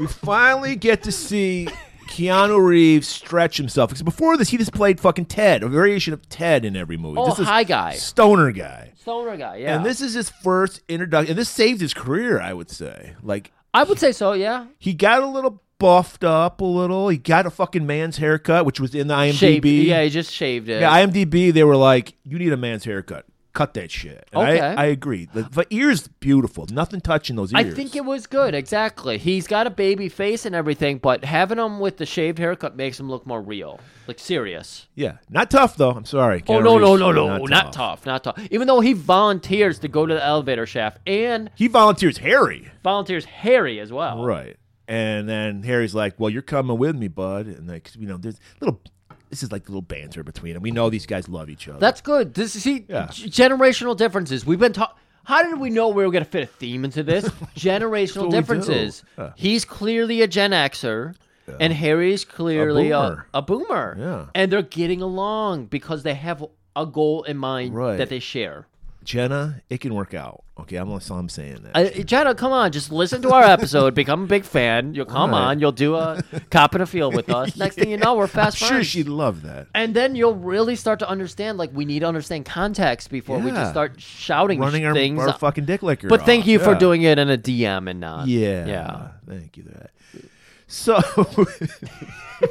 Speaker 3: We finally get to see Keanu Reeves stretch himself because before this he just played fucking Ted, a variation of Ted in every movie.
Speaker 2: Oh,
Speaker 3: this is
Speaker 2: High Guy.
Speaker 3: stoner guy.
Speaker 2: Stoner guy. Yeah.
Speaker 3: And this is his first introduction, and this saved his career, I would say. Like
Speaker 2: I would say so. Yeah.
Speaker 3: He got a little buffed up a little. He got a fucking man's haircut, which was in the IMDb.
Speaker 2: Shaved. Yeah, he just shaved it.
Speaker 3: Yeah, IMDb, they were like, you need a man's haircut. Cut that shit. And
Speaker 2: Okay.
Speaker 3: I, I agree. The, the ears, beautiful. Nothing touching those
Speaker 2: I
Speaker 3: ears.
Speaker 2: think it was good. Exactly. He's got a baby face and everything, but having him with the shaved haircut makes him look more real, like serious.
Speaker 3: Yeah. Not tough, though. I'm sorry.
Speaker 2: Oh
Speaker 3: Keanu
Speaker 2: no no
Speaker 3: Reeves,
Speaker 2: no no! Not, tough. Not tough. Even though he volunteers to go to the elevator shaft and
Speaker 3: He volunteers Harry.
Speaker 2: volunteers Harry as well.
Speaker 3: Right. And then Harry's like, well, you're coming with me, bud. And like, you know, there's little. This is like a little banter between them. We know these guys love each other.
Speaker 2: That's good. This see
Speaker 3: Yeah.
Speaker 2: g- generational differences. We've been talking. How did we know we were going to fit a theme into
Speaker 3: [laughs]
Speaker 2: this?
Speaker 3: what
Speaker 2: generational
Speaker 3: we do.
Speaker 2: differences.
Speaker 3: Yeah.
Speaker 2: He's clearly a Gen Xer, and Harry's clearly a
Speaker 3: boomer.
Speaker 2: boomer. A, boomer.
Speaker 3: Yeah.
Speaker 2: and they're getting along because they have a goal in mind
Speaker 3: Right.
Speaker 2: that they share.
Speaker 3: Jenna, it can work out. Okay, I'm so I'm saying that.
Speaker 2: Uh, Jenna, come on, just listen to our episode, become a big fan. You'll come
Speaker 3: Right.
Speaker 2: on, you'll do a cop in a field
Speaker 3: [laughs]
Speaker 2: with us. Next thing you know, we're
Speaker 3: I'm
Speaker 2: fast
Speaker 3: sure
Speaker 2: friends.
Speaker 3: she'd love that.
Speaker 2: and then you'll really start to understand. Like we need to understand context before we
Speaker 3: Yeah.
Speaker 2: just start shouting
Speaker 3: Running our,
Speaker 2: things.
Speaker 3: our fucking dick liquor.
Speaker 2: but thank
Speaker 3: off.
Speaker 2: you for
Speaker 3: Yeah.
Speaker 2: doing it in a DM and not
Speaker 3: Yeah.
Speaker 2: yeah.
Speaker 3: Thank you for that. So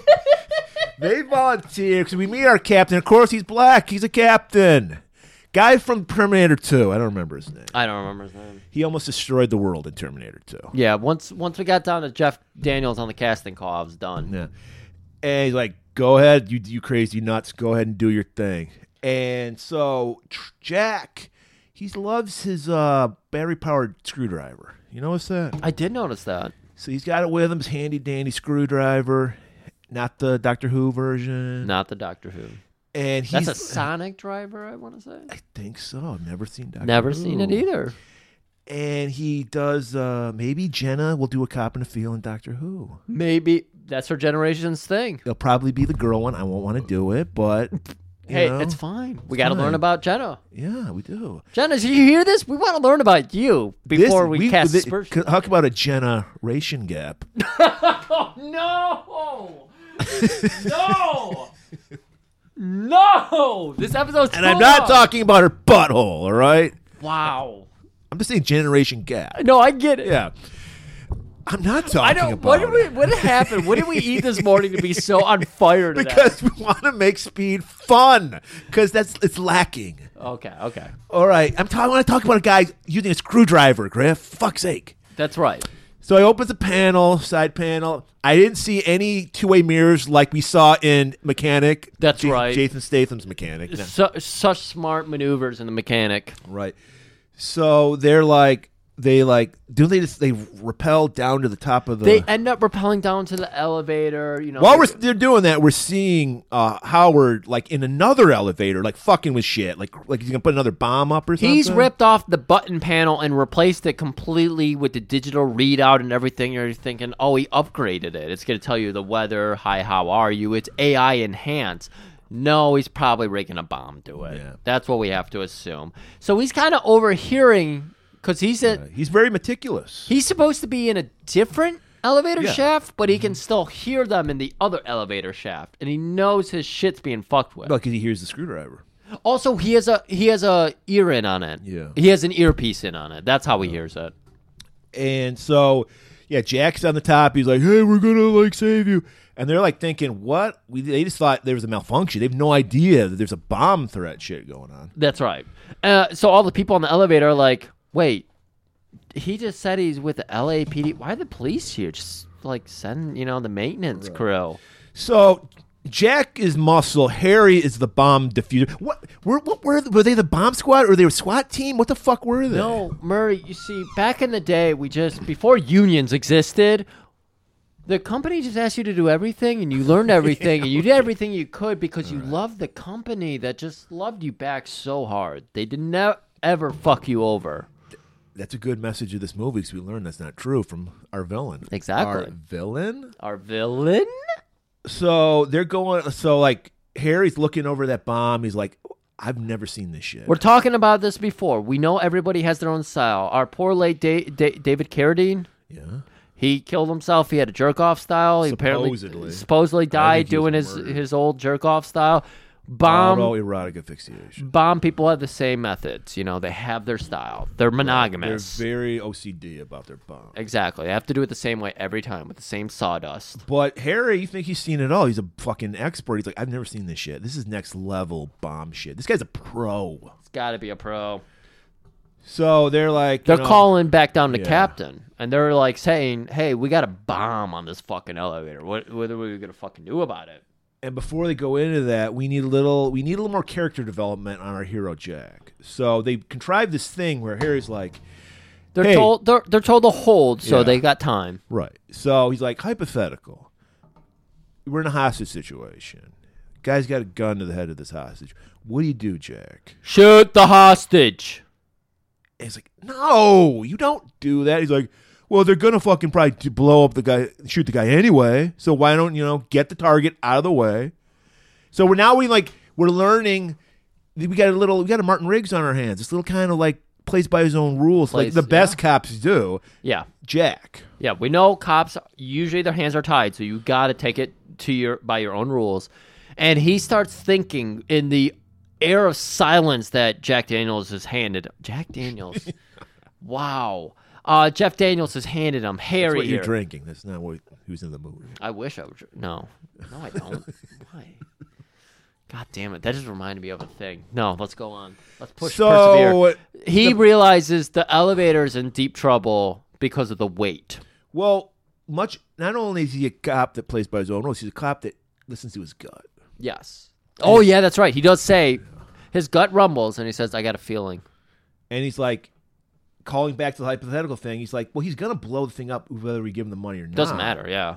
Speaker 3: [laughs] they volunteer because we meet our captain. Of course, he's black. He's a captain. Guy from Terminator 2. I don't remember his name.
Speaker 2: I don't remember his name.
Speaker 3: He almost destroyed the world in Terminator 2.
Speaker 2: Yeah, once once we got down to Jeff Daniels on the casting call, I was done.
Speaker 3: Yeah. And he's like, go ahead, you, you crazy nuts. Go ahead and do your thing. And so tr- Jack, he loves his uh, battery powered screwdriver. You notice that?
Speaker 2: I did notice that.
Speaker 3: So he's got it with him, his handy dandy screwdriver, not the Doctor Who version.
Speaker 2: Not the Doctor Who.
Speaker 3: And he's
Speaker 2: That's a Sonic driver, I want to say.
Speaker 3: I think so. I've never seen Doctor
Speaker 2: Never
Speaker 3: Who.
Speaker 2: seen it either.
Speaker 3: And he does uh maybe Jenna will do a cop in a field in Doctor Who.
Speaker 2: Maybe that's her generation's thing.
Speaker 3: It'll probably be the girl one. I won't want to do
Speaker 2: [laughs]
Speaker 3: it, but you
Speaker 2: hey,
Speaker 3: know,
Speaker 2: it's fine. We got to
Speaker 3: fine.
Speaker 2: learn about Jenna.
Speaker 3: Yeah, we do.
Speaker 2: Jenna, do you hear this? We want to learn about you
Speaker 3: This-
Speaker 2: before we, cast
Speaker 3: this-
Speaker 2: aspersions.
Speaker 3: c- Talk about a
Speaker 2: [laughs]
Speaker 3: generation gap.
Speaker 2: No! No! no! This episode's
Speaker 3: And I'm not talking about her butthole, all right?
Speaker 2: Wow.
Speaker 3: I'm just saying generation gap.
Speaker 2: No, I get it.
Speaker 3: Yeah. I'm not talking
Speaker 2: I don't.
Speaker 3: about
Speaker 2: What did
Speaker 3: it.
Speaker 2: we? What happened? What did we eat this morning to be
Speaker 3: [laughs]
Speaker 2: so on fire? Today?
Speaker 3: because we want to make speed fun because that's it's lacking.
Speaker 2: okay, okay,
Speaker 3: All right, I'm talking. I want to talk about a guy using a screwdriver. Griff, fuck's sake.
Speaker 2: that's right.
Speaker 3: So I opens a panel, side panel. I didn't see any two-way mirrors like we saw in Mechanic.
Speaker 2: That's right.
Speaker 3: Jason Statham's Mechanic. No.
Speaker 2: Su such smart maneuvers in the mechanic.
Speaker 3: Right. So they're like they like do they just they rappel down to the top of the
Speaker 2: They end up rappelling down to the elevator. You know,
Speaker 3: While we're they're doing that, we're seeing uh, Howard like in another elevator, like fucking with shit, like like he's gonna put another bomb up or something.
Speaker 2: He's ripped off the button panel and replaced it completely with the digital readout and everything. You're thinking, oh, he upgraded it. It's going to tell you the weather. Hi, how are you? It's AI enhanced. No, he's probably raking a bomb to it.
Speaker 3: Yeah.
Speaker 2: That's what we have to assume. So he's kind of overhearing because he's at,
Speaker 3: He's very meticulous.
Speaker 2: he's supposed to be in a different elevator
Speaker 3: Yeah. Mm-hmm.
Speaker 2: shaft, but he can still hear them in the other elevator shaft, and he knows his shit's being fucked with.
Speaker 3: No, because he hears the screwdriver.
Speaker 2: Also, he has a he has a ear in on it.
Speaker 3: Yeah.
Speaker 2: he has an earpiece in on it. That's how he hears it.
Speaker 3: And so, yeah, Jack's on the top. He's like, "Hey, we're gonna like save you," and they're like thinking, "What?" We they just thought there was a malfunction. They have no idea that there's a bomb threat shit going on.
Speaker 2: That's right. Uh, so all the people on the elevator are like, "Wait, he just said he's with the LAPD. Why are the police here? Just like send you know the maintenance crew."
Speaker 3: So. Jack is muscle. Harry is the bomb diffuser. What were what were were they the bomb squad or they were SWAT team? What the fuck were they?
Speaker 2: No, Murray. You see, back in the day, we just before unions existed, the company just asked you to do everything, and you
Speaker 3: [laughs]
Speaker 2: learned everything, and you did everything you could because you loved the company that just loved you back so hard. They did not ever fuck you over.
Speaker 3: that's a good message of this movie because we learned that's not true from our villain.
Speaker 2: Exactly.
Speaker 3: Our villain?
Speaker 2: Our villain.
Speaker 3: So they're going, so like Harry's looking over that bomb. He's like, I've never seen this shit.
Speaker 2: We're talking about this before. We know everybody has their own style. Our poor late da- da- David Carradine,
Speaker 3: yeah.
Speaker 2: he killed himself. He had a jerk off style. He
Speaker 3: Supposedly.
Speaker 2: apparently supposedly died
Speaker 3: think he was
Speaker 2: doing his
Speaker 3: murdered.
Speaker 2: his old jerk off style. Bomb
Speaker 3: Autoerotic asphyxiation.
Speaker 2: bomb people have the same methods. You know, they have their style. They're
Speaker 3: They're
Speaker 2: monogamous.
Speaker 3: very OCD about their bomb.
Speaker 2: exactly. They have to do it the same way every time with the same sawdust.
Speaker 3: But Harry, you think he's seen it all. He's a fucking expert. He's like, I've never seen this shit. This is next level bomb shit. This guy's a pro.
Speaker 2: It's got to be a pro.
Speaker 3: So they're like,
Speaker 2: They're
Speaker 3: you know,
Speaker 2: calling back down to
Speaker 3: yeah.
Speaker 2: captain, and they're like saying, "Hey, we got a bomb on this fucking elevator. What, what are we gonna fucking do about it?"
Speaker 3: and before they go into that, we need a little we need a little more character development on our hero Jack. So they contrive this thing where Harry's like,
Speaker 2: They're
Speaker 3: Hey.
Speaker 2: told they're, they're told to hold, so
Speaker 3: Yeah.
Speaker 2: they got time.
Speaker 3: right. So he's like hypothetical. We're in a hostage situation. Guy's got a gun to the head of this hostage. What do you do, Jack?
Speaker 2: Shoot the hostage.
Speaker 3: And he's like, no, you don't do that. He's like, well, they're gonna fucking probably d- blow up the guy, shoot the guy anyway. So why don't you know get the target out of the way? So we're now we like we're learning. We got a little, we got a Martin Riggs on our hands. This little kind of like plays by his own rules,
Speaker 2: Plays,
Speaker 3: like the
Speaker 2: yeah.
Speaker 3: best cops do.
Speaker 2: Yeah.
Speaker 3: Jack,
Speaker 2: Yeah, we know cops usually their hands are tied, so you got to take it to your by your own rules. And he starts thinking in the air of silence that Jack Daniels is handed. Jack
Speaker 3: [laughs]
Speaker 2: Daniels, wow. Uh, Jeff Daniels is handed him
Speaker 3: that's
Speaker 2: Harry.
Speaker 3: what you're
Speaker 2: here.
Speaker 3: drinking. That's not what who's in the movie.
Speaker 2: I wish I would. dr- No, no, I don't. [laughs] Why? God damn it! That just reminded me of a thing. No, let's go on. Let's push.
Speaker 3: So,
Speaker 2: persevere. he realizes the elevator's in deep trouble because of the weight.
Speaker 3: Well, much. Not only is he a cop that plays by his own rules, he's a cop that listens to his gut.
Speaker 2: Yes. Oh yeah, that's right. He does say his gut rumbles and he says, I got a feeling.
Speaker 3: and he's like calling back to the hypothetical thing. He's like, well, he's gonna blow the thing up whether we give him the money or not.
Speaker 2: Doesn't matter, yeah.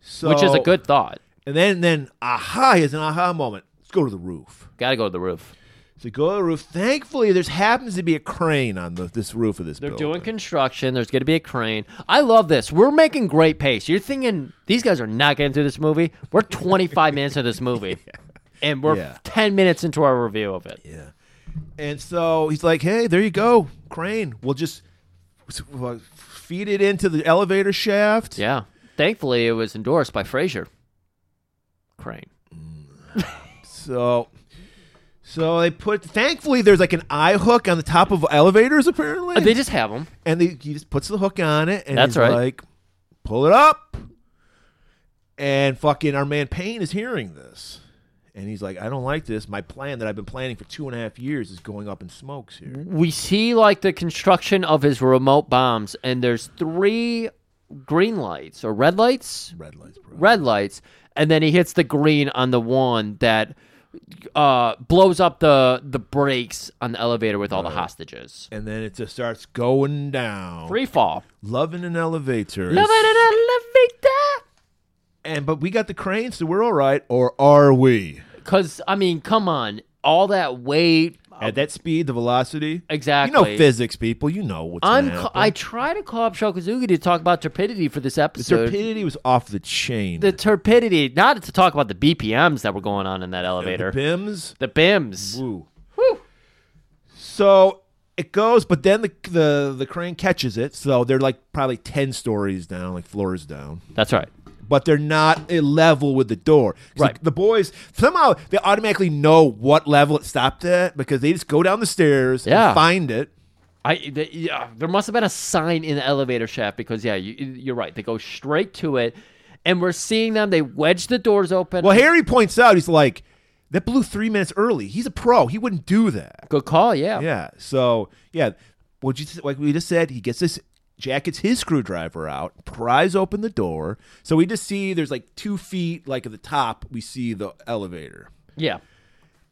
Speaker 3: So,
Speaker 2: Which is a good thought.
Speaker 3: And then then aha is an aha moment. Let's go to the roof.
Speaker 2: Gotta go to the roof.
Speaker 3: So go to the roof. Thankfully, there's happens to be a crane on the, this roof of this.
Speaker 2: They're
Speaker 3: building.
Speaker 2: doing construction. There's gonna be a crane. I love this. We're making great pace. You're thinking these guys are not getting through this movie.
Speaker 3: [laughs]
Speaker 2: We're twenty five minutes into this movie. And we're
Speaker 3: Yeah.
Speaker 2: ten minutes into our review of it.
Speaker 3: Yeah. And so he's like, hey, there you go, crane. We'll just s- uh, feed it into the elevator shaft.
Speaker 2: Yeah. Thankfully it was endorsed by Fraser. Crane.
Speaker 3: So. So they put. Thankfully, there's like an eye hook on the top of elevators. Apparently,
Speaker 2: Uh, They just have him.
Speaker 3: and they, he just puts the hook on it, and
Speaker 2: That's
Speaker 3: he's
Speaker 2: right.
Speaker 3: like, "Pull it up." And fucking our man Payne is hearing this, and he's like, "I don't like this. My plan that I've been planning for two and a half years is going up in smokes here."
Speaker 2: we see like the construction of his remote bombs and there's three green lights or red lights
Speaker 3: Red lights, bro.
Speaker 2: red lights and then he hits the green on the one that uh, blows up the the brakes on the elevator with all the hostages
Speaker 3: And then it just starts going down.
Speaker 2: free fall
Speaker 3: Loving an elevator.
Speaker 2: Love it in elevator
Speaker 3: And but we got the crane, so we're all right, or are we?
Speaker 2: because i mean come on all that weight
Speaker 3: At that speed, the velocity.
Speaker 2: Exactly.
Speaker 3: You know physics, people. You know what's
Speaker 2: I'm,
Speaker 3: going
Speaker 2: ca- I try to call up Shokazuki to talk about torpidity for this
Speaker 3: The
Speaker 2: episode.
Speaker 3: stupidity was off the chain.
Speaker 2: the torpidity, not to talk about the BPMs that were going on in that
Speaker 3: the
Speaker 2: elevator.
Speaker 3: BIMs.
Speaker 2: The BIMs.
Speaker 3: Woo. So it goes, but then the, the the crane catches it. So they're like probably ten stories down, like floors down,
Speaker 2: That's right.
Speaker 3: but they're not a level with the door. 'Cause
Speaker 2: Right.
Speaker 3: The, the boys somehow they automatically know what level it stopped at because they just go down the stairs,
Speaker 2: Yeah.
Speaker 3: and find it.
Speaker 2: I the, yeah, there must have been a sign in the elevator shaft because yeah, you, you're right. They go straight to it, and we're seeing them. They wedge the doors open.
Speaker 3: Well, Harry points out he's like, that blew three minutes early. He's a pro. He wouldn't do that.
Speaker 2: Good call. Yeah.
Speaker 3: Yeah. So yeah, what you like we just said, he gets this. Jack gets his screwdriver out, pries open the door. So we just see there's like two feet, like at the top, we see the elevator,
Speaker 2: Yeah.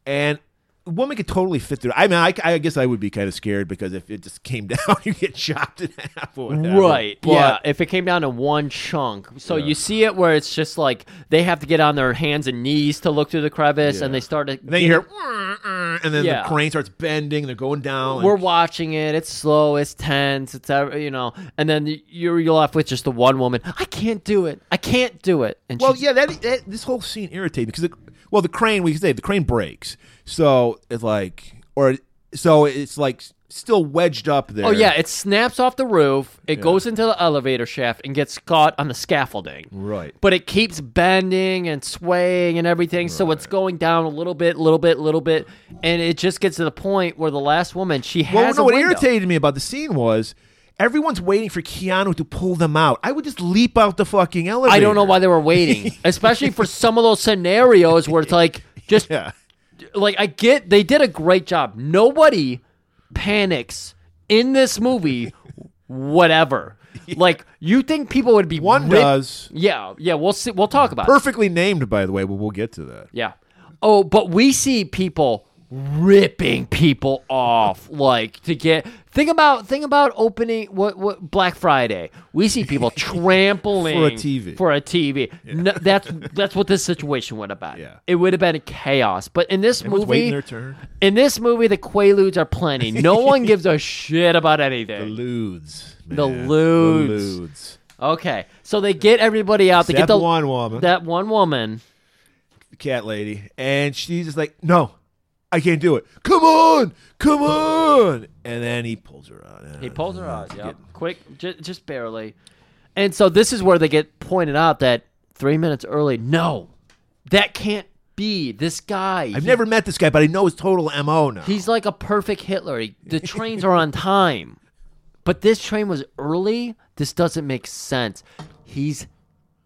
Speaker 3: and a woman could totally fit through. I mean, I, I guess I would be kind of scared because if it just came [laughs] down, you get chopped in half or whatever.
Speaker 2: Right.
Speaker 3: But
Speaker 2: yeah. If it came down to one chunk, so you see it where it's just like they have to get on their hands and knees to look through the crevice, and
Speaker 3: Yeah.
Speaker 2: they start to.
Speaker 3: And then you hear, "Wah, uh," and then
Speaker 2: Yeah.
Speaker 3: the crane starts bending. They're going down.
Speaker 2: We're
Speaker 3: and-
Speaker 2: watching it. It's slow. It's tense. It's ev- you know, and then you're you're left with just the one woman. I can't do it. I can't do it. And
Speaker 3: Well,
Speaker 2: she's-
Speaker 3: yeah, that, that this whole scene irritated me because, the, well, the crane we can say the crane breaks, so it's like, or so it's like still wedged up there.
Speaker 2: Oh yeah, it snaps off the roof. It goes into the elevator shaft and gets caught on the scaffolding.
Speaker 3: Right.
Speaker 2: But it keeps bending and swaying and everything, so it's going down a little bit, little bit, little bit, and it just gets to the point where the last woman she
Speaker 3: Well,
Speaker 2: has
Speaker 3: no,
Speaker 2: a
Speaker 3: what
Speaker 2: window.
Speaker 3: irritated me about the scene was everyone's waiting for Keanu to pull them out. I would just leap out the fucking elevator.
Speaker 2: I don't know why they were
Speaker 3: [laughs]
Speaker 2: waiting, especially for some of those scenarios where it's like just
Speaker 3: Yeah.
Speaker 2: like I get they did a great job. Nobody panics in this movie,
Speaker 3: [laughs]
Speaker 2: whatever. Like you think people would be
Speaker 3: One
Speaker 2: rip-
Speaker 3: does.
Speaker 2: Yeah, yeah. We'll see. We'll talk about. it.
Speaker 3: Perfectly named, by the way, but we'll get to that.
Speaker 2: Yeah. Oh, but we see people ripping people off, like to get Think about think about opening what what Black Friday. We see
Speaker 3: [laughs]
Speaker 2: people trampling
Speaker 3: For a TV.
Speaker 2: For a TV. No, that's that's what this situation would have been.
Speaker 3: [laughs] Yeah.
Speaker 2: It would have been chaos. But in this
Speaker 3: Everyone's
Speaker 2: movie
Speaker 3: waiting their turn.
Speaker 2: in this movie the Quaaludes are plenty.
Speaker 3: [laughs]
Speaker 2: No one gives a shit about
Speaker 3: The
Speaker 2: anything.
Speaker 3: lewds.
Speaker 2: The
Speaker 3: man.
Speaker 2: lewds.
Speaker 3: The lewds.
Speaker 2: Okay. So they get everybody out. They
Speaker 3: Except
Speaker 2: get the
Speaker 3: one woman,
Speaker 2: that one woman.
Speaker 3: the cat lady, and she's just like, "No, I can't do it. Come on, come on!" And then he pulls her out.
Speaker 2: He pulls her out. Yeah, quick, just, just barely. And so this is where they get pointed out that three minutes early. No, that can't be. This guy.
Speaker 3: I've
Speaker 2: he-
Speaker 3: never met this guy, but I know his total mo now.
Speaker 2: He's like a perfect Hitler. He- the trains are on time, but this train was early. This doesn't make sense. He's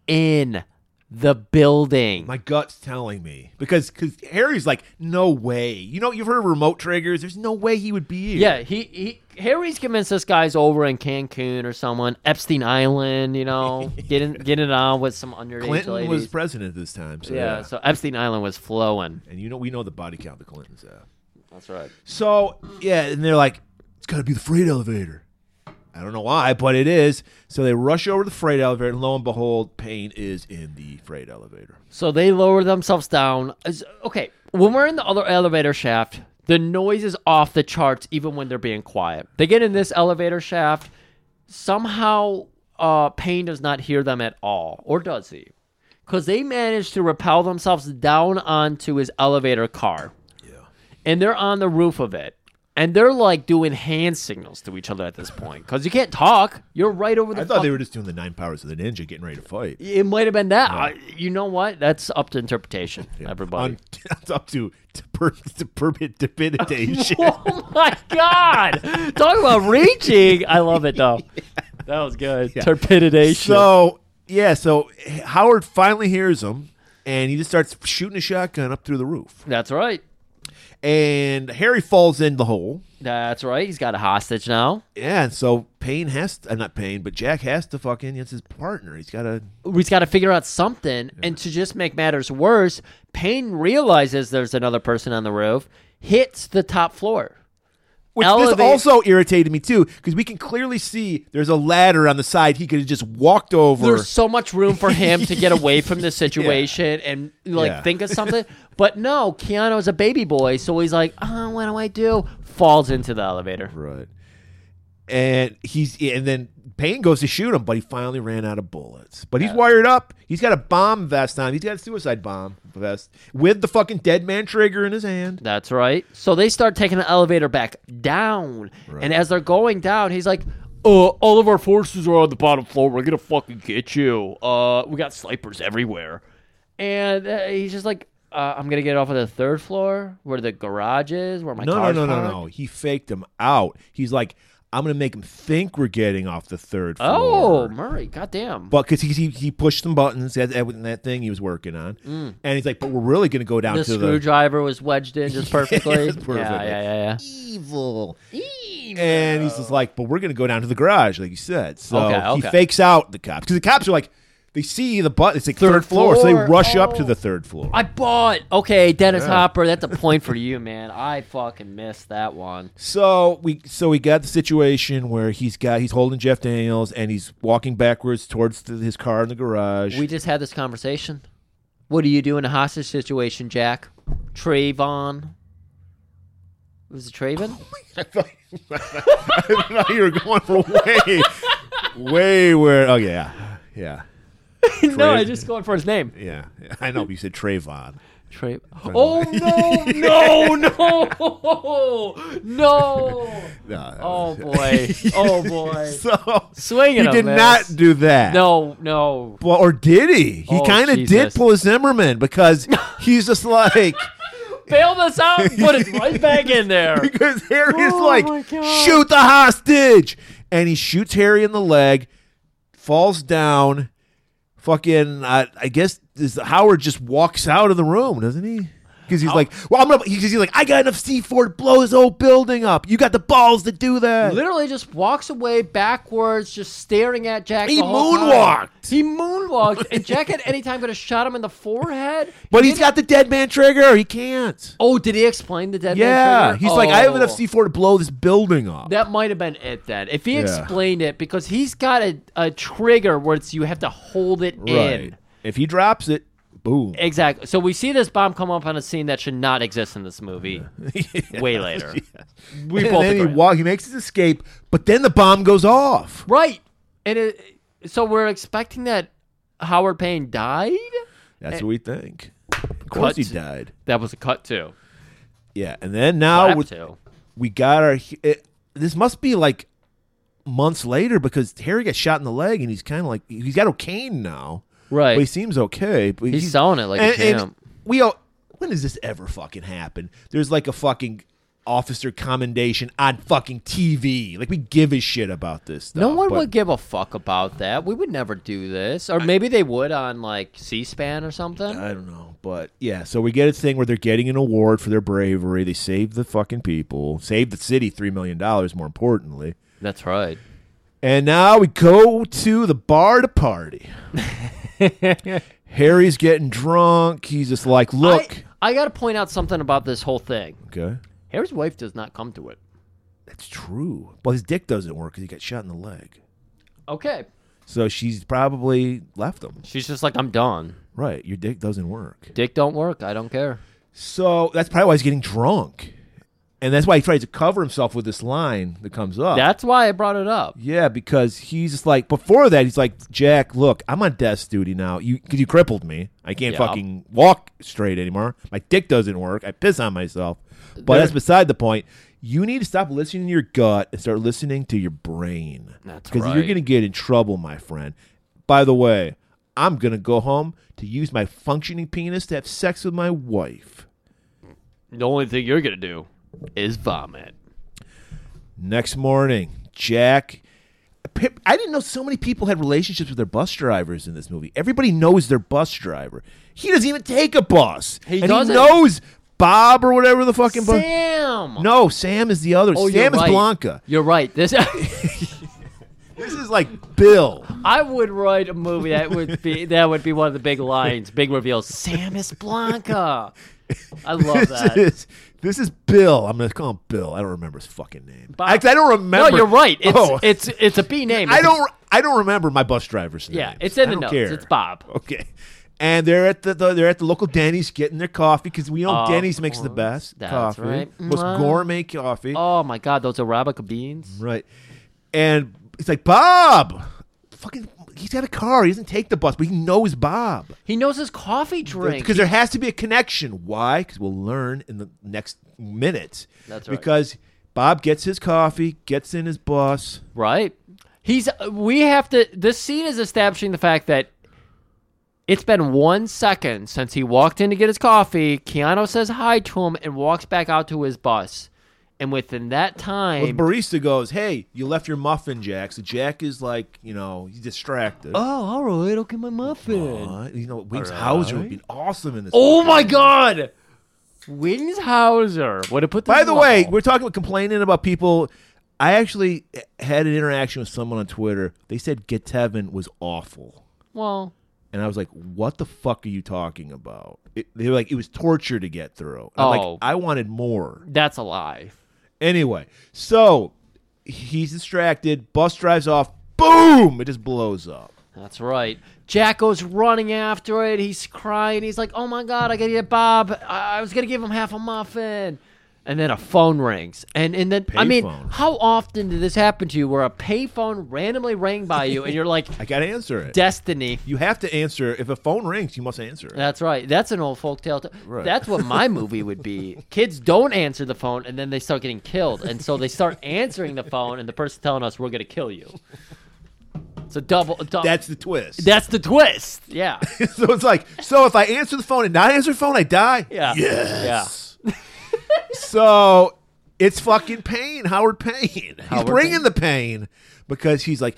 Speaker 2: in the building.
Speaker 3: My gut's telling me because because Harry's like, "No way." You know, you've heard of remote triggers. There's no way he would be here.
Speaker 2: yeah, he, he Harry's convinced this guy's over in Cancun or someone Epstein Island. You know, getting getting on with some underage
Speaker 3: Clinton
Speaker 2: ladies.
Speaker 3: was president this time. So
Speaker 2: Yeah,
Speaker 3: yeah.
Speaker 2: so Epstein Island was flowing.
Speaker 3: and you know we know the body count the Clintons have.
Speaker 2: That's right.
Speaker 3: So yeah, and they're like, it's got to be the freight elevator. I don't know why, but it is. So they rush over to the freight elevator, and lo and behold, Payne is in the freight elevator.
Speaker 2: So they lower themselves down. As- Okay, when we're in the other elevator shaft, the noise is off the charts even when they're being quiet. They get in this elevator shaft. Somehow, uh, Payne does not hear them at all. Or does he? Because they manage to rappel themselves down onto his elevator car. Yeah. And they're on the roof of it. And they're like doing hand signals to each other at this point. Because you can't talk. You're right over the
Speaker 3: I thought
Speaker 2: fucking-
Speaker 3: they were just doing the nine powers of the ninja, getting ready to fight.
Speaker 2: It might have been that. I- you know what? That's up to interpretation, everybody.
Speaker 3: On, [laughs] it's up to
Speaker 2: [laughs]
Speaker 3: debilitation.
Speaker 2: [laughs] oh my god! Talk about reaching. I love it
Speaker 3: [laughs]
Speaker 2: though. That was good. Torpidation.
Speaker 3: [laughs] so yeah, so Howard finally hears him, and he just starts shooting a shotgun up through the roof,
Speaker 2: That's right.
Speaker 3: and Harry falls in the hole.
Speaker 2: That's right. He's got a hostage now.
Speaker 3: Yeah, and so Payne has to, uh, not Payne, but Jack has to fucking, it's his partner. He's got to
Speaker 2: He's got to figure out something. And to just make matters worse, Payne realizes there's another person on the roof, hits the top floor.
Speaker 3: Which
Speaker 2: Elevate-
Speaker 3: this also irritated me too, because we can clearly see there's a ladder on the side. He could have just walked over.
Speaker 2: there's so much room for him to get away
Speaker 3: [laughs]
Speaker 2: from the situation and like
Speaker 3: Yeah. [laughs]
Speaker 2: think of something. But no, Keanu's a baby boy, so he's like, "Oh, what do I do?" Falls into the elevator.
Speaker 3: right. And he's and then Payne goes to shoot him, but he finally ran out of bullets. But he's wired up. He's got a bomb vest on. He's got a suicide bomb vest with the fucking dead man trigger in his hand.
Speaker 2: That's right. So they start taking the elevator back down, and as they're going down, he's like. Uh, all of our forces are on the bottom floor. We're gonna fucking get you. Uh, we got snipers everywhere, and uh, he's just like, uh, "I'm gonna get off of the third floor where the garage is, where my
Speaker 3: No, no,
Speaker 2: car's
Speaker 3: no, no,
Speaker 2: parked."
Speaker 3: no. He faked him out. He's like, I'm gonna make him think we're getting off the third floor.
Speaker 2: Oh, Murray, goddamn!
Speaker 3: But because he, he he pushed some buttons that that, that thing he was working on, and he's like, but we're really gonna go down
Speaker 2: Mm. the
Speaker 3: to the
Speaker 2: screwdriver was wedged in [laughs] just perfectly.
Speaker 3: perfectly.
Speaker 2: Yeah, yeah, yeah,
Speaker 3: evil. And he's just like, but we're going to go down to the garage, like you said. So
Speaker 2: Okay,
Speaker 3: he
Speaker 2: okay.
Speaker 3: fakes out the cops because the cops are like, they see the button. It's like third,
Speaker 2: Third
Speaker 3: floor, so
Speaker 2: floor. Oh.
Speaker 3: they rush up to the third floor.
Speaker 2: I bought. Okay, Dennis Hopper, that's a point for you, man. I fucking missed that one.
Speaker 3: so we so we got the situation where he's got he's holding Jeff Daniels and he's walking backwards towards the, his car in the garage. [laughs]
Speaker 2: We just had this conversation. What do you do in a hostage situation, Jack? Trayvon. Was it Trayvon?
Speaker 3: I thought you were going for way, way where. Oh yeah, yeah,
Speaker 2: [laughs] no, I just going for his name.
Speaker 3: yeah. I know but you said Trayvon.
Speaker 2: Tray. Oh no! No! [laughs] No! No!
Speaker 3: No, that
Speaker 2: Oh
Speaker 3: was-
Speaker 2: boy!
Speaker 3: [laughs]
Speaker 2: Oh boy!
Speaker 3: So
Speaker 2: Swing and
Speaker 3: you
Speaker 2: a
Speaker 3: did
Speaker 2: miss.
Speaker 3: not do that.
Speaker 2: No! No!
Speaker 3: Well, or did he? He
Speaker 2: Oh,
Speaker 3: kind of did
Speaker 2: Jesus.
Speaker 3: pull a
Speaker 2: [laughs]
Speaker 3: Zimmerman because he's just like [laughs]
Speaker 2: bail this out and [laughs] put it right back in there.
Speaker 3: because Harry's
Speaker 2: Oh,
Speaker 3: like
Speaker 2: my God.
Speaker 3: shoot the hostage, and he shoots Harry in the leg, falls down. Fucking, I, I guess this, Howard just walks out of the room, doesn't he? because he's like, well, I'm gonna because he's like, I got enough C4 to blow his whole building up. You got the balls to do that.
Speaker 2: Literally just walks away backwards, just staring at Jack.
Speaker 3: He
Speaker 2: the whole time.
Speaker 3: moonwalked.
Speaker 2: He moonwalked, and Jack at any time could have shot him in the forehead.
Speaker 3: but
Speaker 2: He
Speaker 3: he's
Speaker 2: didn't-
Speaker 3: got the dead man trigger. He can't.
Speaker 2: Oh, did he explain the dead man
Speaker 3: Yeah,
Speaker 2: trigger?
Speaker 3: he's like, I have enough
Speaker 2: Oh.
Speaker 3: C4 to blow this building up.
Speaker 2: That might have been it then. If he
Speaker 3: Yeah.
Speaker 2: explained it, because he's got a, a trigger where it's you have to hold it in.
Speaker 3: If he drops it, boom.
Speaker 2: Exactly. So we see this bomb come up on a scene that should not exist in this
Speaker 3: [laughs]
Speaker 2: movie. Way later. We
Speaker 3: and
Speaker 2: both
Speaker 3: then he,
Speaker 2: agree.
Speaker 3: walk, he makes his escape, but then the bomb goes off.
Speaker 2: right. And it, so we're expecting that Howard Payne died?
Speaker 3: That's what we think. Of course, he
Speaker 2: Cut.
Speaker 3: died.
Speaker 2: That was a cut too.
Speaker 3: Yeah, and then now
Speaker 2: Clap
Speaker 3: with,
Speaker 2: too.
Speaker 3: we got our. It, this must be like months later because Harry got shot in the leg, and he's kind of like he's got a cane now.
Speaker 2: Right.
Speaker 3: but he seems okay. But
Speaker 2: He's selling it like a
Speaker 3: and- and
Speaker 2: champ.
Speaker 3: we all. When does this ever fucking happen? There's like a fucking officer commendation on fucking TV. Like we give a shit about this. Stuff,
Speaker 2: No one
Speaker 3: but-
Speaker 2: would give a fuck about that. We would never do this. Or maybe they would on like C SPAN or something.
Speaker 3: I don't know, but yeah. So we get a thing where they're getting an award for their bravery. They saved the fucking people, saved the city three million dollars. More importantly,
Speaker 2: That's right.
Speaker 3: And now we go to the bar to party. [laughs] Harry's getting drunk. He's just like, look.
Speaker 2: I, I got to point out something about this whole thing.
Speaker 3: okay.
Speaker 2: Harry's wife does not come to it.
Speaker 3: That's true. Well, his dick doesn't work because he got shot in the leg.
Speaker 2: Okay.
Speaker 3: So she's probably left him.
Speaker 2: She's just like, I'm done.
Speaker 3: Right. Your dick doesn't work.
Speaker 2: Dick don't work. I don't care.
Speaker 3: So that's probably why he's getting drunk. And that's why he tries to cover himself with this line that comes up.
Speaker 2: That's why I brought it up.
Speaker 3: yeah, because he's just like, before that, he's like, Jack, look, I'm on death duty now. You, cause you crippled me. I can't
Speaker 2: Yeah.
Speaker 3: fucking fucking walk straight anymore. My dick doesn't work. I piss on myself. But that's beside the point. You need to stop listening to your gut and start listening to your brain.
Speaker 2: That's
Speaker 3: you're
Speaker 2: right.
Speaker 3: going to get in trouble, my friend. By the way, I'm going to go home to use my functioning penis to have sex with my wife.
Speaker 2: The only thing you're going to do is vomit.
Speaker 3: Next morning, Jack. Pip- I didn't know so many people had relationships with their bus drivers in this movie. Everybody knows their bus driver. He doesn't even take a bus.
Speaker 2: He
Speaker 3: and
Speaker 2: doesn't.
Speaker 3: He knows Bob or whatever the fucking bus.
Speaker 2: Sam!
Speaker 3: No, Sam is the other.
Speaker 2: Oh, you're
Speaker 3: Sam is
Speaker 2: right. [laughs]
Speaker 3: Blanca.
Speaker 2: You're right. This
Speaker 3: This is like Bill.
Speaker 2: I would write a movie that would be that would be one of the big lines, big reveals. Sam is Blanca. I
Speaker 3: [laughs]
Speaker 2: love
Speaker 3: This
Speaker 2: that.
Speaker 3: is this is Bill. I'm gonna call him Bill. I don't remember his fucking name.
Speaker 2: Bob.
Speaker 3: I, 'cause I don't
Speaker 2: No,
Speaker 3: remember.
Speaker 2: you're right. It's
Speaker 3: oh,
Speaker 2: it's it's a B name.
Speaker 3: I don't. I don't remember my bus driver's name.
Speaker 2: Yeah, it's in the
Speaker 3: I don't
Speaker 2: notes.
Speaker 3: care.
Speaker 2: It's Bob.
Speaker 3: [laughs] Okay. And they're at the, the they're at the local Denny's getting their coffee because we know
Speaker 2: Of
Speaker 3: Denny's makes the
Speaker 2: course.
Speaker 3: best
Speaker 2: That's
Speaker 3: coffee,
Speaker 2: right.
Speaker 3: most
Speaker 2: Mwah.
Speaker 3: gourmet coffee.
Speaker 2: Oh my God, those Arabica beans.
Speaker 3: Right. And it's like Bob, fucking, he's got a car. He doesn't take the bus, but he knows Bob.
Speaker 2: He knows his coffee drink.
Speaker 3: Because there has to be a connection. Why? Because we'll learn in the next minute.
Speaker 2: That's right.
Speaker 3: Because Bob gets his coffee, gets in his bus.
Speaker 2: right? He's. We have to. This scene is establishing the fact that it's been one second since he walked in to get his coffee. Keanu says hi to him and walks back out to his bus, and within that
Speaker 3: Well, the
Speaker 2: time,
Speaker 3: barista goes, "Hey, you left your muffin, Jack." So Jack is like, you know, he's distracted.
Speaker 2: oh, all right, I'll get my muffin.
Speaker 3: Uh, you know, Wings Hauser would be awesome in this.
Speaker 2: Oh my God, Wings Hauser would have put. This
Speaker 3: By the way,
Speaker 2: level.
Speaker 3: we're talking about complaining about people. I actually had an interaction with someone on Twitter. They said Getevin was awful.
Speaker 2: well,
Speaker 3: And I was like, what the fuck are you talking about? It, they were like, it was torture to get through. I'm
Speaker 2: Oh.
Speaker 3: like, I wanted more.
Speaker 2: that's a lie.
Speaker 3: Anyway, so he's distracted. Bus drives off. Boom! It just blows up.
Speaker 2: That's right. Jack goes running after it. He's crying. He's like, "Oh my god, I gotta get Bob. I, I was gonna give him half a muffin." And then a phone rings, and and then I mean,
Speaker 3: Payphone.
Speaker 2: how often did this happen to you, where a payphone randomly rang by you, and you're like,
Speaker 3: I got to answer it.
Speaker 2: "Destiny."
Speaker 3: you have to answer. If a phone rings, you must answer it.
Speaker 2: That's right. That's an old folk tale. T-
Speaker 3: Right.
Speaker 2: That's what my movie would
Speaker 3: [laughs]
Speaker 2: be. Kids don't answer the phone, and then they start getting killed, and so they start answering the phone, and the person telling us we're gonna kill you. It's a double. a dou-
Speaker 3: That's the twist.
Speaker 2: that's the twist. Yeah.
Speaker 3: [laughs] so it's like, so if I answer the phone and not answer the phone, I die?
Speaker 2: Yeah. [laughs]
Speaker 3: Yes. so it's fucking pain, Howard Payne. he's
Speaker 2: Howard
Speaker 3: bringing
Speaker 2: Payne.
Speaker 3: the pain because he's like,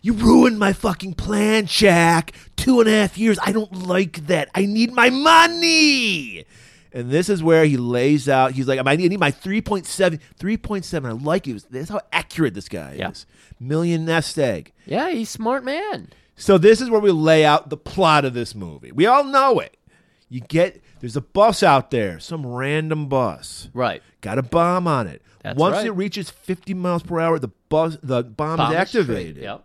Speaker 3: you ruined my fucking plan, Jack. Two and a half years. I don't like that. I need my money. And this is where he lays out. He's like, I need I need my 3.7. 3.7. I like it. That's how accurate this guy
Speaker 2: Yeah.
Speaker 3: is. Million nest egg.
Speaker 2: [laughs] Yeah, he's smart man.
Speaker 3: So this is where we lay out the plot of this movie. We all know it. You get there's a bus out there, some random bus.
Speaker 2: Right.
Speaker 3: Got a bomb on it.
Speaker 2: That's
Speaker 3: Once
Speaker 2: right.
Speaker 3: it reaches 50 miles per hour, the bus the bomb,
Speaker 2: Bomb is
Speaker 3: is activated.
Speaker 2: straight, yep.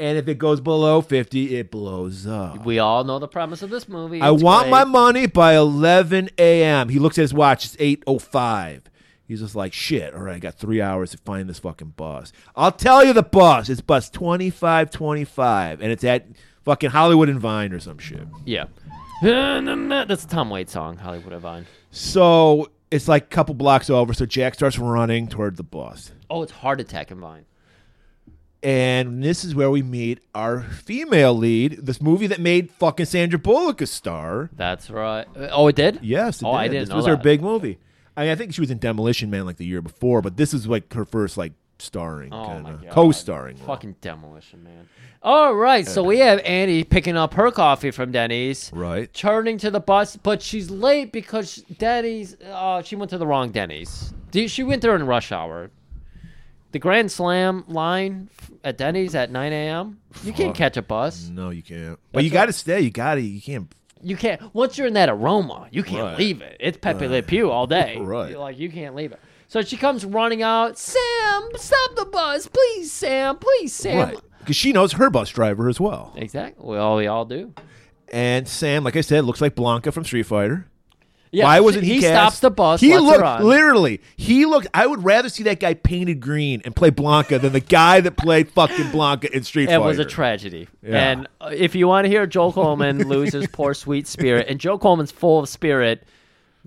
Speaker 3: And if it goes below 50, it blows up.
Speaker 2: We all know the premise of this movie.
Speaker 3: I
Speaker 2: It's
Speaker 3: want
Speaker 2: great.
Speaker 3: my money by 11 a.m. He looks at his watch. It's 8:05. He's just like, shit. All right, I got three hours to find this fucking bus. I'll tell you the bus. It's bus 2525, and it's at fucking Hollywood and Vine or some shit.
Speaker 2: Yeah. That's a Tom Waits song, Hollywood of Vine.
Speaker 3: So it's like a couple blocks over. So Jack starts running toward the bus,
Speaker 2: Oh, it's Heart Attack and Vine.
Speaker 3: and this is where we meet our female lead. This movie that made fucking Sandra Bullock a star.
Speaker 2: That's right. Uh, Oh, it did.
Speaker 3: Yes. It
Speaker 2: oh,
Speaker 3: did.
Speaker 2: I didn't
Speaker 3: This
Speaker 2: know
Speaker 3: was
Speaker 2: that.
Speaker 3: her big movie. I, I think she was in Demolition Man like the year before, but this is like her first like starring,
Speaker 2: Oh
Speaker 3: kinda,
Speaker 2: my God.
Speaker 3: co-starring. role.
Speaker 2: Fucking demolition, man. All right, so we have Annie picking up her coffee from Denny's.
Speaker 3: Right.
Speaker 2: Turning to the bus, but she's late because she- Denny's. Uh, she went to the wrong Denny's. D- She went there in rush hour. The Grand Slam line f- at Denny's at 9 a.m. You can't
Speaker 3: Fuck.
Speaker 2: catch a bus.
Speaker 3: No, you can't. But you
Speaker 2: That's
Speaker 3: got to stay. You got to. You can't.
Speaker 2: You can't. Once you're in that aroma, you can't
Speaker 3: Right.
Speaker 2: leave it. It's Pepe Le Pew all day.
Speaker 3: [laughs] Right.
Speaker 2: You're like you can't leave it. So she comes running out. Sam, stop the bus, please, Sam, please, Sam.
Speaker 3: Right. Because she knows her bus driver as well.
Speaker 2: Exactly. Well, we all do.
Speaker 3: And Sam, like I said, looks like Blanca from Street Fighter.
Speaker 2: Yeah,
Speaker 3: Why
Speaker 2: she-
Speaker 3: wasn't he,
Speaker 2: he
Speaker 3: cast?
Speaker 2: stops the bus?
Speaker 3: He
Speaker 2: lets her
Speaker 3: looked
Speaker 2: on.
Speaker 3: literally. He looked. I would rather see that guy painted green and play Blanca than the guy that played fucking Blanca in Street
Speaker 2: It
Speaker 3: Fighter.
Speaker 2: was a tragedy.
Speaker 3: Yeah.
Speaker 2: And uh, if you want to hear Joel
Speaker 3: [laughs]
Speaker 2: Coleman lose his poor sweet spirit, and Joel Coleman's full of spirit,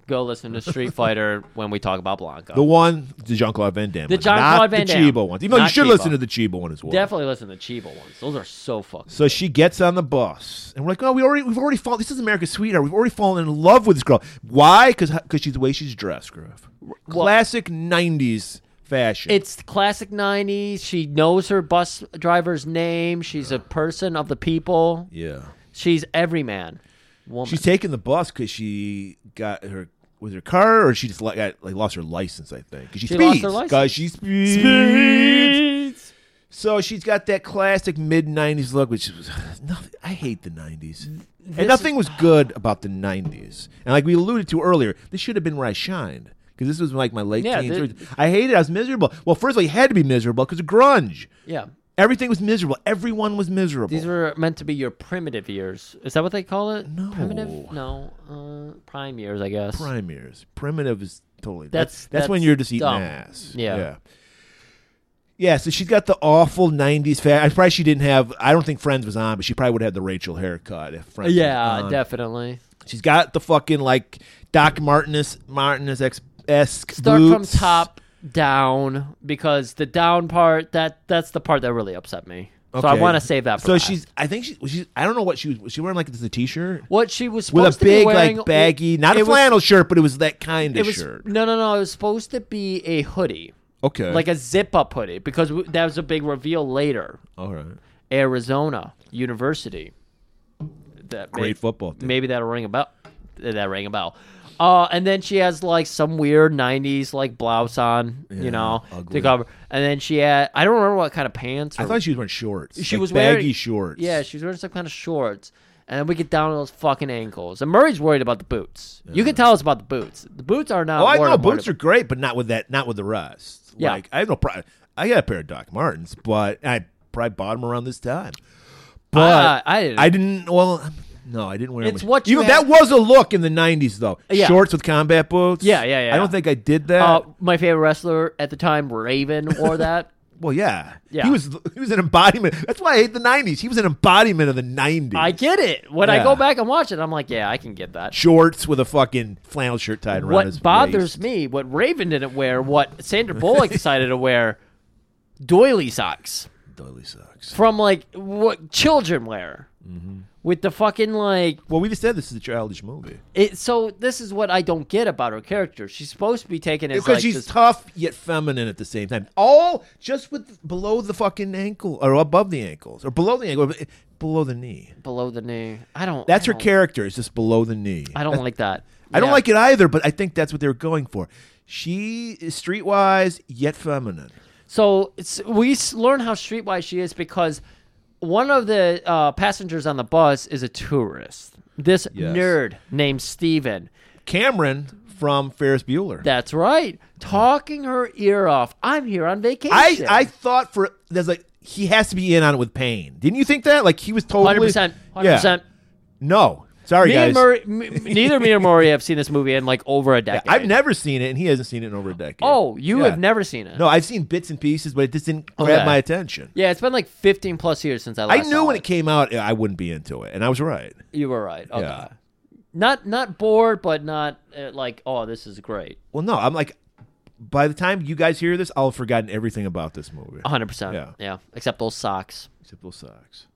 Speaker 2: go listen to Street Fighter when we talk about Blanca.
Speaker 3: The one, the Jean Claude Van Damme.
Speaker 2: The
Speaker 3: one,
Speaker 2: Jean-Claude
Speaker 3: not
Speaker 2: Van
Speaker 3: the
Speaker 2: Damme.
Speaker 3: Chibo ones. Even though you
Speaker 2: Not
Speaker 3: should
Speaker 2: Chibo.
Speaker 3: listen to the Chibo one as well.
Speaker 2: Definitely listen to the Chiba ones. Those are so fucking.
Speaker 3: So she gets on the bus, and we're like, "Oh, we already, we've already fallen. This is America's sweetheart. We've already fallen in love with this girl. Why? Because she's the way she's dressed, Griff. Classic '90s fashion.
Speaker 2: It's the classic 90s. She knows her bus driver's name. She's a person of the people.
Speaker 3: yeah.
Speaker 2: She's every man. Woman.
Speaker 3: She's taking the bus because she got her with her car, or she just like, got, like lost her license, I think. 'Cause she,
Speaker 2: She lost
Speaker 3: speeds.
Speaker 2: her license.
Speaker 3: 'Cause she speeds. So she's got that classic mid '90s look, which [sighs] was nothing. I hate the '90s, and nothing was good about the '90s. And like we alluded to earlier, this should have been where I shined because this was like my late
Speaker 2: Yeah,
Speaker 3: teens.
Speaker 2: the-
Speaker 3: early- I hated. it. I was miserable. Well, first of all, you had to be miserable because of grunge.
Speaker 2: yeah.
Speaker 3: Everything was miserable. Everyone was miserable.
Speaker 2: These were meant to be your primitive years. Is that what they call it?
Speaker 3: No.
Speaker 2: Primitive? No. Uh, prime years, I guess.
Speaker 3: prime years. Primitive is totally.
Speaker 2: That's-
Speaker 3: That's that's, when
Speaker 2: that's
Speaker 3: you're just eating
Speaker 2: dumb.
Speaker 3: ass.
Speaker 2: Yeah.
Speaker 3: yeah. Yeah, so she's got the awful '90s fat. I probably she didn't have. I don't think Friends was on, but she probably would have had the Rachel haircut if Friends. was
Speaker 2: Yeah,
Speaker 3: on.
Speaker 2: definitely.
Speaker 3: She's got the fucking like Doc Martinez Martinez esque
Speaker 2: Start from top down because the down part that that's the part that really upset me. So I want to save that. For
Speaker 3: So
Speaker 2: last.
Speaker 3: she's. I think she, she's. I don't know what she was. Was she wearing like this a t-shirt
Speaker 2: what she was
Speaker 3: with a
Speaker 2: supposed to be
Speaker 3: big
Speaker 2: wearing-
Speaker 3: like baggy, not
Speaker 2: it
Speaker 3: a
Speaker 2: was-
Speaker 3: flannel shirt, but it was that kind
Speaker 2: It
Speaker 3: of
Speaker 2: was
Speaker 3: shirt.
Speaker 2: no, no, no. It was supposed to be a hoodie,
Speaker 3: Okay.
Speaker 2: like a zip-up hoodie, because w- that was a big reveal later.
Speaker 3: All right.
Speaker 2: Arizona University. That may-
Speaker 3: Great football team.
Speaker 2: Maybe that'll ring a bell. That rang a bell. Uh, and then she has like some weird '90s like blouse on, you know, to
Speaker 3: ugly.
Speaker 2: cover. And then she had I don't remember what kind of pants. Or,
Speaker 3: I thought she was wearing shorts.
Speaker 2: she
Speaker 3: like
Speaker 2: was
Speaker 3: baggy
Speaker 2: wearing-
Speaker 3: shorts.
Speaker 2: yeah, she was wearing some kind of shorts. And then we get down to those fucking ankles. And Murray's worried about the boots. You can tell us about the boots. The boots are not.
Speaker 3: oh, I
Speaker 2: worried
Speaker 3: know
Speaker 2: about
Speaker 3: boots
Speaker 2: it.
Speaker 3: are great, but not with that. Not with the rest.
Speaker 2: Yeah.
Speaker 3: Like I have no problem. I got a pair of Doc Martens, but I probably bought them around this time.
Speaker 2: Uh,
Speaker 3: But
Speaker 2: I didn't.
Speaker 3: I didn't. Well, no, I didn't wear. 'em
Speaker 2: It's
Speaker 3: with-
Speaker 2: what you
Speaker 3: know, that was a look in the '90s, though.
Speaker 2: Yeah.
Speaker 3: Shorts with combat boots.
Speaker 2: Yeah, yeah, yeah.
Speaker 3: I don't think I did that.
Speaker 2: Uh, my favorite wrestler at the time, Raven, wore
Speaker 3: [laughs]
Speaker 2: that.
Speaker 3: well, yeah,
Speaker 2: yeah.
Speaker 3: He was he was an embodiment. That's why I hate the '90s. He was an embodiment of the '90s.
Speaker 2: I get it. When I
Speaker 3: Yeah.
Speaker 2: go back and watch it, I'm like, yeah, I can get that.
Speaker 3: Shorts with a fucking flannel shirt tied around his
Speaker 2: What bothers
Speaker 3: waist.
Speaker 2: me, what Raven didn't wear, what Sandra Bullock decided to wear, doily socks
Speaker 3: Totally sucks.
Speaker 2: from like what children wear.
Speaker 3: Mm-hmm.
Speaker 2: with the fucking like
Speaker 3: Well, we just said this is a childish movie
Speaker 2: it. So this is what I don't get about her character. She's supposed to be taken as
Speaker 3: because
Speaker 2: like
Speaker 3: she's
Speaker 2: this-
Speaker 3: tough yet feminine at the same time. All just with below the fucking ankle or above the ankles or below the ankle, but below the knee.
Speaker 2: below the knee. I don't.
Speaker 3: That's
Speaker 2: I
Speaker 3: her
Speaker 2: don't-
Speaker 3: character. It's just below the knee.
Speaker 2: I don't like that.
Speaker 3: I don't
Speaker 2: Yeah.
Speaker 3: like it either, but I think that's what they were going for. She is streetwise yet feminine.
Speaker 2: So it's, we s- learn how streetwise she is because one of the uh, passengers on the bus is a tourist. This
Speaker 3: Yes.
Speaker 2: nerd named Steven.
Speaker 3: Cameron from Ferris Bueller.
Speaker 2: That's right. Talking her ear off. I'm here on vacation.
Speaker 3: I, I thought for there's like he has to be in on it with Payne. Didn't you think that? Like he was totally
Speaker 2: 100%. 100%.
Speaker 3: Yeah. No. Sorry
Speaker 2: Me
Speaker 3: guys.
Speaker 2: and Murray, m- m- neither me or Murray have seen this movie in like over a decade.
Speaker 3: I've never seen it and he hasn't seen it in over a decade.
Speaker 2: Oh, you
Speaker 3: Yeah.
Speaker 2: have never seen it?
Speaker 3: No, I've seen bits and pieces, but it just didn't grab
Speaker 2: Okay.
Speaker 3: my attention.
Speaker 2: Yeah, it's been like 15 plus years since I
Speaker 3: I
Speaker 2: last
Speaker 3: knew when it
Speaker 2: came.
Speaker 3: came out I wouldn't be into it, and I was right.
Speaker 2: You were right. Okay.
Speaker 3: Yeah.
Speaker 2: Not not bored, but not uh, like oh, this is great.
Speaker 3: Well, no, I'm like by the time you guys hear this, I'll have forgotten everything about this movie.
Speaker 2: 100%.
Speaker 3: Yeah.
Speaker 2: yeah, except those socks.
Speaker 3: Except those socks.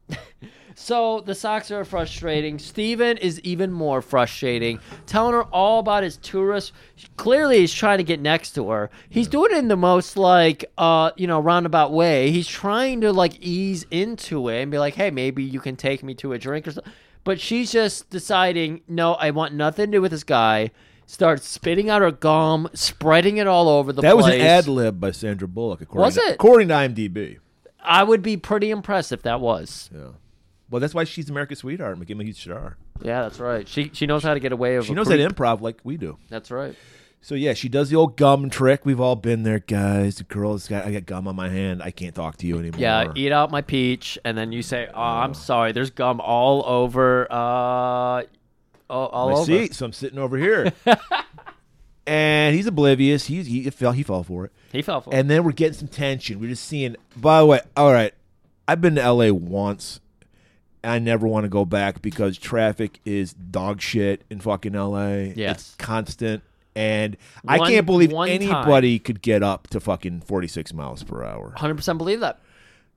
Speaker 2: So the socks are frustrating. Steven is even more frustrating, telling her all about his tourist. Clearly, he's trying to get next to her. He's doing it in the most like, uh, you know, roundabout way. He's trying to like ease into it and be like, hey, maybe you can take me to a drink or something. But she's just deciding, no, I want nothing to do with this guy. Starts spitting out her gum, spreading it all over the
Speaker 3: That
Speaker 2: place.
Speaker 3: was an ad lib by Sandra Bullock, according
Speaker 2: Was
Speaker 3: to,
Speaker 2: it?
Speaker 3: according to IMDb.
Speaker 2: I would be pretty impressed if that was.
Speaker 3: Yeah. Well, that's why she's America's sweetheart, and became a huge star.
Speaker 2: Yeah, that's right. She she knows how to get away. With
Speaker 3: She
Speaker 2: a
Speaker 3: knows
Speaker 2: creep.
Speaker 3: that improv like we do.
Speaker 2: That's right.
Speaker 3: So yeah, she does the old gum trick. We've all been there, guys. The girl's got I got gum on my hand. I can't talk to you anymore.
Speaker 2: Yeah, eat out my peach, and then you say, "Oh, I'm sorry. There's gum all over, uh, all, all
Speaker 3: my
Speaker 2: over."
Speaker 3: seat. So I'm sitting
Speaker 2: [laughs]
Speaker 3: over here, and he's oblivious. He's he fell he fell for it.
Speaker 2: He fell for it.
Speaker 3: And then we're getting some tension. We're just seeing. By the way, all right, I've been to LA once. I never want to go back because traffic is dog shit in fucking LA.
Speaker 2: Yes.
Speaker 3: It's constant. And I
Speaker 2: One-
Speaker 3: can't believe
Speaker 2: one time.
Speaker 3: anybody could get up to fucking 46 miles per hour.
Speaker 2: 100% believe that.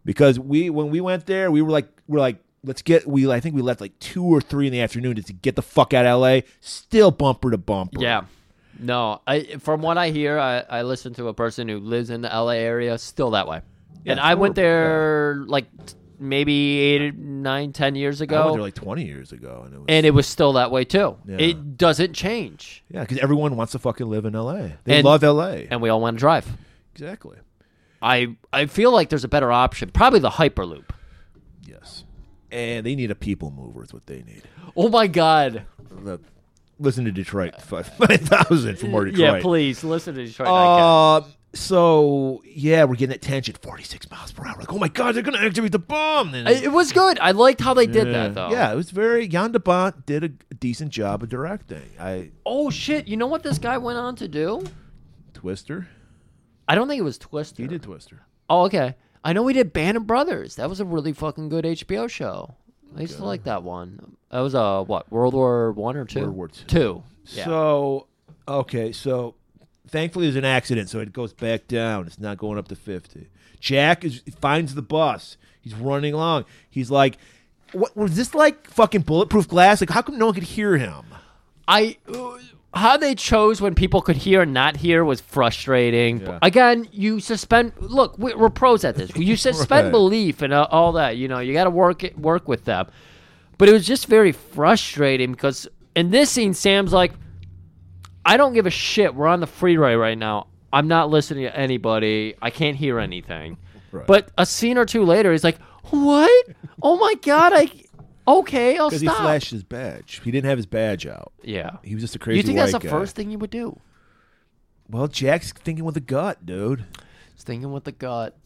Speaker 3: Because we when we went there, we were like we're like let's get we I think we left like 2 or 3 in the afternoon to get the fuck out of LA, still bumper to bumper.
Speaker 2: Yeah. No, I from what I hear, I, I listened to a person who lives in the LA area, still that way.
Speaker 3: Yeah,
Speaker 2: and
Speaker 3: it's
Speaker 2: I went
Speaker 3: horrible.
Speaker 2: there like t- maybe eight, nine, ten years
Speaker 3: I went
Speaker 2: ago,
Speaker 3: there like 20 years ago and it was
Speaker 2: and it was still that way too.
Speaker 3: Yeah.
Speaker 2: It doesn't change,
Speaker 3: Yeah, because everyone wants to fucking live in LA. They
Speaker 2: And-
Speaker 3: love LA.
Speaker 2: and we all want to drive.
Speaker 3: Exactly.
Speaker 2: I I feel like there's a better option, probably the Hyperloop.
Speaker 3: Yes. And they need a people mover is what they need.
Speaker 2: Oh my God.
Speaker 3: The- listen to Detroit [laughs] five thousand for more Detroit.
Speaker 2: Yeah, please listen to Detroit. Nightcap.
Speaker 3: Um. So yeah, we're getting that tension. Forty-six miles per hour. Like, oh my god, they're gonna activate the bomb. And
Speaker 2: I- it was good. I liked how they did that though.
Speaker 3: Yeah, it was very. Jan de Bont did a decent job of directing. I
Speaker 2: Oh shit! You know what this guy went on to do?
Speaker 3: Twister.
Speaker 2: I don't think it was Twister.
Speaker 3: He did Twister.
Speaker 2: Oh okay. I know he did Band of Brothers. That was a really fucking good HBO show. I used to like that one. That was uh what World War One or two?
Speaker 3: World War Two.
Speaker 2: Two. Yeah.
Speaker 3: So okay, so thankfully there's an accident, so it goes back down. It's not going up to fifty. Jack is finds the bus. He's running along. He's like, "What was this like? Fucking bulletproof glass? Like, how come no one could hear him?"
Speaker 2: I how they chose when people could hear and not hear was frustrating.
Speaker 3: Yeah.
Speaker 2: Again, you suspend. Look, we- we're pros at this.
Speaker 3: [laughs]
Speaker 2: You suspend
Speaker 3: Right.
Speaker 2: belief and uh, all that. You know, you got to work it, work with them. But it was just very frustrating because in this scene, Sam's like, "I don't give a shit. We're on the freeway right now. I'm not listening to anybody. I can't hear anything."
Speaker 3: Right.
Speaker 2: But a scene or two later, he's like, "What? Oh my god! I okay, I'll
Speaker 3: [laughs] Because
Speaker 2: stop."
Speaker 3: he flashed his badge. He didn't have his badge out.
Speaker 2: yeah.
Speaker 3: He was just a crazy.
Speaker 2: You think that's
Speaker 3: white
Speaker 2: the
Speaker 3: guy.
Speaker 2: first thing you would do?
Speaker 3: Well, Jack's thinking with a gut, dude.
Speaker 2: Just thinking with the gut.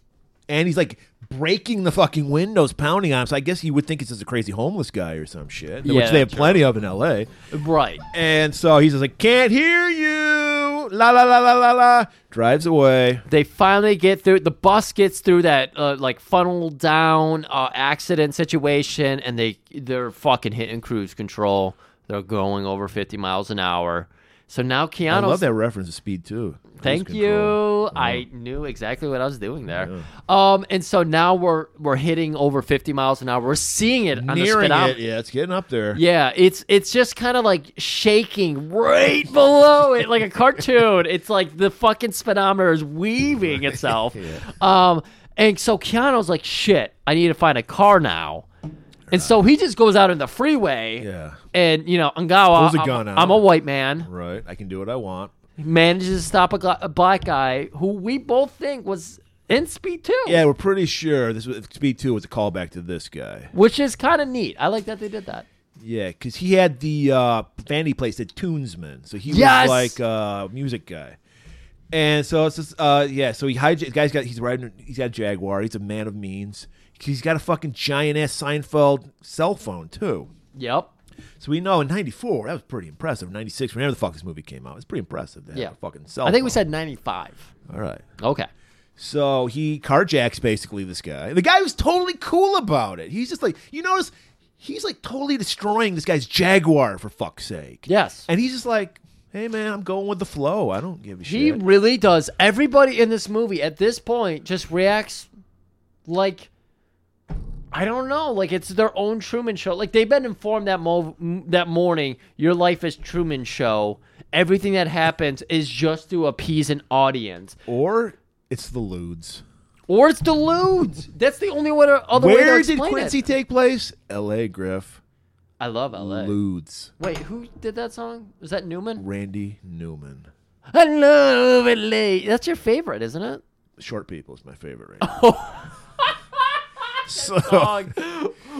Speaker 3: And he's like breaking the fucking windows, pounding on him. So I guess you would think it's just a crazy homeless guy or some shit, which
Speaker 2: Yeah,
Speaker 3: they have
Speaker 2: true.
Speaker 3: plenty of in L.A.
Speaker 2: Right.
Speaker 3: And so he's just like, can't hear you. La la la la la la. Drives away.
Speaker 2: They finally get through. The bus gets through that uh, like funnel down uh, accident situation, and they they're fucking hitting cruise control. They're going over fifty miles an hour. So now
Speaker 3: I
Speaker 2: Keanu's
Speaker 3: love that reference to Speed too. Cruise
Speaker 2: Thank you.
Speaker 3: control.
Speaker 2: I knew exactly what I was doing there. Um, and so now we're we're hitting over 50 miles an hour. We're seeing it on the
Speaker 3: Nearing
Speaker 2: speedometer.
Speaker 3: it, yeah, it's getting up there.
Speaker 2: Yeah, it's it's just kind of like shaking right below it, like a cartoon. It's like the fucking speedometer is weaving
Speaker 3: [laughs]
Speaker 2: itself. Um, and so Keanu's like, "Shit, I need to find a car now." And so he just goes out in the freeway.
Speaker 3: Yeah.
Speaker 2: And you know, Angawa,
Speaker 3: Pulls a
Speaker 2: I'm-
Speaker 3: gun out.
Speaker 2: I'm a white man
Speaker 3: Right. I can do what I want.
Speaker 2: manages to stop a, gla- a black guy who we both think was in speed two.
Speaker 3: Yeah, we're pretty sure this was, Speed Two was a callback to this guy.
Speaker 2: Which is kind of neat. I like that they did that.
Speaker 3: Yeah, because he had the uh, vanity place, the Tunesman, so he
Speaker 2: Yes!
Speaker 3: was like uh, music guy. And so it's just uh, yeah. So he hijacked. The guy's got he's riding. He's got a Jaguar. He's a man of means. He's got a fucking giant ass Seinfeld cell phone too.
Speaker 2: Yep.
Speaker 3: So we know in '94 that was pretty impressive. '96, whenever the fuck this movie came out, it's pretty impressive. To have
Speaker 2: Yeah.
Speaker 3: a fucking cell.
Speaker 2: I think we
Speaker 3: phone.
Speaker 2: said 95.
Speaker 3: all right.
Speaker 2: Okay.
Speaker 3: So he carjacks basically this guy. The guy was totally cool about it. He's just like, you notice, he's like totally destroying this guy's Jaguar for fuck's sake.
Speaker 2: Yes.
Speaker 3: And he's just like, hey man, I'm going with the flow. I don't give a
Speaker 2: He
Speaker 3: shit.
Speaker 2: really does. Everybody in this movie at this point just reacts like I don't know, like it's their own Truman Show. Like they've been informed that mo- m- that morning, your life is Truman Show. Everything that happens is just to appease an audience,
Speaker 3: Or it's the lewds.
Speaker 2: or it's deludes. That's the only way to, other way to
Speaker 3: Where did
Speaker 2: explain it.
Speaker 3: Quincy take place? L.A. Griff.
Speaker 2: I love LA.
Speaker 3: Ludes.
Speaker 2: Wait, who did that song? Was that Newman?
Speaker 3: Randy Newman.
Speaker 2: I love LA. That's your favorite, isn't
Speaker 3: [laughs]
Speaker 2: it?
Speaker 3: Short People is my favorite. Randy. [laughs] so,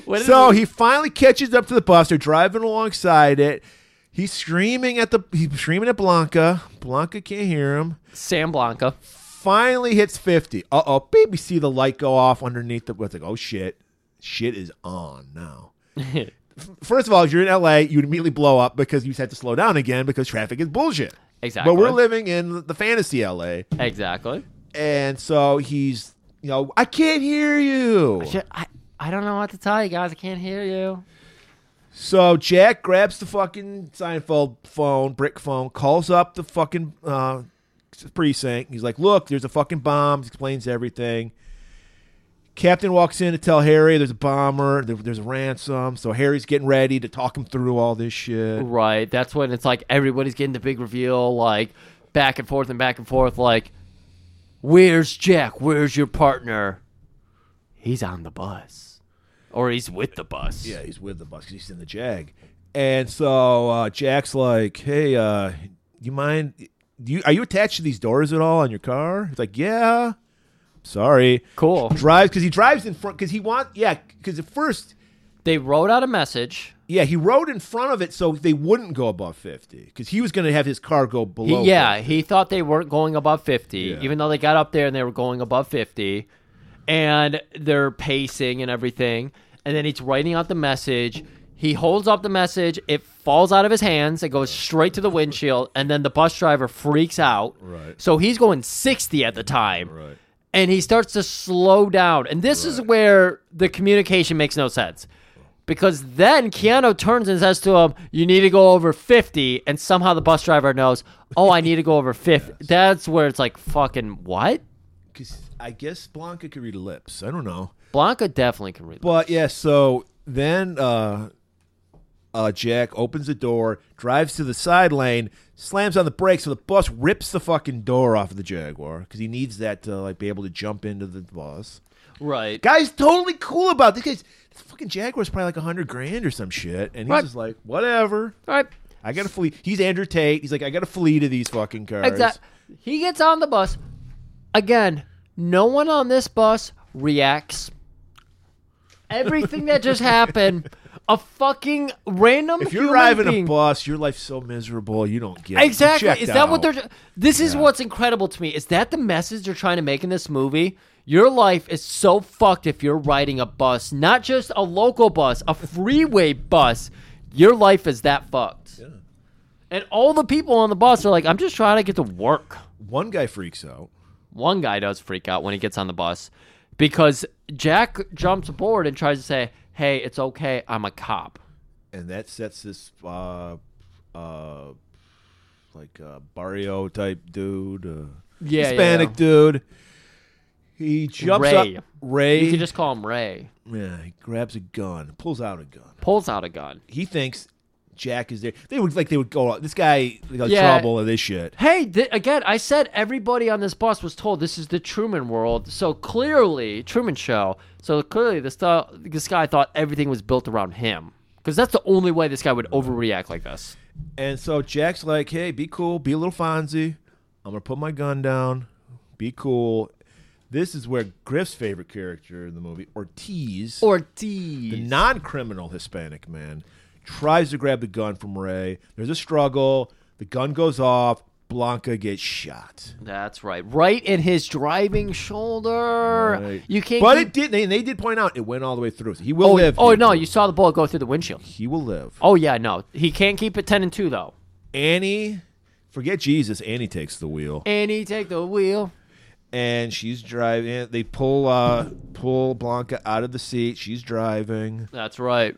Speaker 2: What is
Speaker 3: So
Speaker 2: it?
Speaker 3: he finally catches up to the bus. They're driving alongside it. He's screaming at the he's screaming at Blanca. Blanca can't hear him.
Speaker 2: Sam Blanca.
Speaker 3: Finally hits fifty. Uh oh, baby, see the light go off underneath the. It's like oh shit, shit is on now. F- First of all, if you're in LA, you'd immediately blow up because you just have to slow down again because traffic is bullshit.
Speaker 2: Exactly.
Speaker 3: But we're living in the fantasy LA,
Speaker 2: Exactly.
Speaker 3: and so he's you know I can't hear you.
Speaker 2: Shit, I, I don't know what to tell you guys. I can't hear you.
Speaker 3: So Jack grabs the fucking Seinfeld phone, brick phone, calls up the fucking uh, precinct. He's like, "Look, there's a fucking bomb." Explains everything. Captain walks in to tell Harry there's a bomber, there- there's a ransom. So Harry's getting ready to talk him through all this shit.
Speaker 2: Right. That's when it's like everybody's getting the big reveal, like back and forth and back and forth, like, where's Jack? Where's your partner? He's on the bus. Or he's with the bus.
Speaker 3: Yeah, he's with the bus 'cause he's in the Jag. And so uh, Jack's like, "Hey, uh, you mind? Do you are you attached to these doors at all on your car?" He's like, "Yeah." Sorry.
Speaker 2: Cool.
Speaker 3: Drives because he drives in front because he want yeah because at first
Speaker 2: They wrote out a message.
Speaker 3: yeah he rode in front of it so they wouldn't go above fifty because he was going to have his car
Speaker 2: He-
Speaker 3: go below.
Speaker 2: yeah,
Speaker 3: 50.
Speaker 2: he thought they weren't going above 50,
Speaker 3: Yeah.
Speaker 2: even though they got up there and they were going above 50, and their pacing and everything. And then he's writing out the message. He holds up the message. It falls out of his hands. It goes straight to the windshield, and then the bus driver freaks out.
Speaker 3: Right.
Speaker 2: So he's going 60 at the time.
Speaker 3: Right.
Speaker 2: And he starts to slow down. And this is where the communication makes no sense. Because then Keanu turns and says to him, You need to go over 50. And somehow the bus driver knows, Oh, I need to
Speaker 3: [laughs]
Speaker 2: go over 50. That's where it's like, Fucking what?
Speaker 3: 'Cause I guess Blanca could read lips. I don't know.
Speaker 2: Blanca definitely can read.
Speaker 3: But yeah, so then uh, uh, Jack opens the door, drives to the side lane, slams on the brakes, so the bus rips the fucking door off of the Jaguar because he needs that to like be able to jump into the bus.
Speaker 2: right.
Speaker 3: Guy's totally cool about this. Guy's, this fucking Jaguar's probably like a hundred grand or some shit, and he's
Speaker 2: Right.
Speaker 3: just like, whatever.
Speaker 2: All right.
Speaker 3: I gotta flee. He's Andrew Tate. He's like, I gotta flee to these fucking cars.
Speaker 2: Exactly. He gets on the bus. Again, no one on this bus reacts. Everything that just happened, a fucking random.
Speaker 3: If you're
Speaker 2: human
Speaker 3: driving
Speaker 2: being-
Speaker 3: a bus, your life's so miserable. You don't get it. You're
Speaker 2: Exactly.
Speaker 3: checked
Speaker 2: Is that what
Speaker 3: out.
Speaker 2: they're? This is what's incredible to me. Is that the message they're trying to make in this movie? Your life is so fucked if you're riding a bus, not just a local bus, a freeway bus. Your life is that fucked. And all the people on the bus are like, "I'm just trying to get to work."
Speaker 3: One guy freaks out.
Speaker 2: One guy does freak out when he gets on the bus because Jack jumps aboard and tries to say, "Hey, it's okay. I'm a cop."
Speaker 3: and that sets this uh, uh, like uh, barrio type dude, uh,
Speaker 2: Yeah, yeah,
Speaker 3: Hispanic
Speaker 2: yeah.
Speaker 3: dude. He jumps
Speaker 2: Ray.
Speaker 3: up. Ray.
Speaker 2: You can just call him Ray.
Speaker 3: yeah, he grabs a gun, pulls out a gun.
Speaker 2: Pulls out a gun.
Speaker 3: He thinks Jack is there. They would like they would go. This guy they got
Speaker 2: Yeah.
Speaker 3: trouble or this shit.
Speaker 2: Hey, th- again, I said everybody on this bus was told this is the Truman World. So clearly, Truman Show. So clearly, this th- this guy thought everything was built around him because that's the only way this guy would overreact like this.
Speaker 3: And so Jack's like, hey, be cool, be a little Fonzie. I'm gonna put my gun down, be cool. This is where Griff's favorite character in the movie, Ortiz,
Speaker 2: Ortiz.
Speaker 3: the non-criminal Hispanic man, tries to grab the gun from Ray. There's a struggle. The gun goes off. Blanca gets shot.
Speaker 2: That's right. Right in his driving shoulder.
Speaker 3: Right.
Speaker 2: You can't.
Speaker 3: But
Speaker 2: keep-
Speaker 3: it did. They, they did point out it went all the way through. So he will
Speaker 2: Oh,
Speaker 3: live.
Speaker 2: oh
Speaker 3: people.
Speaker 2: no! You saw the bullet go through the windshield.
Speaker 3: He will live.
Speaker 2: Oh yeah, no. He can't keep it ten and two though.
Speaker 3: Annie, forget Jesus. Annie takes the wheel.
Speaker 2: And he take the wheel.
Speaker 3: and she's driving. They pull uh pull Blanca out of the seat. She's driving.
Speaker 2: That's right.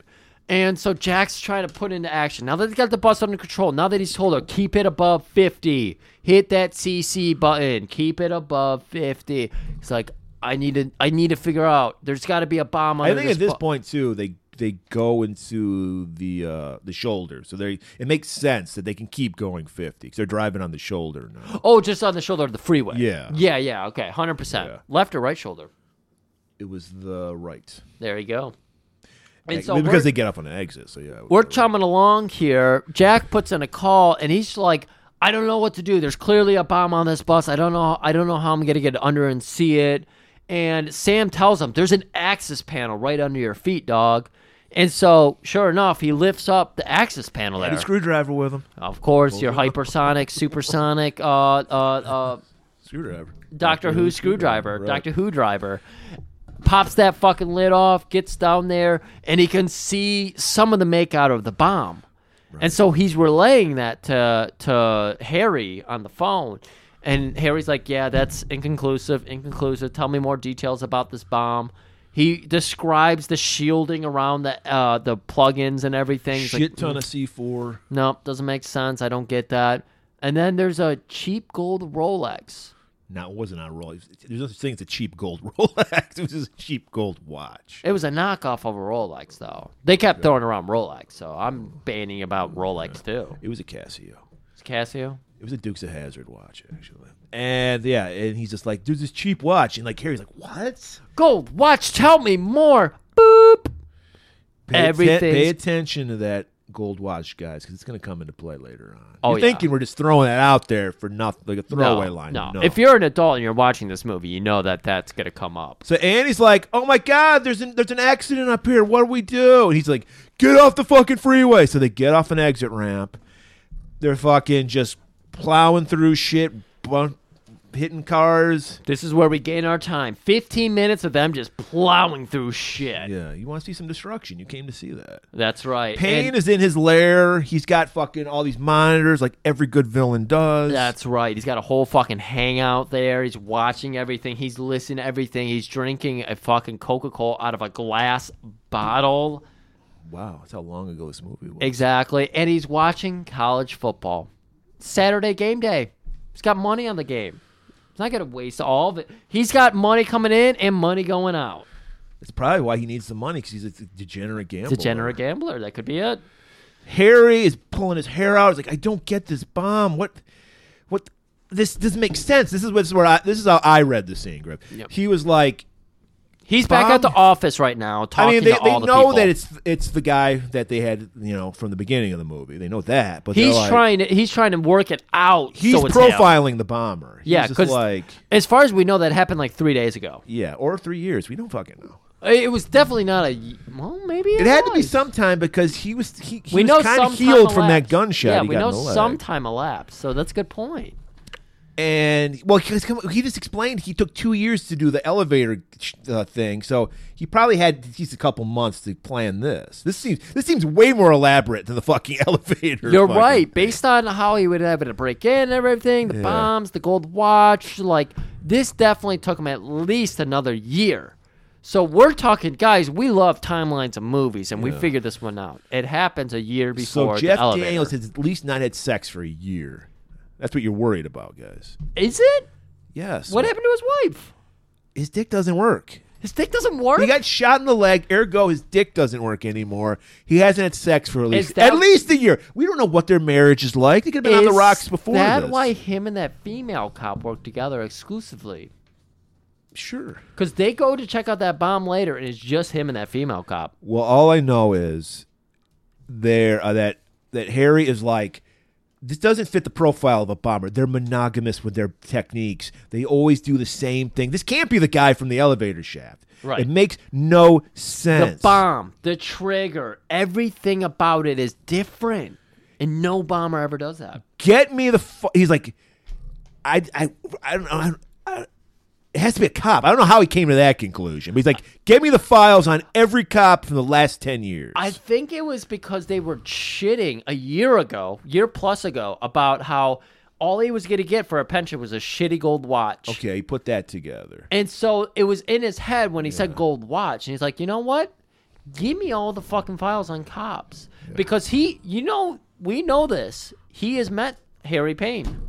Speaker 2: And so Jack's trying to put into action. Now that he's got the bus under control, now that he's told her, keep it above 50. Hit that CC button. Keep it above 50. He's like, I need to I need to figure out. There's gotta be a bomb under
Speaker 3: I think at this
Speaker 2: bu-
Speaker 3: point too, they they go into the uh the shoulder, so they it makes sense that they can keep going fifty because they're driving on the shoulder now.
Speaker 2: Oh, just on the shoulder of the freeway.
Speaker 3: Yeah.
Speaker 2: Yeah, yeah, okay. Hundred
Speaker 3: Yeah.
Speaker 2: percent. Left or right shoulder.
Speaker 3: [gasps] It was the right
Speaker 2: There you go. And
Speaker 3: Like,
Speaker 2: so
Speaker 3: because
Speaker 2: we're-
Speaker 3: they get off on an exit. So yeah,
Speaker 2: we're chumming along here. Jack puts in a call, and he's like, "I don't know what to do. There's clearly a bomb on this bus. I don't know. I don't know how I'm gonna get under and see it." And Sam tells him, "There's an access panel right under your feet, dog." And so, sure enough, he lifts up the access panel
Speaker 3: Had
Speaker 2: there.
Speaker 3: a screwdriver with him.
Speaker 2: Of course, your hypersonic, supersonic, uh, uh, uh,
Speaker 3: Screwdriver.
Speaker 2: Doctor Who screwdriver,
Speaker 3: Right.
Speaker 2: Doctor Who driver, pops that fucking lid off, gets down there, and he can see some of the make out of the bomb. And so he's relaying that to to Harry on the phone. And Harry's like, Yeah, that's inconclusive, inconclusive. Tell me more details about this bomb. He describes the shielding around the uh, the plugins and everything. He's like,
Speaker 3: Shit ton of C four.
Speaker 2: Nope, doesn't make sense. I don't get that. And then there's a cheap gold Rolex.
Speaker 3: No, it wasn't on Rolex. There's no such thing as a cheap gold [laughs] Rolex. It was just a cheap gold watch.
Speaker 2: It was a knockoff of a Rolex, though. They kept throwing around Rolex, so I'm banning about Rolex too.
Speaker 3: It was a Casio.
Speaker 2: It's Casio.
Speaker 3: It was a Dukes of Hazard watch, actually. And yeah, and he's just like, dude, this cheap watch. And like Harry's like, what?
Speaker 2: Gold watch. Tell me more. Boop.
Speaker 3: Pay, atten-
Speaker 2: Everything's-
Speaker 3: pay attention to that gold watch, guys, because it's going to come into play later on.
Speaker 2: Oh,
Speaker 3: you're
Speaker 2: yeah.
Speaker 3: thinking we're just throwing that out there for nothing, like a throwaway
Speaker 2: no,
Speaker 3: line.
Speaker 2: No.
Speaker 3: No.
Speaker 2: If you're an adult and you're watching this movie, you know that that's gonna come up.
Speaker 3: so Annie's like, oh my God, there's an, there's an accident up here. What do we do? And he's like, get off the fucking freeway. So they get off an exit ramp. They're fucking just plowing through shit, bun- hitting cars.
Speaker 2: This is where we gain our time. Fifteen minutes of them just plowing through shit.
Speaker 3: Yeah, you want to see some destruction. You came to see that.
Speaker 2: That's right.
Speaker 3: Pain
Speaker 2: And-
Speaker 3: is in his lair. He's got fucking all these monitors, like every good villain does.
Speaker 2: That's right. He's got a whole fucking hangout there. He's watching everything. He's listening to everything. He's drinking a fucking Coca Cola out of a glass bottle.
Speaker 3: wow. That's how long ago this movie was.
Speaker 2: Exactly. And he's watching college football. Saturday game day. He's got money on the game. He's not going to waste all of it. He's got money coming in and money going out.
Speaker 3: That's probably why he needs the money because he's a degenerate gambler.
Speaker 2: Degenerate gambler. That could be it.
Speaker 3: Harry is pulling his hair out. He's like, I don't get this bomb. What? What? This doesn't make sense. This is what's where I. This is how I read the scene, Griff.
Speaker 2: Yep.
Speaker 3: He was like,
Speaker 2: He's back
Speaker 3: Bob-
Speaker 2: at the office right now talking
Speaker 3: I mean, they,
Speaker 2: to
Speaker 3: they
Speaker 2: all the
Speaker 3: know
Speaker 2: people.
Speaker 3: that it's it's the guy that they had, you know, from the beginning of the movie. They know that, but they're
Speaker 2: he's
Speaker 3: like-
Speaker 2: trying to he's trying to work it out.
Speaker 3: He's
Speaker 2: so it's him.
Speaker 3: profiling the bomber. He's
Speaker 2: Yeah,
Speaker 3: just
Speaker 2: 'cause
Speaker 3: like
Speaker 2: as far as we know, that happened like three days ago.
Speaker 3: Yeah, or three years. We don't fucking know.
Speaker 2: It was definitely not a. y- Well, maybe it,
Speaker 3: It had to be
Speaker 2: was.
Speaker 3: sometime because he was he, he
Speaker 2: We
Speaker 3: was
Speaker 2: know
Speaker 3: kind
Speaker 2: some
Speaker 3: of
Speaker 2: time
Speaker 3: healed from that
Speaker 2: elapsed.
Speaker 3: gunshot.
Speaker 2: Yeah,
Speaker 3: he
Speaker 2: we
Speaker 3: got
Speaker 2: know
Speaker 3: in the leg.
Speaker 2: some time elapsed, so that's a good point.
Speaker 3: And well, he, he just explained he took two years to do the elevator uh, thing, so he probably had at least a couple months to plan this. This seems this seems way more elaborate than the fucking [laughs] elevator.
Speaker 2: You're
Speaker 3: fucking
Speaker 2: right.
Speaker 3: thing.
Speaker 2: Based on how he would have it to break in and everything, the bombs, the gold watch, like this definitely took him at least another year. So we're talking, guys. We love timelines of movies, and we figured this one out. It happens a year
Speaker 3: So
Speaker 2: before
Speaker 3: Jeff
Speaker 2: the elevator.
Speaker 3: Daniels has at least not had sex for a year. That's what you're worried about, guys.
Speaker 2: Is it?
Speaker 3: Yes.
Speaker 2: What happened to his wife?
Speaker 3: His dick doesn't work.
Speaker 2: His dick doesn't work.
Speaker 3: He got shot in the leg. Ergo, his dick doesn't work anymore. He hasn't had sex for at least
Speaker 2: that-
Speaker 3: at least a year. We don't know what their marriage is like. They could have been on the
Speaker 2: Is
Speaker 3: rocks before
Speaker 2: that
Speaker 3: this.
Speaker 2: why him and that female cop work together exclusively?
Speaker 3: Sure.
Speaker 2: Because they go to check out that bomb later, and it's just him and that female cop.
Speaker 3: Well, all I know is there uh, that that Harry is like this doesn't fit the profile of a bomber. They're monogamous with their techniques. They always do the same thing. This can't be the guy from the elevator shaft.
Speaker 2: Right.
Speaker 3: It makes no
Speaker 2: The
Speaker 3: sense.
Speaker 2: bomb, the trigger, everything about it is different, and no bomber ever does that.
Speaker 3: Get me the. Fu-. He's like, I, I, I don't know. I, don't- I, it has to be a cop. I don't know how he came to that conclusion. But he's like, get me the files on every cop from the last ten years.
Speaker 2: I think it was because they were shitting a year ago, year plus ago, about how all he was going to get for a pension was a shitty gold watch.
Speaker 3: okay, he put that together.
Speaker 2: And so it was in his head when he said gold watch, and he's like, you know what? Give me all the fucking files on cops because he, you know, we know this. He has met Harry Payne,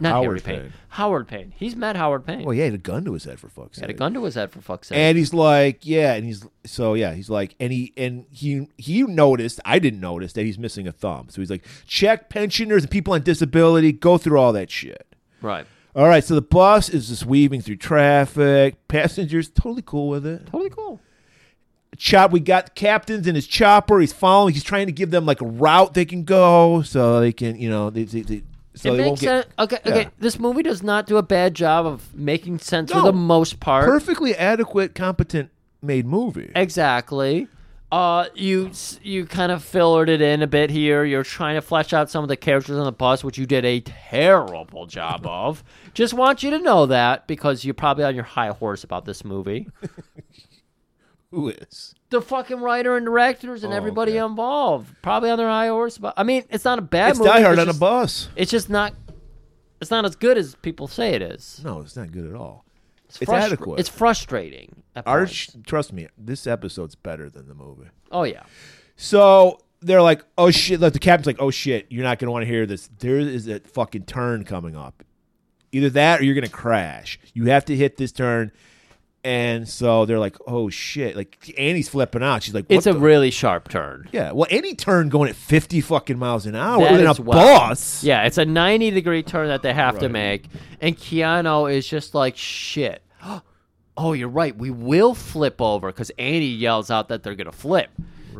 Speaker 2: not Harry
Speaker 3: Howard
Speaker 2: Payne.
Speaker 3: Payne.
Speaker 2: Howard Payne. He's met Howard Payne.
Speaker 3: Well, yeah, he had a gun to his head for fuck's
Speaker 2: Had a
Speaker 3: sake.
Speaker 2: gun to his head for fuck's sake.
Speaker 3: And he's like, yeah, and he's so yeah, he's like, and he and he he noticed, I didn't notice that he's missing a thumb. So he's like, check pensioners and people on disability, go through all that shit.
Speaker 2: right.
Speaker 3: All right, so the bus is just weaving through traffic. Passengers totally cool with it.
Speaker 2: Totally cool.
Speaker 3: Chop, we got captains in his chopper. He's following. He's trying to give them like a route they can go, so they can, you know, they, they, they so
Speaker 2: it
Speaker 3: they
Speaker 2: makes
Speaker 3: won't get
Speaker 2: sense. Okay, okay.
Speaker 3: Yeah.
Speaker 2: This movie does not do a bad job of making sense
Speaker 3: No.
Speaker 2: for the most part.
Speaker 3: perfectly adequate, competent made movie.
Speaker 2: Exactly. Uh, you s- you kind of fillered it in a bit here. You're trying to flesh out some of the characters on the bus, which you did a terrible
Speaker 3: [laughs]
Speaker 2: job of. Just want you to know that because you're probably on your high horse about this
Speaker 3: [laughs]
Speaker 2: movie.
Speaker 3: Who is?
Speaker 2: The fucking writer and directors and everybody
Speaker 3: Oh, okay.
Speaker 2: involved probably on their high horse. But I mean, it's not a bad
Speaker 3: It's
Speaker 2: movie.
Speaker 3: Die Hard
Speaker 2: it's
Speaker 3: on a
Speaker 2: just-
Speaker 3: bus.
Speaker 2: It's just not. It's not as good as people say it is.
Speaker 3: No, it's not good at all. It's,
Speaker 2: frustra-
Speaker 3: adequate.
Speaker 2: It's frustrating. at
Speaker 3: Arch,
Speaker 2: points.
Speaker 3: trust me, this episode's better than the movie.
Speaker 2: Oh yeah.
Speaker 3: So they're like, oh shit. Like the captain's like, oh shit, you're not gonna want to hear this. There is a fucking turn coming up. Either that or you're gonna crash. You have to hit this turn. And so they're like, oh shit. Like Annie's flipping out. She's like, what
Speaker 2: It's a
Speaker 3: the-
Speaker 2: really sharp turn.
Speaker 3: yeah. Well, any turn going at fifty fucking miles an hour
Speaker 2: That
Speaker 3: in a
Speaker 2: is wild.
Speaker 3: bus.
Speaker 2: Yeah, it's a 90 degree turn that they have to make. And Keanu is just like, shit. [gasps] Oh, you're right. We will flip over because Andy yells out that they're going to flip.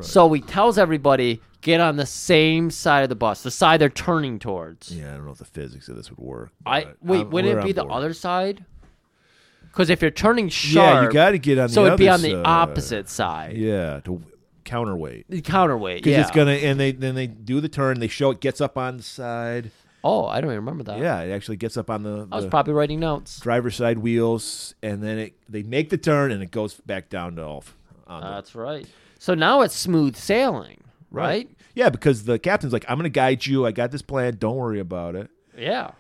Speaker 2: So he tells everybody, get on the same side of the bus, the side they're turning towards.
Speaker 3: Yeah, I don't know if the physics of this would work.
Speaker 2: I
Speaker 3: but
Speaker 2: Wait,
Speaker 3: I'm-
Speaker 2: wouldn't
Speaker 3: we're
Speaker 2: it
Speaker 3: on
Speaker 2: be the
Speaker 3: board.
Speaker 2: other side? Because if you're turning sharp,
Speaker 3: Yeah, you got to get on.
Speaker 2: so
Speaker 3: the
Speaker 2: it'd be on
Speaker 3: other
Speaker 2: the
Speaker 3: side.
Speaker 2: opposite side,
Speaker 3: Yeah, to counterweight.
Speaker 2: the counterweight.
Speaker 3: Because
Speaker 2: Yeah.
Speaker 3: it's gonna, and they then they do the turn. They show it gets up on the side.
Speaker 2: oh, I don't even remember that.
Speaker 3: Yeah, it actually gets up on the,
Speaker 2: I was
Speaker 3: the
Speaker 2: probably writing notes.
Speaker 3: driver's side wheels, and then it they make the turn, and it goes back down to off. on the-
Speaker 2: That's right. So now it's smooth sailing, right?
Speaker 3: Yeah, because the captain's like, "I'm gonna guide you. I got this plan. Don't worry about it."
Speaker 2: Yeah.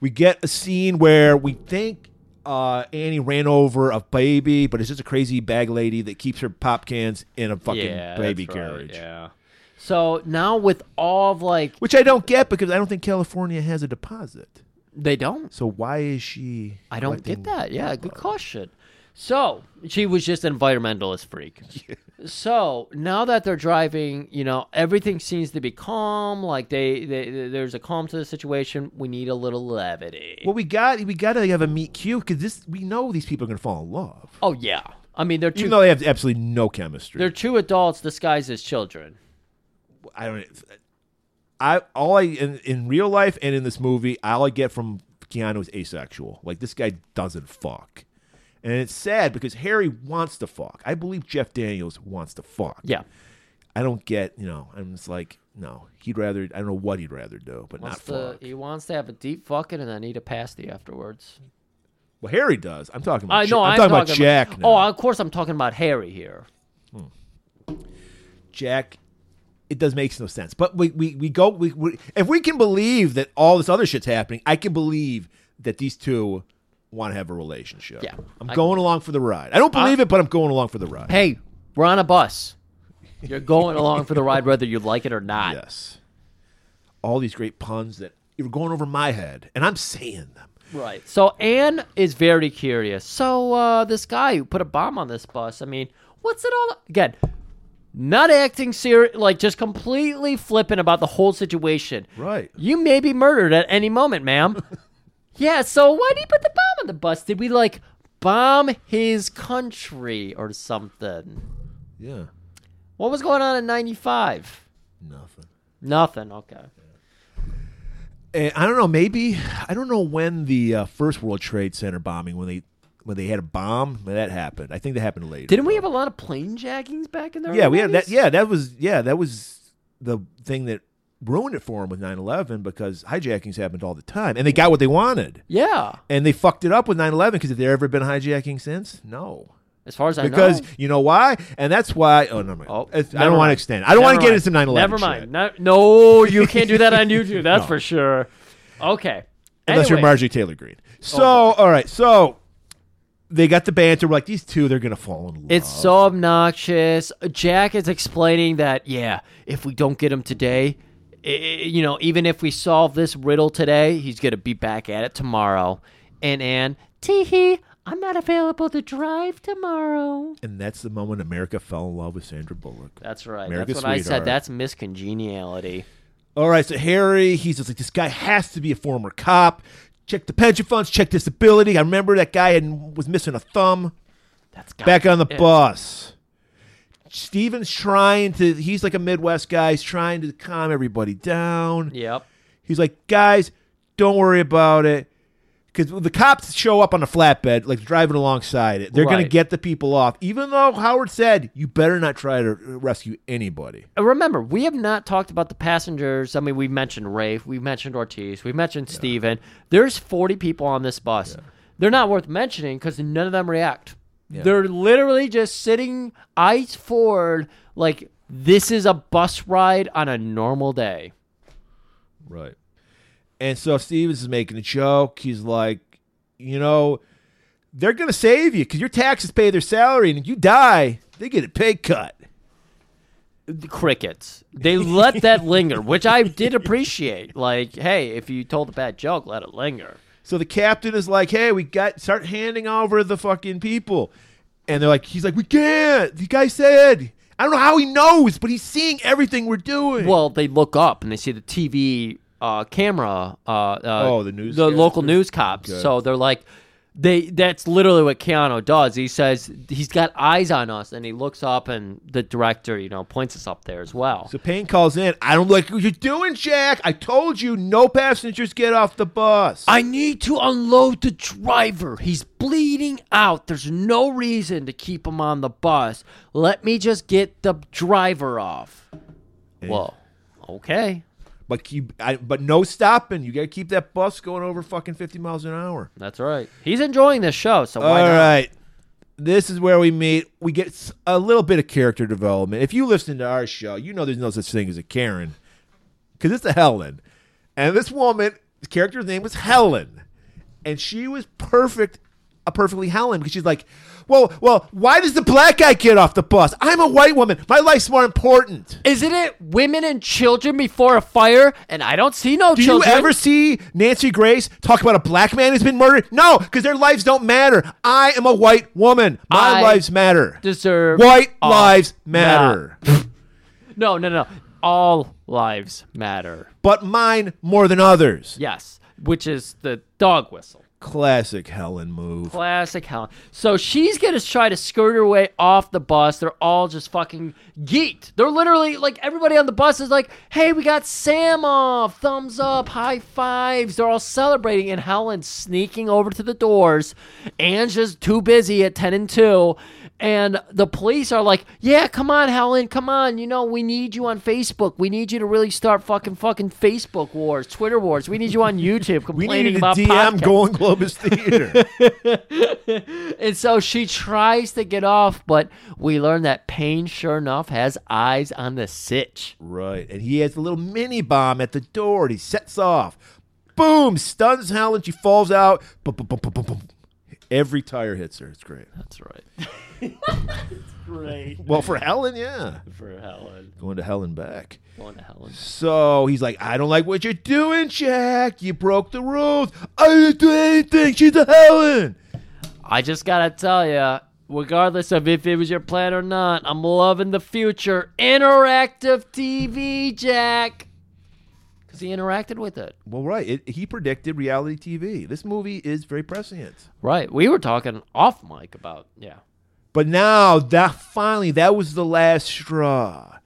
Speaker 3: We get a scene where we think uh, Annie ran over a baby, but it's just a crazy bag lady that keeps her pop cans in a fucking
Speaker 2: yeah.
Speaker 3: baby
Speaker 2: that's right,
Speaker 3: carriage.
Speaker 2: Yeah. So now with all of like
Speaker 3: Which I don't get because I don't think California has a deposit.
Speaker 2: they don't.
Speaker 3: So why is she?
Speaker 2: I don't get
Speaker 3: collecting- uh,
Speaker 2: that. Yeah, good question. So she was just an environmentalist
Speaker 3: [laughs]
Speaker 2: freak. So now that they're driving, you know, everything seems to be calm. Like they, they, they- there's a calm to the situation. We need a little levity.
Speaker 3: Well, we got we got to have a meet cute because this we know these people are gonna fall in love,
Speaker 2: oh yeah. I mean, they're two.
Speaker 3: even though they have absolutely no chemistry.
Speaker 2: they're two adults disguised as children.
Speaker 3: I don't. I all I in, in real life and in this movie, all I get from Keanu is asexual. Like this guy doesn't fuck, and it's sad because Harry wants to fuck. I believe Jeff Daniels wants to fuck.
Speaker 2: Yeah.
Speaker 3: I don't get. You know, I'm just like no. He'd rather. I don't know what he'd rather do, but
Speaker 2: Wants
Speaker 3: not
Speaker 2: to,
Speaker 3: fuck.
Speaker 2: he wants to have a deep fucking and then eat a pasty afterwards.
Speaker 3: Well, Harry does. I'm talking. About
Speaker 2: I know.
Speaker 3: I'm,
Speaker 2: I'm,
Speaker 3: talking, about Jack. now.
Speaker 2: Oh, of course, I'm talking about Harry here.
Speaker 3: Jack. It does make no sense, but we we, we go we, we if we can believe that all this other shit's happening, I can believe that these two want to have a relationship.
Speaker 2: Yeah.
Speaker 3: I'm
Speaker 2: I- Uh,
Speaker 3: going along for the ride. I don't believe it, but I'm going along for the ride.
Speaker 2: Hey, we're on a bus.
Speaker 3: [laughs]
Speaker 2: You're going along for the ride, whether you like it or not.
Speaker 3: Yes, all these great puns that you're going over my head, and I'm saying them.
Speaker 2: Right. So Anne is very curious. So uh, this guy who put a bomb on this bus, I mean, what's it all again? Not acting serious, like just completely flippant about the whole situation.
Speaker 3: Right.
Speaker 2: You may be murdered at any moment,
Speaker 3: [laughs]
Speaker 2: ma'am. yeah. So why did he put the bomb on the bus? Did we like bomb his country or something?
Speaker 3: Yeah.
Speaker 2: What was going on in '95?
Speaker 3: Nothing.
Speaker 2: Nothing. Okay.
Speaker 3: And I don't know. Maybe I don't know when the uh, first World Trade Center bombing when they when they had a bomb when that happened. I think that happened later.
Speaker 2: Didn't we have a lot of plane jackings back in there?
Speaker 3: Yeah, we had that. Yeah, that was yeah, that was the thing that ruined it for them with 9-11 because hijackings happened all the time, and they got what they wanted,
Speaker 2: Yeah.
Speaker 3: and they fucked it up with 9-11 because have there ever been hijacking since? No.
Speaker 2: As far as I know.
Speaker 3: Because you know why, and that's why. Oh, never mind.
Speaker 2: Oh,
Speaker 3: It's- I
Speaker 2: never
Speaker 3: don't want
Speaker 2: mind.
Speaker 3: to extend. I don't want to
Speaker 2: Never
Speaker 3: get
Speaker 2: mind.
Speaker 3: into 9-11
Speaker 2: Never mind.
Speaker 3: shit.
Speaker 2: No, no, you can't do that on YouTube.
Speaker 3: [laughs]
Speaker 2: That's for sure. Okay.
Speaker 3: Unless you're
Speaker 2: Anyway, Oh,
Speaker 3: Marjorie Taylor Green. So, all right. So they got the banter. We're like, these two, they're gonna fall in love.
Speaker 2: It's so
Speaker 3: Oh.
Speaker 2: obnoxious. Jack is explaining that, yeah, if we don't get him today, i- i you know, even if we solve this riddle today, he's going to be back at it tomorrow. And Anne, tee hee, I'm not available to drive tomorrow.
Speaker 3: and that's the moment America fell in love with Sandra Bullock.
Speaker 2: That's right.
Speaker 3: America's
Speaker 2: that's what I
Speaker 3: sweetheart.
Speaker 2: said. That's miscongeniality.
Speaker 3: All right, so Harry, he's just like, this guy has to be a former cop. Check the pension funds, check disability. I remember that guy had, was missing a thumb.
Speaker 2: That's got
Speaker 3: Back on the
Speaker 2: Yeah.
Speaker 3: bus. Steven's trying to, he's like a Midwest guy. He's trying to calm everybody down.
Speaker 2: Yep.
Speaker 3: He's like, guys, don't worry about it. Because the cops show up on a flatbed, like driving alongside it. They're going to
Speaker 2: Right.
Speaker 3: get the people off. Even though Howard said, you better not try to rescue anybody.
Speaker 2: Uh, remember, we have not talked about the passengers. I mean, we've mentioned Rafe, we've mentioned Ortiz, we've mentioned Steven. There's 40 people on this bus. They're not worth mentioning because none of them react. They're literally just sitting eyes forward like this is a bus ride on a normal day.
Speaker 3: Right. And so Stevens is making a joke. He's like, you know, they're going to save you because your taxes pay their salary, and if you die, they get a pay cut.
Speaker 2: The crickets. They let that linger, which I did appreciate. Like, hey, if you told a bad joke, let it linger.
Speaker 3: So the captain is like, hey, we got start handing over the fucking people. And they're like, he's like, we can't. The guy said, I don't know how he knows, but he's seeing everything we're
Speaker 2: [laughs]
Speaker 3: doing.
Speaker 2: Well, they look up and they see the TV uh, camera. Uh, uh,
Speaker 3: Oh, the news
Speaker 2: the
Speaker 3: guy.
Speaker 2: local news cops. So they're like, they. That's literally what Keanu does. He says he's got eyes on us, and he looks up, and the director, you know, points us up there as well.
Speaker 3: so Payne calls in. I don't like what you're doing, Jack. I told you, no passengers get off the bus.
Speaker 2: I need to unload the driver. He's bleeding out. There's no reason to keep him on the bus. Let me just get the driver off. Whoa. Okay.
Speaker 3: But keep, I, but no stopping. You got to keep that bus going over fucking fifty miles an hour.
Speaker 2: That's right. He's enjoying this show, so
Speaker 3: All
Speaker 2: why
Speaker 3: right,
Speaker 2: not?
Speaker 3: this is where we meet. We get s- a little bit of character development. If you listen to our show, you know there's no such thing as a Karen, because it's a Helen, and this woman, the character's name was Helen, and she was perfect, a perfectly Helen because she's like, well, well, why does the black guy get off the bus? I'm a white woman. My life's more important.
Speaker 2: Isn't it women and children before a fire? And I don't see no
Speaker 3: Do
Speaker 2: children.
Speaker 3: you ever see Nancy Grace talk about a black man who's been murdered? No, because their lives don't matter. I am a white woman. My
Speaker 2: I
Speaker 3: lives matter.
Speaker 2: deserve
Speaker 3: White
Speaker 2: all
Speaker 3: lives matter.
Speaker 2: No, no, no. All lives matter.
Speaker 3: but mine more than others.
Speaker 2: Yes, which is the dog whistle.
Speaker 3: Classic Helen move.
Speaker 2: Classic Helen. So she's gonna try to skirt her way off the bus. They're all just fucking geeked. They're literally like everybody on the bus is like, "Hey, we got Sam off! Thumbs up, high fives!" They're all celebrating, and Helen's sneaking over to the doors. Anne's just too busy at ten and two, and the police are like, "Yeah, come on, Helen, come on! You know we need you on Facebook. We need you to really start fucking fucking Facebook wars, Twitter wars. We need you on YouTube
Speaker 3: We
Speaker 2: complaining
Speaker 3: need to
Speaker 2: about
Speaker 3: DM
Speaker 2: podcasts."
Speaker 3: Golden Globus Theater. [laughs]
Speaker 2: And so she tries to get off, but we learn that Payne, sure enough, has eyes on the sitch.
Speaker 3: right. And he has a little mini bomb at the door and he sets off. Boom! Stuns Helen. She falls out. Boom, boom, boom, boom, boom, boom. Every tire hits her. It's great.
Speaker 2: That's right. Great
Speaker 3: Well, for Helen, yeah.
Speaker 2: for Helen.
Speaker 3: Going to hell and back.
Speaker 2: Going to Helen.
Speaker 3: So he's like, I don't like what you're doing, Jack. You broke the rules. I didn't do anything. She's a Helen.
Speaker 2: I just gotta tell ya, regardless of if it was your plan or not, I'm loving the future interactive TV, Jack. Because he interacted with it.
Speaker 3: Well, right. It, he predicted reality TV. This movie is very prescient.
Speaker 2: Right. We were talking off mic about yeah.
Speaker 3: But now that finally, that was the last straw.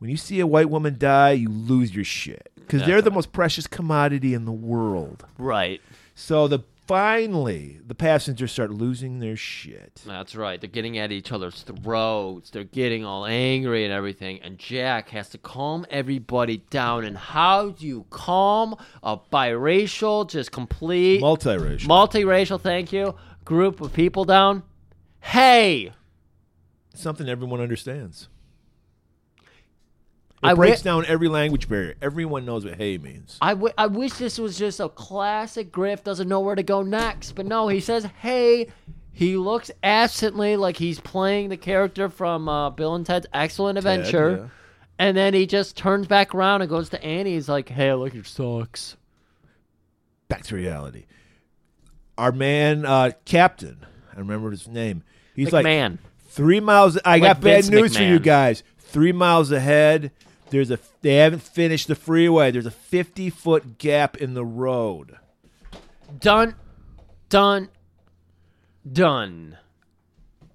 Speaker 3: When you see a white woman die, you lose your shit because they're the most precious commodity in the world.
Speaker 2: Right.
Speaker 3: So the finally, the passengers start losing their shit.
Speaker 2: That's right. They're getting at each other's throats. They're getting all angry and everything. And Jack has to calm everybody down. And how do you calm a biracial, just complete
Speaker 3: Multiracial.
Speaker 2: multiracial, thank you, group of people down? Hey,
Speaker 3: Something everyone understands. It
Speaker 2: I
Speaker 3: breaks
Speaker 2: wi-
Speaker 3: down every language barrier. Everyone knows what "hey" means.
Speaker 2: I, w- I wish this was just a classic Griff doesn't know where to go next, but no, he says, hey. He looks absently like he's playing the character from uh, Bill and Ted's Excellent Adventure.
Speaker 3: yeah.
Speaker 2: And then he just turns back around and goes to Annie. He's like, hey, I like your socks.
Speaker 3: Back to reality. Our man, uh, Captain. I remember his name. He's like
Speaker 2: McMahon.
Speaker 3: Three miles. I got bad
Speaker 2: Vince
Speaker 3: news for you
Speaker 2: McMahon.
Speaker 3: guys. Three miles ahead, there's a. They haven't finished the freeway. There's a 50 foot gap in the road.
Speaker 2: done, done, done.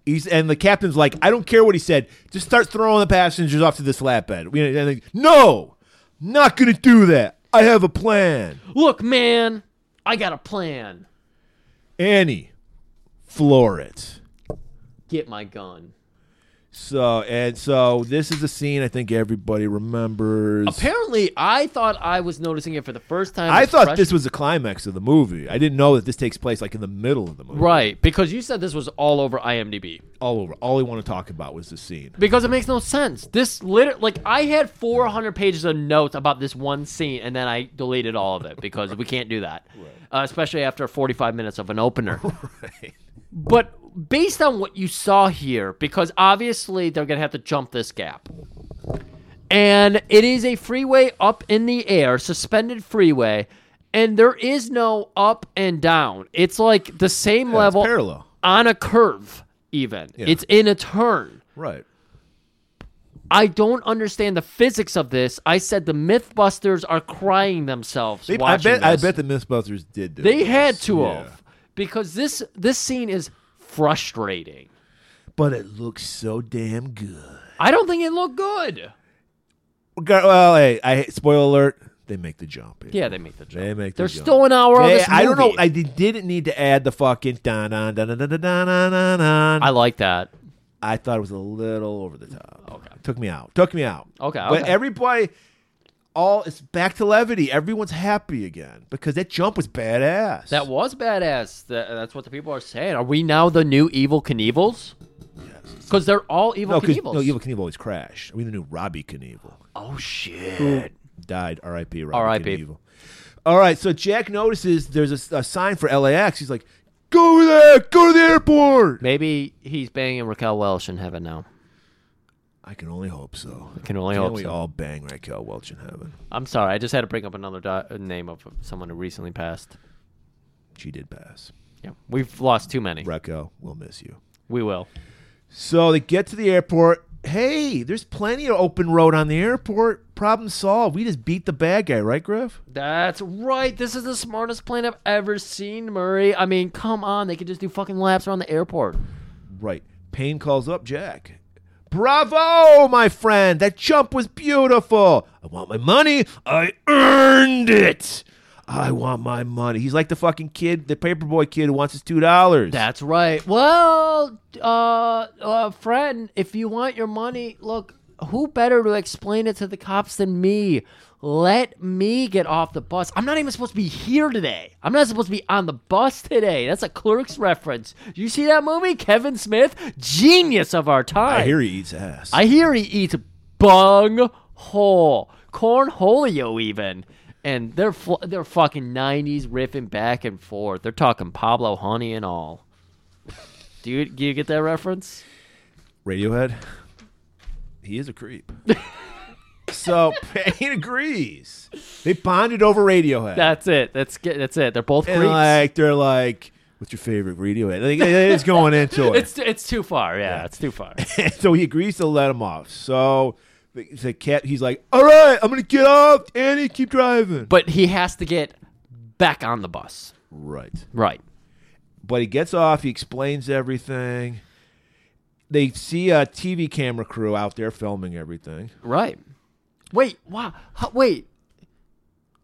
Speaker 3: He's and the captain's like, I don't care what he said. Just start throwing the passengers off to this lap bed. We, and they- no, not gonna do that. I have a plan.
Speaker 2: Look, man, I got a plan.
Speaker 3: Annie, floor it.
Speaker 2: Get my gun.
Speaker 3: So and so, this is a scene I think everybody remembers.
Speaker 2: Apparently, I thought I was noticing it for the first time.
Speaker 3: I
Speaker 2: as
Speaker 3: thought
Speaker 2: fresh-
Speaker 3: this was the climax of the movie. I didn't know that this takes place like in the middle of the movie.
Speaker 2: Right, because you said this was all over IMDb.
Speaker 3: all over. All he wanted to talk about was the scene.
Speaker 2: Because it makes no sense. This liter like I had 400 pages of notes about this one scene, and then I deleted all of
Speaker 3: [laughs]
Speaker 2: it because we can't do that, uh, especially after 45 minutes of an
Speaker 3: [laughs]
Speaker 2: opener. But based on what you saw here, because obviously they're gonna have to jump this gap, and it is a freeway up in the air, suspended freeway, and there is no up and down. It's like the same
Speaker 3: Yeah, it's
Speaker 2: level
Speaker 3: parallel.
Speaker 2: on a curve. Even it's in a turn.
Speaker 3: Right.
Speaker 2: I don't understand the physics of this. I said the MythBusters are crying themselves.
Speaker 3: They, I
Speaker 2: watching
Speaker 3: bet. I
Speaker 2: this.
Speaker 3: bet the Mythbusters did. Do
Speaker 2: they
Speaker 3: this.
Speaker 2: had to
Speaker 3: Yeah.
Speaker 2: have because this this scene is frustrating.
Speaker 3: But it looks so damn good.
Speaker 2: I don't think it looked good.
Speaker 3: Regar- Well, hey, I spoiler alert. They make the jump.
Speaker 2: Yeah, they make the jump.
Speaker 3: They make.
Speaker 2: They're
Speaker 3: the jump.
Speaker 2: still an hour of
Speaker 3: They-
Speaker 2: this
Speaker 3: I don't know.
Speaker 2: movie.
Speaker 3: I did- didn't need to add the fucking dun dun dun dun dun dun dun dun. dun.
Speaker 2: I like that.
Speaker 3: I thought it was a little over the top. Okay. Took me out. Took me out.
Speaker 2: Okay,
Speaker 3: But
Speaker 2: okay.
Speaker 3: everybody, all it's back to levity. Everyone's happy again because that jump was badass.
Speaker 2: That was badass. That, that's what the people are saying. Are we now the new evil Knievels? Because they're all evil
Speaker 3: no, 'cause-
Speaker 2: Knievels.
Speaker 3: no, Evil Knievel always crashed. We knew Robbie Knievel.
Speaker 2: Oh shit!
Speaker 3: died. R.I.P. Robert
Speaker 2: R.I.P..
Speaker 3: Knievel. All right, so Jack notices there's a, a sign for LAX. He's like, "Go there, go to the airport."
Speaker 2: Maybe he's banging Raquel Welch in heaven now.
Speaker 3: I can only hope so. I
Speaker 2: can only
Speaker 3: Can't
Speaker 2: hope
Speaker 3: we
Speaker 2: so.
Speaker 3: all bang Raquel Welch in heaven?
Speaker 2: I'm sorry. I just had to bring up another di- name of someone who recently passed.
Speaker 3: She did pass.
Speaker 2: Yeah, we've lost too many.
Speaker 3: Raquel, we'll miss you.
Speaker 2: We will.
Speaker 3: So they get to the airport. Hey, there's plenty of open road on the airport. Problem solved. We just beat the bad guy, right, Griff?
Speaker 2: That's right. This is the smartest plane I've ever seen, Murray. I mean, come on. They could just do fucking laps around the airport.
Speaker 3: Right. Payne calls up Jack. Bravo, my friend. That jump was beautiful. I want my money. I earned it. I want my money. He's like the fucking kid, the paperboy kid who wants his two dollars.
Speaker 2: That's right. Well, uh, uh, friend, if you want your money, look, who better to explain it to the cops than me? Let me get off the bus. I'm not even supposed to be here today. I'm not supposed to be on the bus today. That's a clerk's reference. You see that movie? Kevin Smith, genius of our time.
Speaker 3: I hear he eats ass.
Speaker 2: I hear he eats bung hole, cornholio even. And they're fl- they're fucking nineties riffing back and forth. They're talking Pablo Honey and all. Do you, do you get that reference?
Speaker 3: Radiohead. He is
Speaker 2: [laughs]
Speaker 3: a creep. so Payne agrees. They bonded over Radiohead.
Speaker 2: That's it. That's ge- that's it. They're both
Speaker 3: and
Speaker 2: creeps.
Speaker 3: like they're like, "What's your favorite Radiohead?" Like, it is
Speaker 2: [laughs]
Speaker 3: going into it.
Speaker 2: it's it's too far. Yeah, it's too far.
Speaker 3: so he agrees to let him off. So the, the cat, he's like, "All right, I'm gonna get off, Annie. Keep driving."
Speaker 2: but he has to get back on the bus.
Speaker 3: right.
Speaker 2: Right.
Speaker 3: But he gets off. He explains everything. They see a TV camera crew out there filming everything.
Speaker 2: Right. Wait. Wow. How, wait.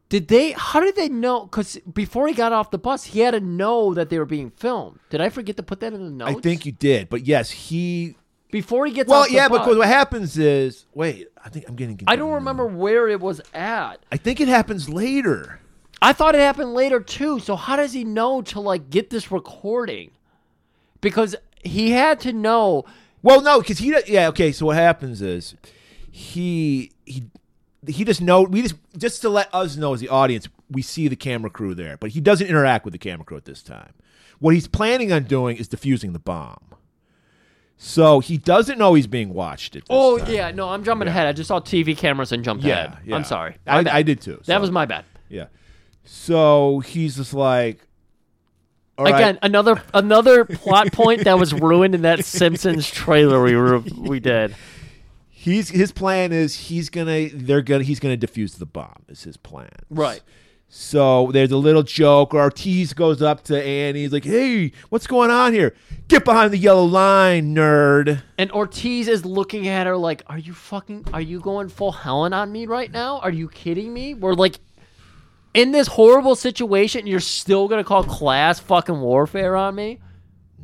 Speaker 2: Did they? How did they know? Because before he got off the bus, he had to know that they were being filmed. Did I forget to put that in the notes?
Speaker 3: I think you did, but yes, he
Speaker 2: before he gets.
Speaker 3: Well,
Speaker 2: off the
Speaker 3: yeah,
Speaker 2: bus,
Speaker 3: because what happens is wait, I think I'm getting.
Speaker 2: I don't remember where it was at.
Speaker 3: I think it happens later.
Speaker 2: I thought it happened later too. So how does he know to like get this recording? Because he had to know.
Speaker 3: Well, no, because he yeah okay. So what happens is he he he just know we just just to let us know as the audience we see the camera crew there, but he doesn't interact with the camera crew at this time. What he's planning on doing is defusing the bomb. So he doesn't know he's being watched. At this
Speaker 2: Oh
Speaker 3: time.
Speaker 2: yeah, no, I'm jumping ahead. I just saw TV cameras and jumped
Speaker 3: Yeah,
Speaker 2: ahead.
Speaker 3: yeah.
Speaker 2: I'm sorry. My
Speaker 3: I,
Speaker 2: bad.
Speaker 3: I did too.
Speaker 2: That
Speaker 3: so,
Speaker 2: was my bad.
Speaker 3: yeah. So he's just like. all right.
Speaker 2: Again, another another plot point that was ruined in that Simpsons trailer we re- we did.
Speaker 3: he's his plan is he's gonna they're gonna he's gonna defuse the bomb is his plan
Speaker 2: Right.
Speaker 3: so there's a little joke ortiz goes up to annie he's like hey what's going on here get behind the yellow line nerd
Speaker 2: And Ortiz is looking at her like, "Are you fucking? Are you going full Helen on me right now? Are you kidding me? We're like in this horrible situation. You're still gonna call class fucking warfare on me?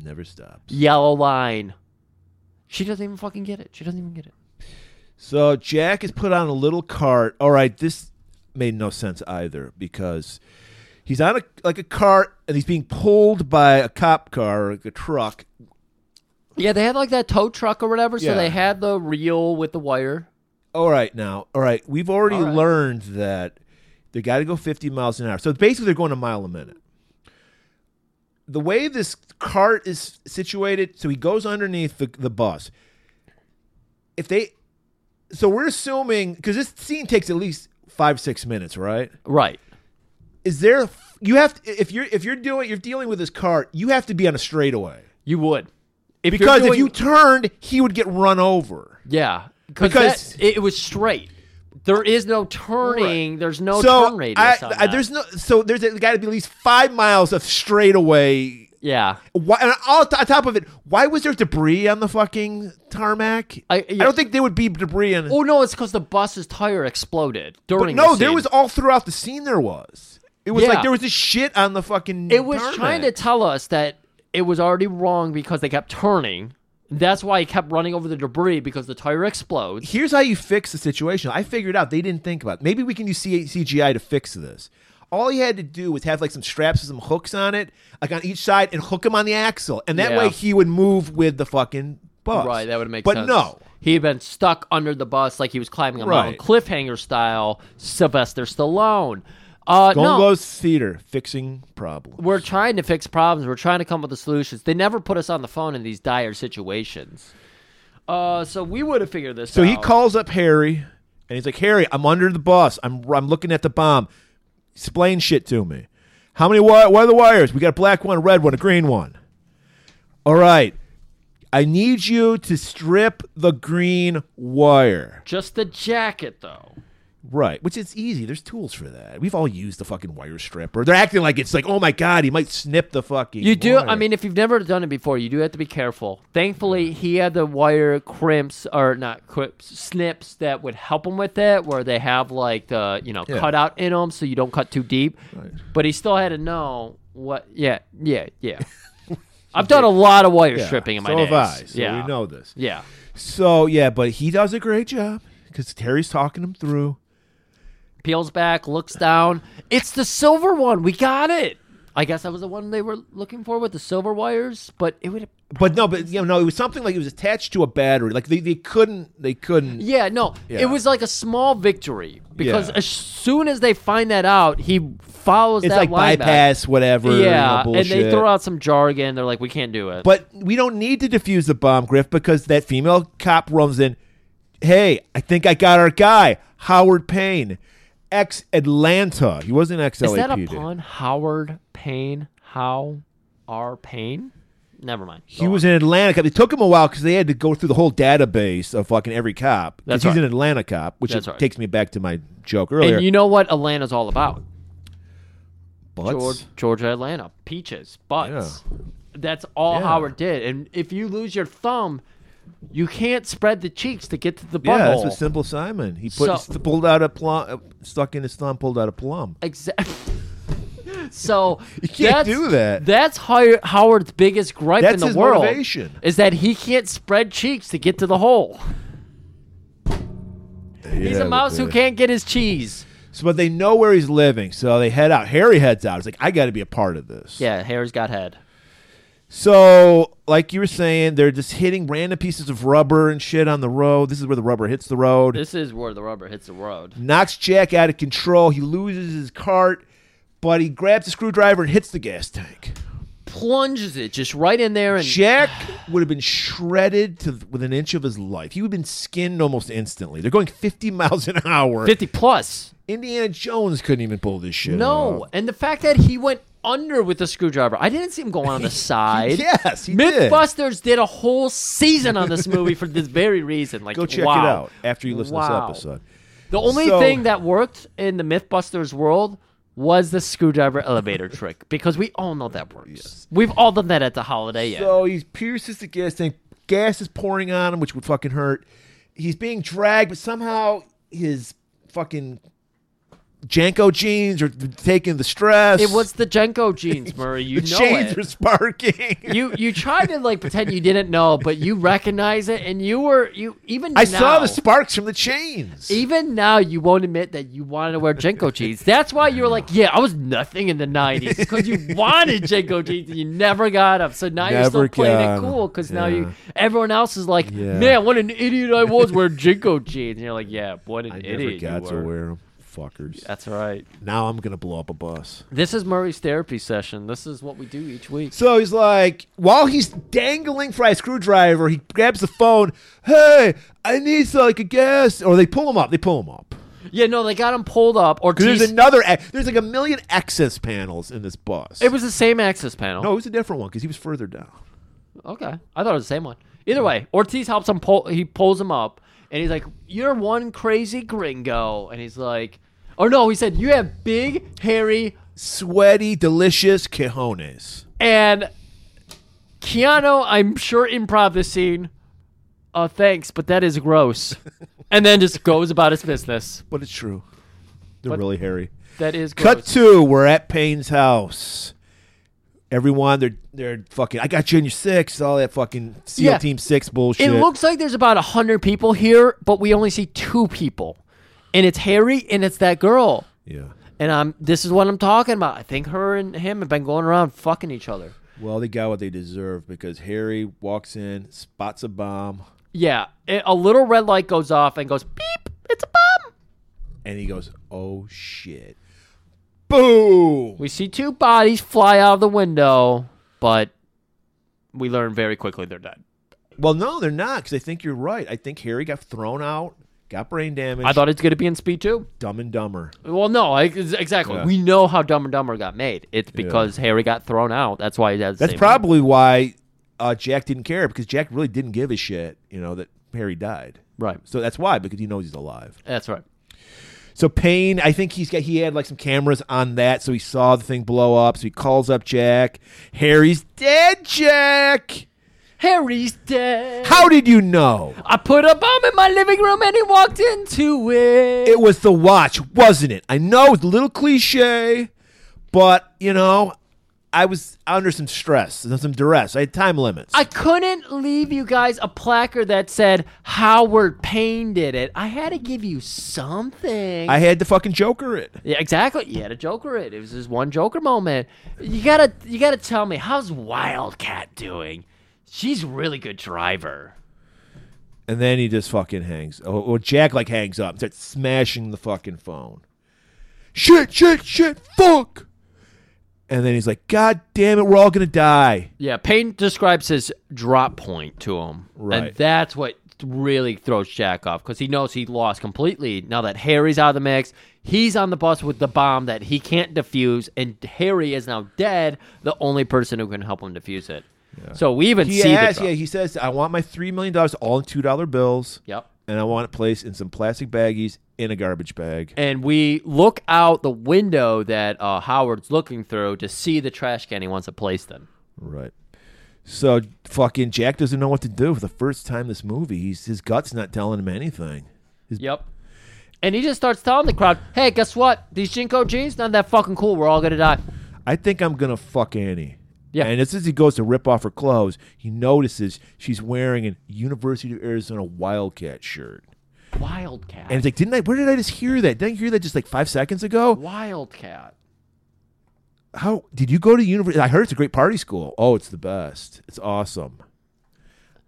Speaker 3: never stops
Speaker 2: Yellow line. She doesn't even fucking get it. She doesn't even get it.
Speaker 3: so jack is put on a little cart all right this made no sense either because he's on a like a cart and he's being pulled by a cop car or like a truck
Speaker 2: Yeah, they had like that tow truck or whatever. So
Speaker 3: Yeah.
Speaker 2: they had the reel with the wire.
Speaker 3: All right, now, all right, we've already
Speaker 2: All right.
Speaker 3: learned that they got to go 50 miles an hour. So basically, they're going a mile a minute. The way this cart is situated, so he goes underneath the, the bus. If they, so we're assuming because this scene takes at least five six minutes, right?
Speaker 2: Right.
Speaker 3: Is there you have to, if you're if you're doing you're dealing with this cart, you have to be on a straightaway
Speaker 2: You would. If you're
Speaker 3: because if
Speaker 2: doing-
Speaker 3: you turned, he would get run over.
Speaker 2: Yeah, because
Speaker 3: Because-
Speaker 2: that- it, it was straight. There is no turning. There's no Oh, turn radius.
Speaker 3: I,
Speaker 2: on
Speaker 3: I,
Speaker 2: that.
Speaker 3: there's no so there's got to be at least five miles of straightaway.
Speaker 2: yeah.
Speaker 3: Why, and all t- on top of it, why was there debris on the fucking tarmac?
Speaker 2: I- yeah.
Speaker 3: don't think there would be debris on.
Speaker 2: Oh no, it's because the bus's tire exploded
Speaker 3: but
Speaker 2: during.
Speaker 3: no,
Speaker 2: the
Speaker 3: there
Speaker 2: scene.
Speaker 3: was all throughout the scene. There was. It was
Speaker 2: Yeah.
Speaker 3: like there was this shit on the fucking.
Speaker 2: It was
Speaker 3: tarmac.
Speaker 2: trying to tell us that it was already wrong because they kept turning. That's why it kept running over the debris because the tire explodes.
Speaker 3: Here's how you fix the situation. I figured out they didn't think about. It. Maybe we can use C- CGI to fix this. All he had to do was have like some straps with some hooks on it, like on each side, and hook him on the axle, and that
Speaker 2: Yeah.
Speaker 3: way he would move with the fucking bus.
Speaker 2: Right, that would make sense.
Speaker 3: But no,
Speaker 2: he had been stuck under the bus like he was climbing a mountain,
Speaker 3: Right.
Speaker 2: cliffhanger style. Sylvester Stallone. Uh, no,
Speaker 3: Gonglo's theater fixing problem.
Speaker 2: we're trying to fix problems. We're trying to come up with the solutions. They never put us on the phone in these dire situations. Uh, so we would have figured this
Speaker 3: So
Speaker 2: out.
Speaker 3: he calls up Harry, and he's like, "Harry, I'm under the bus. I'm I'm looking at the bomb. Explain shit to me. How many wi- what are the wires? We got a black one, a red one, a green one. All right, I need you to strip the green wire.
Speaker 2: just the jacket though.
Speaker 3: Right, which is easy. There's tools for that. We've all used the fucking wire stripper. They're acting like it's like, oh my god, he might snip the fucking.
Speaker 2: You do. I
Speaker 3: wire."
Speaker 2: mean, if you've never done it before, you do have to be careful. Thankfully, he had the wire crimps or not crimps, snips that would help him with it, where they have like the you know
Speaker 3: Yeah.
Speaker 2: cutout in them so you don't cut too deep. But he still had to know what. Yeah, yeah,
Speaker 3: [laughs]
Speaker 2: yeah. I've done a lot of wire
Speaker 3: Yeah,
Speaker 2: stripping in my
Speaker 3: so
Speaker 2: days.
Speaker 3: have I. So
Speaker 2: yeah,
Speaker 3: we know this.
Speaker 2: Yeah.
Speaker 3: So yeah, but he does a great job because Terry's talking him through.
Speaker 2: peels back, looks down. It's the silver one. We got it. I guess that was the one they were looking for with the silver wires, but it would.
Speaker 3: But no, but you know, it was something like it was attached to a battery. Like they, they couldn't, they couldn't.
Speaker 2: Yeah, no,
Speaker 3: Yeah.
Speaker 2: it was like a small victory because
Speaker 3: Yeah.
Speaker 2: as soon as they find that out, he follows
Speaker 3: it's
Speaker 2: that
Speaker 3: like
Speaker 2: line back.
Speaker 3: bypass whatever. you know,
Speaker 2: Yeah, and they
Speaker 3: bullshit.
Speaker 2: throw out some jargon. They're like, we can't do it.
Speaker 3: But we don't need to defuse the bomb, Griff, because that female cop runs in. Hey, I think I got our guy, Howard Payne, ex Atlanta. He wasn't ex
Speaker 2: is that a
Speaker 3: LAPD.
Speaker 2: pun? Howard Payne? How are Payne? Never mind.
Speaker 3: He was an Atlanta cop. It took him a while because they had to go through the whole database of fucking every cop. 'Cause
Speaker 2: That's
Speaker 3: he's
Speaker 2: right.
Speaker 3: an Atlanta cop, which
Speaker 2: That's
Speaker 3: it
Speaker 2: right.
Speaker 3: takes me back to my joke earlier.
Speaker 2: And you know what Atlanta's all about?
Speaker 3: Butts.
Speaker 2: George, Georgia, Atlanta, peaches, butts. That's all
Speaker 3: Yeah.
Speaker 2: Howard did. And if you lose your thumb, you can't spread the cheeks to get to the
Speaker 3: yeah, that's
Speaker 2: butthole.
Speaker 3: what Simple Simon. He put
Speaker 2: So-
Speaker 3: pulled out a plum, uh, stuck in his thumb, pulled out a plum.
Speaker 2: exactly. [laughs] so
Speaker 3: [laughs] You can't
Speaker 2: that's-
Speaker 3: do that.
Speaker 2: That's Hi- Howard's biggest gripe in
Speaker 3: That's
Speaker 2: the
Speaker 3: his
Speaker 2: world.
Speaker 3: motivation.
Speaker 2: Is that he can't spread cheeks to get to the hole. He's
Speaker 3: Yeah,
Speaker 2: a mouse who
Speaker 3: okay.
Speaker 2: can't get his cheese.
Speaker 3: So, but they know where he's living, so they head out. Harry heads out. It's like I got to be a part of this.
Speaker 2: Yeah, Harry's got head.
Speaker 3: So, like you were saying, they're just hitting random pieces of rubber and shit on the road. This is where the rubber hits the road.
Speaker 2: This is where the rubber hits the road.
Speaker 3: knocks Jack out of control. He loses his cart, but he grabs a screwdriver and hits the gas tank.
Speaker 2: Plunges it just right in there and
Speaker 3: Jack would have been shredded to with an inch of his life. He would have been skinned almost instantly. They're going 50 miles an hour.
Speaker 2: 50 plus.
Speaker 3: Indiana Jones couldn't even pull this shit.
Speaker 2: No,
Speaker 3: off.
Speaker 2: and the fact that he went under with the screwdriver, I didn't see him go
Speaker 3: [laughs]
Speaker 2: on the side.
Speaker 3: Yes, he did.
Speaker 2: MythBusters did a whole season on this movie for this very reason. Like,
Speaker 3: Go check
Speaker 2: wow.
Speaker 3: it out after you listen
Speaker 2: Wow.
Speaker 3: to this episode.
Speaker 2: The only
Speaker 3: So-
Speaker 2: thing that worked in the MythBusters world was the screwdriver
Speaker 3: [laughs]
Speaker 2: elevator trick because we all know that works. We've all done that at the Holiday Inn.
Speaker 3: So he pierces the gas tank. Gas is pouring on him, which would fucking hurt. He's being dragged, but somehow his fucking Janko jeans are taking the stress.
Speaker 2: it was the Jenko
Speaker 3: [laughs]
Speaker 2: jeans, Murray. You
Speaker 3: the
Speaker 2: know
Speaker 3: chains
Speaker 2: it.
Speaker 3: [laughs] are sparking.
Speaker 2: you you tried to like pretend you didn't know, but you recognize it, and you were you even.
Speaker 3: [laughs] I saw
Speaker 2: now-
Speaker 3: the sparks from the chains.
Speaker 2: Even now, you won't admit that you wanted to wear
Speaker 3: [laughs]
Speaker 2: Jenko jeans. That's why you were like, "Yeah, I was nothing in the '90s because
Speaker 3: [laughs]
Speaker 2: you wanted Jenko jeans and you never got them. So now you're still
Speaker 3: Never
Speaker 2: playing
Speaker 3: got
Speaker 2: it
Speaker 3: 'em.
Speaker 2: cool because now
Speaker 3: Yeah.
Speaker 2: you everyone else is like,
Speaker 3: Yeah.
Speaker 2: "Man, what an idiot I was wearing Jenko jeans." And you're like, "Yeah, what an
Speaker 3: I
Speaker 2: idiot
Speaker 3: never
Speaker 2: you
Speaker 3: got to
Speaker 2: were."
Speaker 3: wear them. Fuckers.
Speaker 2: That's right.
Speaker 3: Now I'm gonna blow up a bus.
Speaker 2: This is Murray's therapy session. This is what we do each week.
Speaker 3: So he's like, while he's dangling for a screwdriver, he grabs the phone. Hey, I need some, like a gas. Or they pull him up. They pull him up.
Speaker 2: Yeah, no, they got him pulled up. Or
Speaker 3: Because there's
Speaker 2: teased-
Speaker 3: another. ac- There's like a million access panels in this bus.
Speaker 2: it was the same access panel.
Speaker 3: no, it was a different one because he was further down.
Speaker 2: Okay, I thought it was the same one. Either way, Ortiz helps him pull. He pulls him up, and he's like, "You're one crazy gringo," and he's like, "Or no," he said, "You have big, hairy,
Speaker 3: Sweaty, delicious cojones.
Speaker 2: and Keanu." I'm sure improv this scene. Uh, thanks, but that is gross. and then just goes about his business.
Speaker 3: But it's true. They're really hairy.
Speaker 2: That is gross.
Speaker 3: Cut two. We're at Payne's house. Everyone, they're they're fucking. I got you in your six. All that fucking SEAL
Speaker 2: Yeah.
Speaker 3: Team Six bullshit.
Speaker 2: It looks like there's about a hundred people here, but we only see two people, and it's Harry and it's that girl.
Speaker 3: Yeah.
Speaker 2: And I'm this is what I'm talking about. I think her and him have been going around fucking each other.
Speaker 3: Well, they got what they deserve because Harry walks in, spots a bomb,
Speaker 2: Yeah, it- a little red light goes off and goes beep. It's a bomb.
Speaker 3: and he goes, "Oh shit!" Boom.
Speaker 2: We see two bodies fly out of the window, but we learn very quickly they're dead.
Speaker 3: Well, no, they're not because I think you're right. I think Harry got thrown out, got brain damage.
Speaker 2: I thought it's gonna be in Speed Two.
Speaker 3: Dumb and Dumber.
Speaker 2: Well, no, I, ex- exactly.
Speaker 3: Yeah.
Speaker 2: We know how Dumb and Dumber got made. It's because Harry got thrown out. That's why he has. the
Speaker 3: That's
Speaker 2: same-
Speaker 3: probably why uh, Jack didn't care because Jack really didn't give a shit. You know that Harry died.
Speaker 2: right.
Speaker 3: So that's why, because he knows he's alive.
Speaker 2: That's right.
Speaker 3: So Payne, I think he's got he had like some cameras on that, so he saw the thing blow up. So he calls up Jack. Harry's dead, Jack.
Speaker 2: Harry's dead.
Speaker 3: How did you know?
Speaker 2: I put a bomb in my living room and he walked into it.
Speaker 3: It was the watch, wasn't it? I know it's a little cliche, but you know, I was under some stress, and some duress. I had time limits.
Speaker 2: I couldn't leave you guys a placard that said Howard Payne did it. I had to give you something.
Speaker 3: I had to fucking Joker it.
Speaker 2: yeah, exactly. You had a Joker it. It was this one Joker moment. You gotta, you gotta tell me how's Wildcat doing? She's a really good driver.
Speaker 3: And then he just fucking hangs. Or, or Jack like hangs up, and starts smashing the fucking phone. shit, shit, shit, fuck. And then he's like, God damn it, we're all gonna die.
Speaker 2: Yeah, Payne describes his drop point to him.
Speaker 3: Right.
Speaker 2: And that's what really throws Jack off because he knows he lost completely. Now that Harry's out of the mix, he's on the bus with the bomb that he can't defuse, and Harry is now dead, the only person who can help him defuse it. So we even
Speaker 3: He
Speaker 2: see
Speaker 3: asks,
Speaker 2: the drop.
Speaker 3: yeah, he says, I want my three million dollars all in two dollar bills.
Speaker 2: Yep.
Speaker 3: And I want it placed in some plastic baggies in a garbage bag.
Speaker 2: And we look out the window that uh, Howard's looking through to see the trash can he wants to place them.
Speaker 3: Right. So fucking Jack doesn't know what to do for the first time this movie. He's his gut's not telling him anything.
Speaker 2: Yep. And he just starts telling the crowd, hey, guess what? These Jinko jeans, not that fucking cool. We're all going to die.
Speaker 3: I think I'm gonna fuck Annie.
Speaker 2: Yeah.
Speaker 3: And as soon as he goes to rip off her clothes, he notices she's wearing a University of Arizona Wildcat shirt.
Speaker 2: Wildcat.
Speaker 3: And it's like, didn't I? Where did I just hear that? Didn't I hear that just like five seconds ago?
Speaker 2: Wildcat.
Speaker 3: How did you go to university? I heard it's a great party school. Oh, it's the best. It's awesome.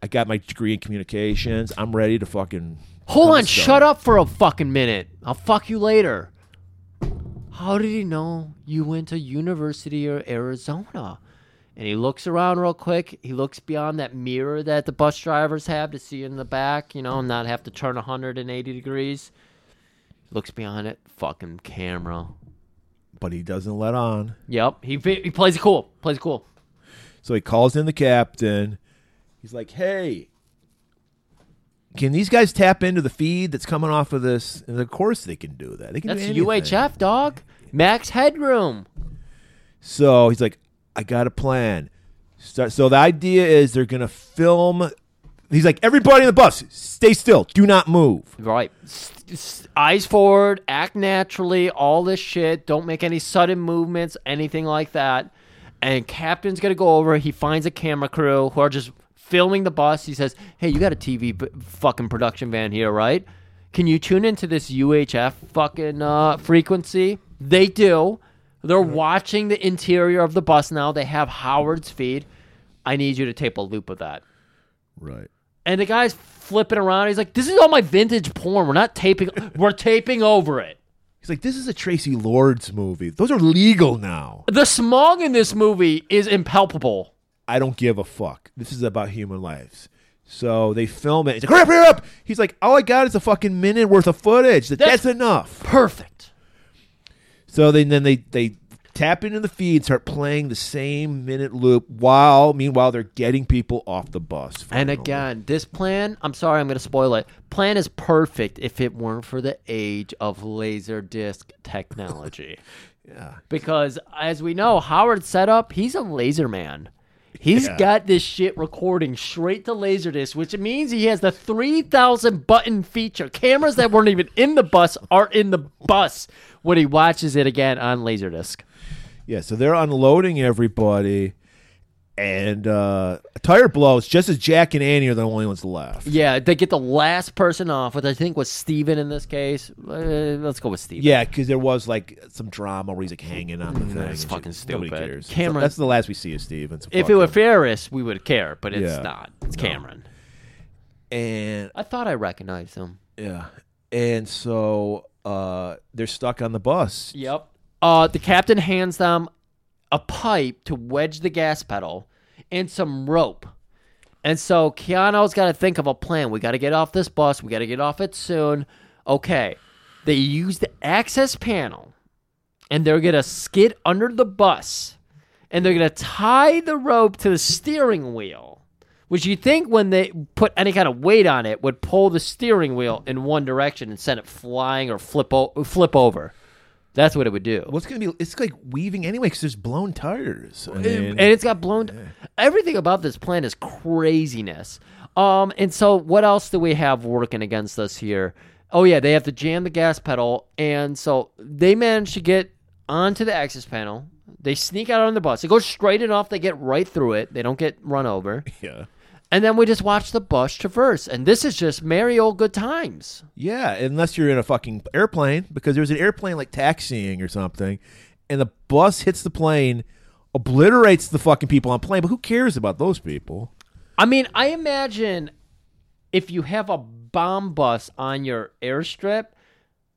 Speaker 3: I got my degree in communications. I'm ready to fucking.
Speaker 2: Hold
Speaker 3: I'm
Speaker 2: on,
Speaker 3: stoned.
Speaker 2: shut up for a fucking minute. I'll fuck you later. How did he know you went to University of Arizona? And he looks around real quick. He looks beyond that mirror that the bus drivers have to see in the back, you know, and not have to turn 180 degrees. Looks beyond it. Fucking camera.
Speaker 3: But he doesn't let on.
Speaker 2: Yep. He, he plays it cool. Plays it cool.
Speaker 3: So he calls in the captain. He's like, "Hey, can these guys tap into the feed that's coming off of this?" And of course, they can do that. They can
Speaker 2: That's
Speaker 3: do anything.
Speaker 2: UHF, dog. Max Headroom.
Speaker 3: So he's like, "I got a plan." So, so the idea is they're gonna film. He's like, "Everybody in the bus, stay still. Do not move."
Speaker 2: Right. S- s- eyes forward, act naturally, all this shit. Don't make any sudden movements, anything like that. And Captain's going to go over. He finds a camera crew who are just filming the bus. He says, Hey, you got a TV b- fucking production van here, right? Can you tune into this UHF fucking uh, frequency? They do. They're watching the interior of the bus now. They have Howard's feed. I need you to tape a loop of that.
Speaker 3: Right.
Speaker 2: And the guy's flipping around. He's like, "This is all my vintage porn. We're not taping. We're taping over it."
Speaker 3: He's like, "This is a Tracy Lords movie. Those are legal now.
Speaker 2: The smog in this movie is impalpable.
Speaker 3: I don't give a fuck. This is about human lives." So they film it. He's like, "Hurry up, hurry up!" He's like, "All I got is a fucking minute worth of footage. That,
Speaker 2: That's-
Speaker 3: that's enough."
Speaker 2: Perfect.
Speaker 3: So then, then they they tap into the feed, start playing the same minute loop while meanwhile they're getting people off the bus.
Speaker 2: And again, this plan. I'm sorry, I'm going to spoil it. Plan is perfect if it weren't for the age of laser disc technology. [laughs] yeah. Because as we know, Howard's setup. He's a laser man. He's got this shit recording straight to Laserdisc, which means he has the 3,000 button feature. Cameras that weren't even in the bus are in the bus when he watches it again on Laserdisc.
Speaker 3: yeah, so they're unloading everybody, and uh, a tire blows just as Jack and Annie are the only ones left.
Speaker 2: Yeah, they get the last person off, which I think was Steven in this case. Uh, let's go with Steven.
Speaker 3: Yeah, because there was like some drama where he's like hanging on the thing.
Speaker 2: Mm, That's
Speaker 3: and
Speaker 2: fucking
Speaker 3: shit. Nobody
Speaker 2: stupid.
Speaker 3: cares. So
Speaker 2: Cameron-
Speaker 3: that's the last we see of Steve. It's
Speaker 2: If it
Speaker 3: fucking-
Speaker 2: were Ferris, we would care, but it's
Speaker 3: Yeah.
Speaker 2: not. It's Cameron.
Speaker 3: and
Speaker 2: I thought I recognized him.
Speaker 3: yeah, and so uh, they're stuck on the bus.
Speaker 2: Yep. Uh, the captain hands them a pipe to wedge the gas pedal and some rope. And so Keanu's got to think of a plan. We got to get off this bus. We got to get off it soon. Okay. They use the access panel and they're going to skid under the bus and they're going to tie the rope to the steering wheel, which you think when they put any kind of weight on it would pull the steering wheel in one direction and send it flying or flip, o- flip over. That's what it would do.
Speaker 3: What's gonna be? It's like weaving anyway because there's blown tires. I
Speaker 2: It-
Speaker 3: mean-
Speaker 2: and it's got blown. Everything about this plan is craziness. Um, and so what else do we have working against us here? Oh yeah, they have to jam the gas pedal, and so they manage to get onto the access panel. They sneak out on the bus. It goes straight enough. They get right through it. They don't get run over.
Speaker 3: yeah.
Speaker 2: And then we just watch the bus traverse. And this is just merry old good times.
Speaker 3: Yeah, unless you're in a fucking airplane because there's an airplane like taxiing or something, and the bus hits the plane, obliterates the fucking people on plane. But who cares about those people?
Speaker 2: I mean, I imagine if you have a bomb bus on your airstrip,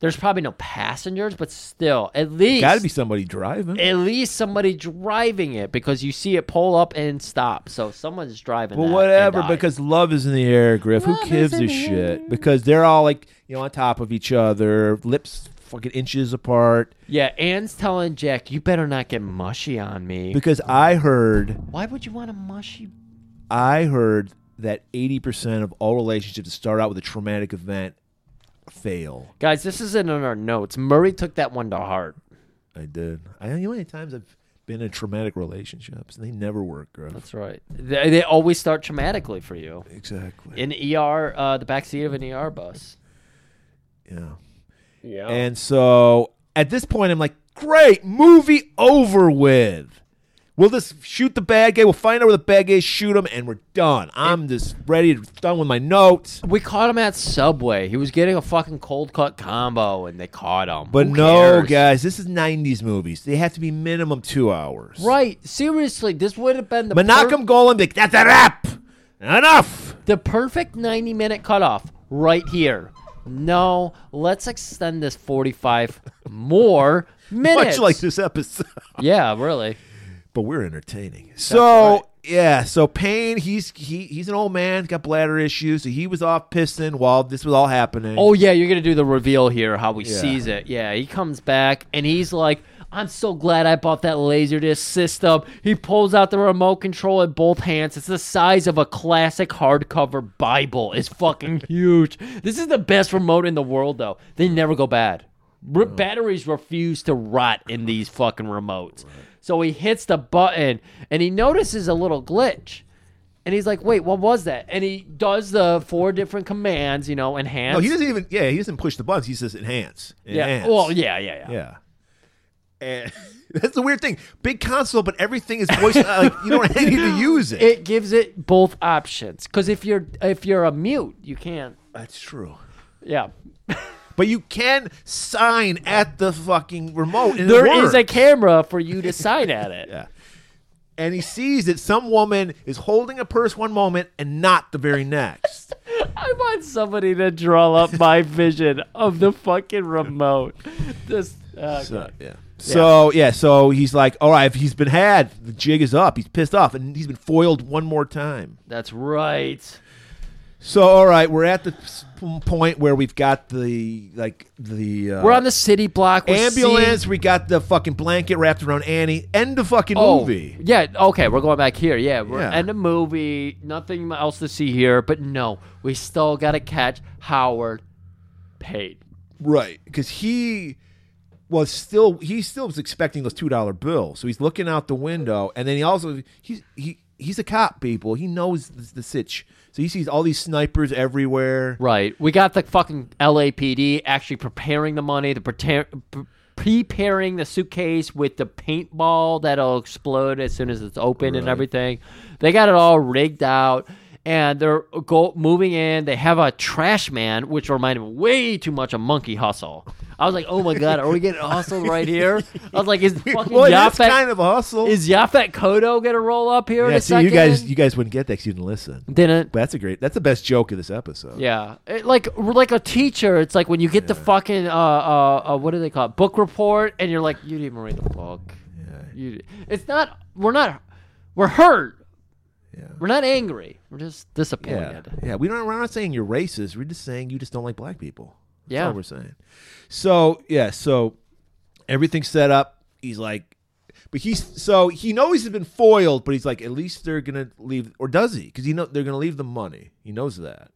Speaker 2: There's probably no passengers, but still, at least
Speaker 3: Got to be somebody driving.
Speaker 2: at least somebody driving it because you see it pull up and stop. So someone's driving.
Speaker 3: Well,
Speaker 2: that
Speaker 3: whatever,
Speaker 2: and I-
Speaker 3: because love is in the air, Griff. Who gives a shit? Because they're all like, you know, on top of each other, lips fucking inches apart.
Speaker 2: yeah, Anne's telling Jack, "You better not get mushy on me."
Speaker 3: Because I heard,
Speaker 2: Why would you want a mushy?
Speaker 3: I heard that 80% of all relationships that start out with a traumatic event fail.
Speaker 2: Guys, this isn't in our notes. Murray took that one to heart.
Speaker 3: I did. I you know how many times I've been in traumatic relationships, and they never work, Griff.
Speaker 2: That's right. They, they always start traumatically for you.
Speaker 3: Exactly.
Speaker 2: In ER, uh, the backseat of an ER bus.
Speaker 3: yeah.
Speaker 2: Yeah.
Speaker 3: And so at this point, I'm like, great, movie over with. We'll just shoot the bad guy. We'll find out where the bad guy is, shoot him, and we're done. I'm just ready to done with my notes.
Speaker 2: we caught him at Subway. He was getting a fucking cold cut combo, and they caught him.
Speaker 3: But
Speaker 2: Who
Speaker 3: no,
Speaker 2: cares?
Speaker 3: guys, this is 90s movies. They have to be minimum two hours.
Speaker 2: Right? Seriously, this would have been the per-
Speaker 3: Menachem Golem, like, that's a wrap. Enough.
Speaker 2: the perfect 90 minute cutoff right here. No, let's extend this 45 more minutes.
Speaker 3: [laughs] Much like this episode. [laughs]
Speaker 2: Yeah, really.
Speaker 3: but we're entertaining. so
Speaker 2: right.
Speaker 3: yeah, so Payne, he's he he's an old man, got bladder issues, so he was off pissing while this was all happening.
Speaker 2: Oh, yeah, you're going to do the reveal here, how he
Speaker 3: Yeah.
Speaker 2: sees it. Yeah, he comes back and he's like, I'm so glad I bought that Laserdisc system. He pulls out the remote control in both hands. It's the size of a classic hardcover Bible. It's
Speaker 3: [laughs]
Speaker 2: fucking huge. This is the best remote in the world, though. They never go bad.
Speaker 3: Oh.
Speaker 2: R- Batteries refuse to rot in these fucking remotes. So he hits the button and he notices a little glitch. And he's like, wait, what was that? And he does the four different commands, you know, enhance.
Speaker 3: No, Oh, he doesn't even. Yeah, he doesn't push the buttons. He says enhance.
Speaker 2: Yeah.
Speaker 3: enhance.
Speaker 2: Well, yeah, yeah, yeah.
Speaker 3: Yeah. And [laughs] that's the weird thing. Big console, but everything is voice. uh, like, you don't [laughs] need
Speaker 2: [laughs]
Speaker 3: to use it.
Speaker 2: It gives it both options because if you're if you're a mute, you can't.
Speaker 3: That's true.
Speaker 2: Yeah,
Speaker 3: But you can sign at the fucking remote. And
Speaker 2: there
Speaker 3: it
Speaker 2: is a
Speaker 3: works.
Speaker 2: camera for you to sign at it.
Speaker 3: [laughs] Yeah. And he sees that some woman is holding a purse one moment and not the
Speaker 2: [laughs]
Speaker 3: very next.
Speaker 2: I want somebody to draw up my vision of the fucking remote. This. Uh,
Speaker 3: So yeah. So yeah. So he's like, all right, if he's been had. The jig is up. He's pissed off, and he's been foiled one more time.
Speaker 2: That's right.
Speaker 3: So all right, we're at the s- point where we've got the like the uh,
Speaker 2: We're on the city block. We're
Speaker 3: ambulance.
Speaker 2: seeing-
Speaker 3: We got the fucking blanket wrapped around Annie. End of fucking
Speaker 2: Oh,
Speaker 3: movie.
Speaker 2: yeah. Okay, we're going back here. Yeah, we're
Speaker 3: Yeah.
Speaker 2: end of movie. Nothing else to see here. But no, we still gotta catch Howard Payne.
Speaker 3: Right, because he was still he still was expecting those two dollar bills. So he's looking out the window, and then he also he's he. He's a cop, people. He knows the, the sitch. So he sees all these snipers everywhere.
Speaker 2: Right. We got the fucking LAPD actually preparing the money, the prete- pre- preparing the suitcase with the paintball that'll explode as soon as it's open and everything. They got it all rigged out. And they're go- moving in. They have a trash man, which reminded me way too much of Monkey Hustle. I was like, "Oh my god, are we getting hustled right here?" I was like,
Speaker 3: [laughs]
Speaker 2: "Is fucking
Speaker 3: Well, that's
Speaker 2: Yaphet
Speaker 3: kind of a hustle.
Speaker 2: is Yaphet Kodo gonna roll up here?" in
Speaker 3: yeah,
Speaker 2: a
Speaker 3: see, you
Speaker 2: second?
Speaker 3: guys, you guys wouldn't get that 'cause you didn't listen.
Speaker 2: didn't.
Speaker 3: But that's a great. That's the best joke of this episode.
Speaker 2: Yeah, It- like like a teacher. It's like when you get the fucking uh, uh uh what do they call it book report, and you're like, you didn't even read the book. Yeah. You, it's not. We're not. We're hurt.
Speaker 3: Yeah.
Speaker 2: We're not angry. We're just
Speaker 3: Yeah,
Speaker 2: disappointed.
Speaker 3: yeah. We don't. We're not saying you're racist. We're just saying you just don't like black people. That's
Speaker 2: Yeah.
Speaker 3: all we're saying. So yeah. So everything's set up. He's like, but he's so he knows he's been foiled, but he's like, at least they're gonna leave, or does he? Because he know they're gonna leave the money. He knows that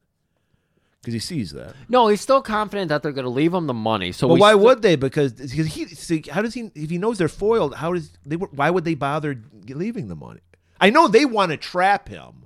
Speaker 3: because he sees that.
Speaker 2: No, he's still confident that they're gonna leave him the money. So
Speaker 3: But
Speaker 2: we
Speaker 3: why
Speaker 2: st-
Speaker 3: would they? Because because he see, how does he if he knows they're foiled? How does they? Why would they bother leaving the money? I know they want to trap him.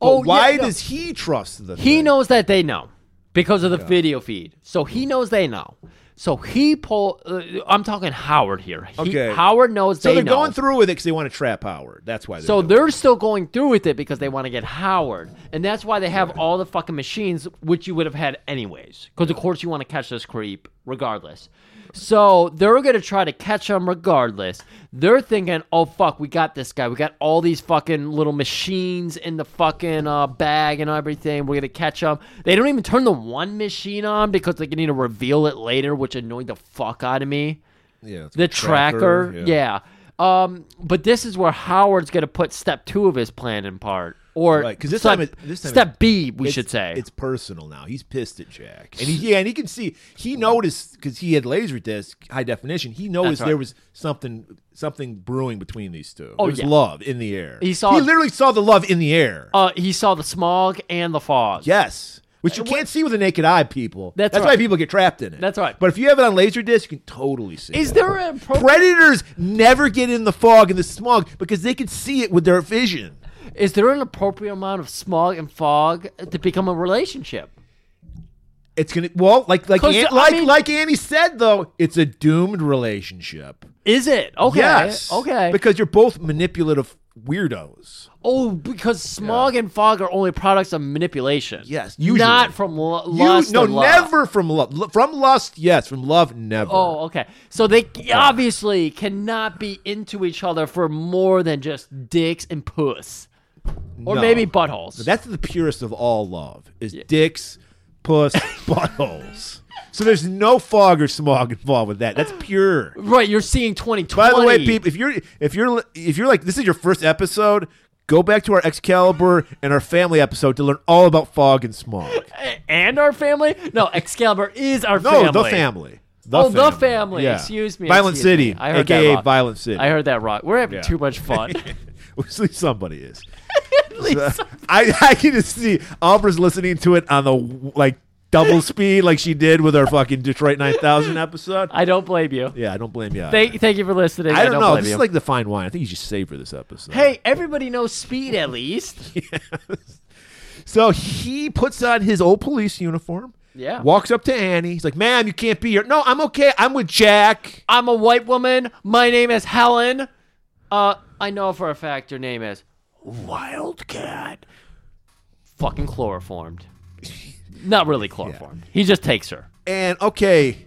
Speaker 3: But
Speaker 2: Oh, yeah,
Speaker 3: why
Speaker 2: no.
Speaker 3: does he trust the?
Speaker 2: He
Speaker 3: thing?
Speaker 2: knows that they know because of the video feed. So he knows they know. So he pull. Uh, I'm talking Howard here. He-
Speaker 3: Okay.
Speaker 2: Howard knows
Speaker 3: So
Speaker 2: they
Speaker 3: they're
Speaker 2: know.
Speaker 3: going through with it because they want to trap Howard. That's why. They're
Speaker 2: So
Speaker 3: doing
Speaker 2: they're still going through with it because they want to get Howard, and that's why they have all the fucking machines, which you would have had anyways. Because of course you want to catch this creep, regardless. So they're going to try to catch him regardless. They're thinking, oh, fuck, we got this guy. We got all these fucking little machines in the fucking uh, bag and everything. We're going to catch him. They don't even turn the one machine on because they need to reveal it later, which annoyed the fuck out of me
Speaker 3: Yeah, it's
Speaker 2: the
Speaker 3: a
Speaker 2: tracker, yeah. Um, but this is where Howard's going to put step two of his plan in part, or
Speaker 3: Right, 'cause this
Speaker 2: step,
Speaker 3: time it- this time
Speaker 2: step
Speaker 3: it-
Speaker 2: B, we
Speaker 3: It's-
Speaker 2: should say.
Speaker 3: it's personal now. He's pissed at Jack, and he, yeah, and he can see. He noticed because he had laserdisc high definition. He noticed
Speaker 2: right.
Speaker 3: there was something something brewing between these two.
Speaker 2: Oh,
Speaker 3: there was
Speaker 2: yeah.
Speaker 3: love in the air.
Speaker 2: He saw-
Speaker 3: He literally saw the love in the air.
Speaker 2: uh, he saw the smog and the fog.
Speaker 3: yes. Which you can't see with the naked eye, people.
Speaker 2: That's
Speaker 3: That's why
Speaker 2: right.
Speaker 3: people get trapped in it.
Speaker 2: That's right.
Speaker 3: But if you have it on laserdisc, you can totally see.
Speaker 2: Is
Speaker 3: it.
Speaker 2: there an appro-
Speaker 3: predators never get in the fog and the smog because they can see it with their vision?
Speaker 2: is there an appropriate amount of smog and fog to become a relationship?
Speaker 3: It's gonna well, like like
Speaker 2: 'Cause,
Speaker 3: An-
Speaker 2: I
Speaker 3: like
Speaker 2: mean-
Speaker 3: like Annie said though, it's a doomed relationship.
Speaker 2: Is it okay?
Speaker 3: Yes,
Speaker 2: okay.
Speaker 3: because you're both manipulative weirdos.
Speaker 2: oh, because smog and fog are only products of manipulation.
Speaker 3: Yes, usually.
Speaker 2: not from lo-
Speaker 3: You-
Speaker 2: lust.
Speaker 3: no,
Speaker 2: or love.
Speaker 3: never from love. Lo- From lust, yes. From love, never.
Speaker 2: Oh, okay. So they obviously cannot be into each other for more than just dicks and puss, or
Speaker 3: No.
Speaker 2: maybe buttholes.
Speaker 3: that's the purest of all love is dicks,
Speaker 2: [laughs]
Speaker 3: puss, buttholes. So there's no fog or smog involved with that. That's pure.
Speaker 2: right. You're seeing 2020.
Speaker 3: By the way, people, if you're if you're if you're like this is your first episode, go back to our Excalibur and our family episode to learn all about fog and smog.
Speaker 2: and our family. No, Excalibur is our
Speaker 3: No,
Speaker 2: family.
Speaker 3: the family. The
Speaker 2: oh, the family. Excuse me.
Speaker 3: Violent
Speaker 2: excuse
Speaker 3: City,
Speaker 2: me. I heard
Speaker 3: aka
Speaker 2: that wrong.
Speaker 3: Violent City. [laughs]
Speaker 2: I heard that wrong. We're having
Speaker 3: Yeah.
Speaker 2: too much
Speaker 3: [laughs]
Speaker 2: fun. [laughs]
Speaker 3: At least somebody is. I, [laughs] I can just see Aubra's listening to it on the like
Speaker 2: [laughs]
Speaker 3: double speed, like she did with our fucking Detroit 9000 episode.
Speaker 2: I don't blame you.
Speaker 3: yeah, I don't blame you.
Speaker 2: Thank, thank you for listening.
Speaker 3: I don't, know.
Speaker 2: blame
Speaker 3: This
Speaker 2: you.
Speaker 3: is like the fine wine. I think you should savor this episode.
Speaker 2: hey, everybody knows speed at least.
Speaker 3: So he puts on his old police uniform.
Speaker 2: Yeah.
Speaker 3: Walks up to Annie. He's like, "Ma'am, you can't be here." No, I'm okay. I'm with Jack.
Speaker 2: I'm a white woman. My name is Helen. Uh, I know for a fact your name is
Speaker 3: Wildcat.
Speaker 2: fucking chloroformed. Not really chloroformed. He just takes her.
Speaker 3: And okay,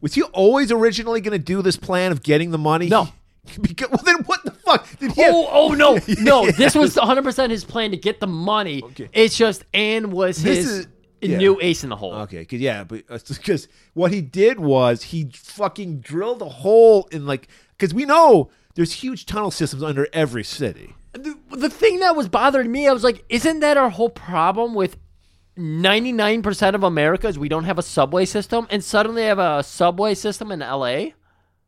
Speaker 3: was he always originally going to do this plan of getting the money?
Speaker 2: No.
Speaker 3: [laughs] because well, then what the fuck did he?
Speaker 2: Oh,
Speaker 3: have-
Speaker 2: oh
Speaker 3: [laughs]
Speaker 2: no, no! This was 100 percent his plan to get the money. It's just Anne was
Speaker 3: This
Speaker 2: his
Speaker 3: is- yeah.
Speaker 2: new ace in the hole.
Speaker 3: Okay, because yeah, but [laughs] because what he did was he fucking drilled a hole in like because we know there's huge tunnel systems under every city.
Speaker 2: The, the thing that was bothering me, I was like, isn't that our whole problem with 99% of America is we don't have a subway system, and suddenly I have a subway system in LA?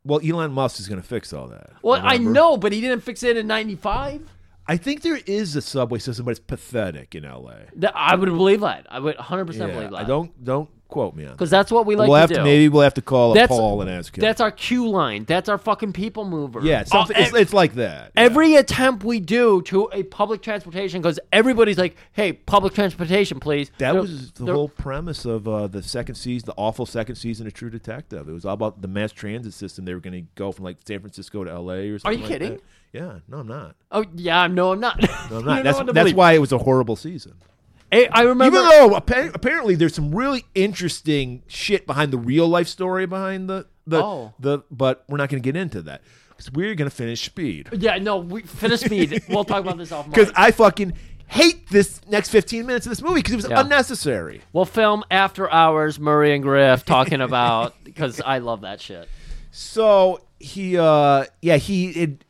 Speaker 3: Well, Elon Musk is going to fix all that.
Speaker 2: Well, I
Speaker 3: remember?
Speaker 2: know, but he didn't fix it in 95.
Speaker 3: I think there is a subway system, but it's pathetic in LA.
Speaker 2: That- I would believe that. I would 100%
Speaker 3: Yeah,
Speaker 2: believe that.
Speaker 3: I don't don't quote me on. that.
Speaker 2: because that's what we like
Speaker 3: we'll
Speaker 2: to
Speaker 3: have
Speaker 2: do.
Speaker 3: to maybe we'll have to call up
Speaker 2: That's-
Speaker 3: Paul and ask him.
Speaker 2: That's our cue line. That's our fucking people mover.
Speaker 3: yeah, it's something,
Speaker 2: Oh,
Speaker 3: it's, it's like that. Yeah.
Speaker 2: Every attempt we do to a public transportation, because everybody's like, "Hey, public transportation, please."
Speaker 3: That
Speaker 2: They're-
Speaker 3: was the
Speaker 2: they're-
Speaker 3: whole premise of uh, the second season, the awful second season of True Detective. It was all about the mass transit system. They were going to go from like San Francisco to L.A. or something.
Speaker 2: you
Speaker 3: like
Speaker 2: kidding?
Speaker 3: that. Yeah, no, I'm not.
Speaker 2: Oh yeah, no, I'm not.
Speaker 3: No,
Speaker 2: [laughs] You
Speaker 3: I'm
Speaker 2: don't
Speaker 3: not. that's
Speaker 2: know what to
Speaker 3: that's
Speaker 2: believe.
Speaker 3: why it was a horrible season.
Speaker 2: Hey, I remember.
Speaker 3: Even though appa- apparently there's some really interesting shit behind the real life story behind the the
Speaker 2: Oh.
Speaker 3: the, but we're not going to get into that because we're going to finish Speed
Speaker 2: yeah, no, we finish
Speaker 3: [laughs]
Speaker 2: speed. we'll talk about this off.
Speaker 3: because
Speaker 2: mic.
Speaker 3: I fucking hate this next 15 minutes of this movie because it was
Speaker 2: Yeah.
Speaker 3: unnecessary.
Speaker 2: we'll film after hours. Murray and Griff talking about because I love that shit.
Speaker 3: So he, uh, yeah, he it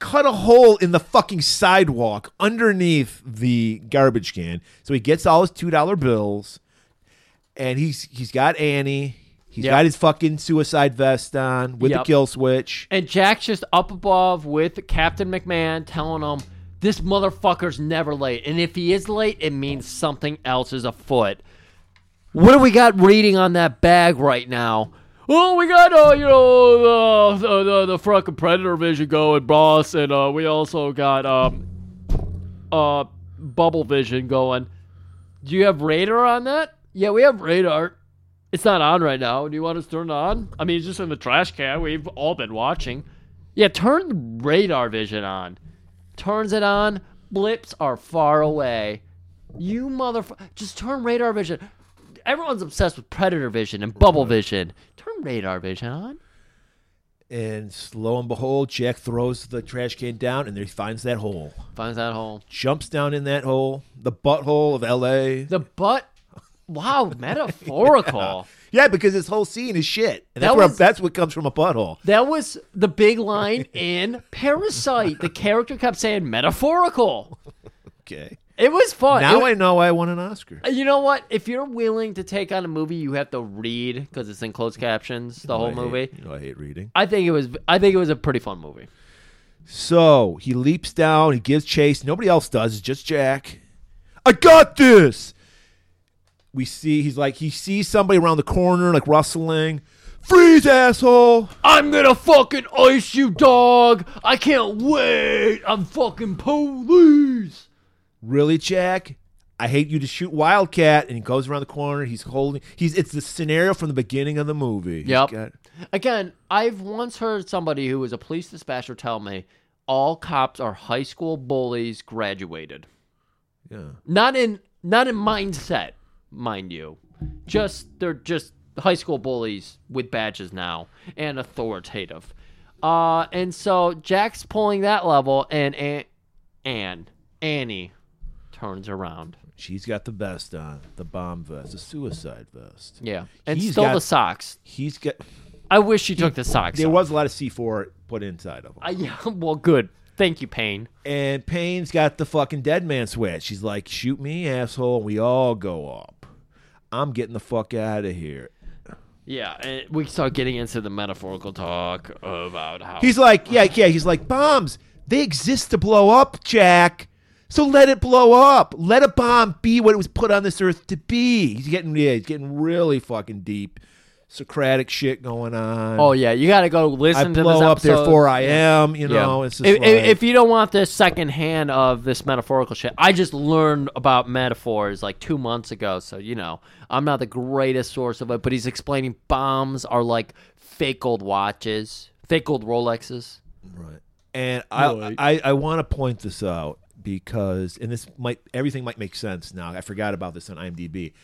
Speaker 3: cut a hole in the fucking sidewalk underneath the garbage can. So he gets all his two dollar bills, and he's he's got Annie. He's
Speaker 2: Yep.
Speaker 3: got his fucking suicide vest on with
Speaker 2: Yep.
Speaker 3: the kill switch.
Speaker 2: And Jack's just up above with Captain McMahon telling him this motherfucker's never late. And if he is late, it means something else is afoot. What do we got reading on that bag right now? Oh, we got, uh, you know, uh, the, the, the fucking Predator Vision going, boss. And uh, we also got um, uh, Bubble Vision going. Do you have radar on that? Yeah, we have radar. It's not on right now. Do you want us to turn it on? I mean, it's just in the trash can. We've all been watching. Yeah, turn radar vision on. Turns it on. Blips are far away. You motherfucker. Just turn radar vision. Everyone's obsessed with predator vision and bubble vision. Turn radar vision.
Speaker 3: And lo and behold, Jack throws the trash can down and there he finds that hole.
Speaker 2: Finds that hole.
Speaker 3: Jumps down in that hole, the butthole of LA.
Speaker 2: The butt. Wow, metaphorical.
Speaker 3: Yeah, because this whole scene is shit. And
Speaker 2: That
Speaker 3: that's, where,
Speaker 2: was-
Speaker 3: that's what comes from a butthole.
Speaker 2: That was the big line in Parasite. The character kept saying metaphorical.
Speaker 3: Okay.
Speaker 2: It was fun.
Speaker 3: Now
Speaker 2: It-
Speaker 3: I know I won an Oscar.
Speaker 2: Uh, You know what? If you're willing to take on a movie, you have to read because it's in closed captions the whole
Speaker 3: Oh, I hate-
Speaker 2: movie.
Speaker 3: you know, I hate reading.
Speaker 2: I think it was. I think it was a pretty fun movie.
Speaker 3: So he leaps down, he gives chase. Nobody else does, it's just Jack. I got this. We see, he's like, he sees somebody around the corner, like rustling. Freeze, asshole.
Speaker 2: I'm gonna fucking ice you, dog. I can't wait. I'm fucking police.
Speaker 3: Really, Jack? I hate you to shoot Wildcat. And he goes around the corner. He's holding, he's, it's the scenario from the beginning of the movie. He's
Speaker 2: Yep.
Speaker 3: got-
Speaker 2: Again, I've once heard somebody who was a police dispatcher tell me all cops are high school bullies graduated.
Speaker 3: yeah.
Speaker 2: Not in not in mindset, mind you. Just they're just high school bullies with badges now and authoritative. Uh and so Jack's pulling that level and An- Anne Annie turns around.
Speaker 3: She's got the vest on, the bomb vest, the suicide vest.
Speaker 2: Yeah. And
Speaker 3: He's
Speaker 2: stole
Speaker 3: got-
Speaker 2: the socks.
Speaker 3: He's got.
Speaker 2: I wish she took the socks.
Speaker 3: There
Speaker 2: off.
Speaker 3: was a lot of C4 put inside of him.
Speaker 2: I, [laughs] yeah, well good. Thank you, Payne.
Speaker 3: and Payne's got the fucking dead man sweat. She's like, shoot me, asshole. And we all go up. I'm getting the fuck out of here.
Speaker 2: Yeah, and we start getting into the metaphorical talk about how
Speaker 3: He's like, yeah, yeah. He's like, bombs, they exist to blow up, Jack. So let it blow up. Let a bomb be what it was put on this earth to be. He's getting, yeah, he's getting really fucking deep. Socratic shit going on.
Speaker 2: Oh yeah, you got to go
Speaker 3: I
Speaker 2: listen to
Speaker 3: blow
Speaker 2: this
Speaker 3: up,
Speaker 2: episode.
Speaker 3: therefore I am. You
Speaker 2: Yeah.
Speaker 3: know, it's just
Speaker 2: if,
Speaker 3: like,
Speaker 2: if, if you don't want this second hand of this metaphorical shit, I just learned about metaphors like two months ago. So you know, I'm not the greatest source of it, but he's explaining bombs are like fake old watches, fake old Rolexes.
Speaker 3: Right. And I, I, I want to point this out because, and this might, everything might make sense now. I forgot about this on IMDb.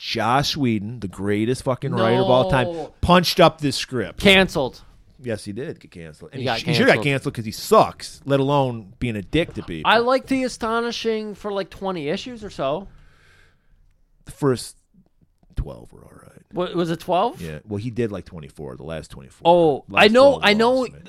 Speaker 3: Josh Whedon, the greatest fucking writer of all time,
Speaker 2: No.
Speaker 3: punched up this script.
Speaker 2: Canceled.
Speaker 3: yes, he did get canceled. And
Speaker 2: He
Speaker 3: he,
Speaker 2: got
Speaker 3: sh- he sure got
Speaker 2: canceled.
Speaker 3: canceled because he sucks, let alone being a dick to people.
Speaker 2: I like the astonishing for like 20 issues or so.
Speaker 3: the first 12 were all right.
Speaker 2: What, was it 12?
Speaker 3: Yeah. Well, he did like 24. The last 24.
Speaker 2: Oh,
Speaker 3: Last
Speaker 2: I know.
Speaker 3: 12
Speaker 2: I know.
Speaker 3: was, man.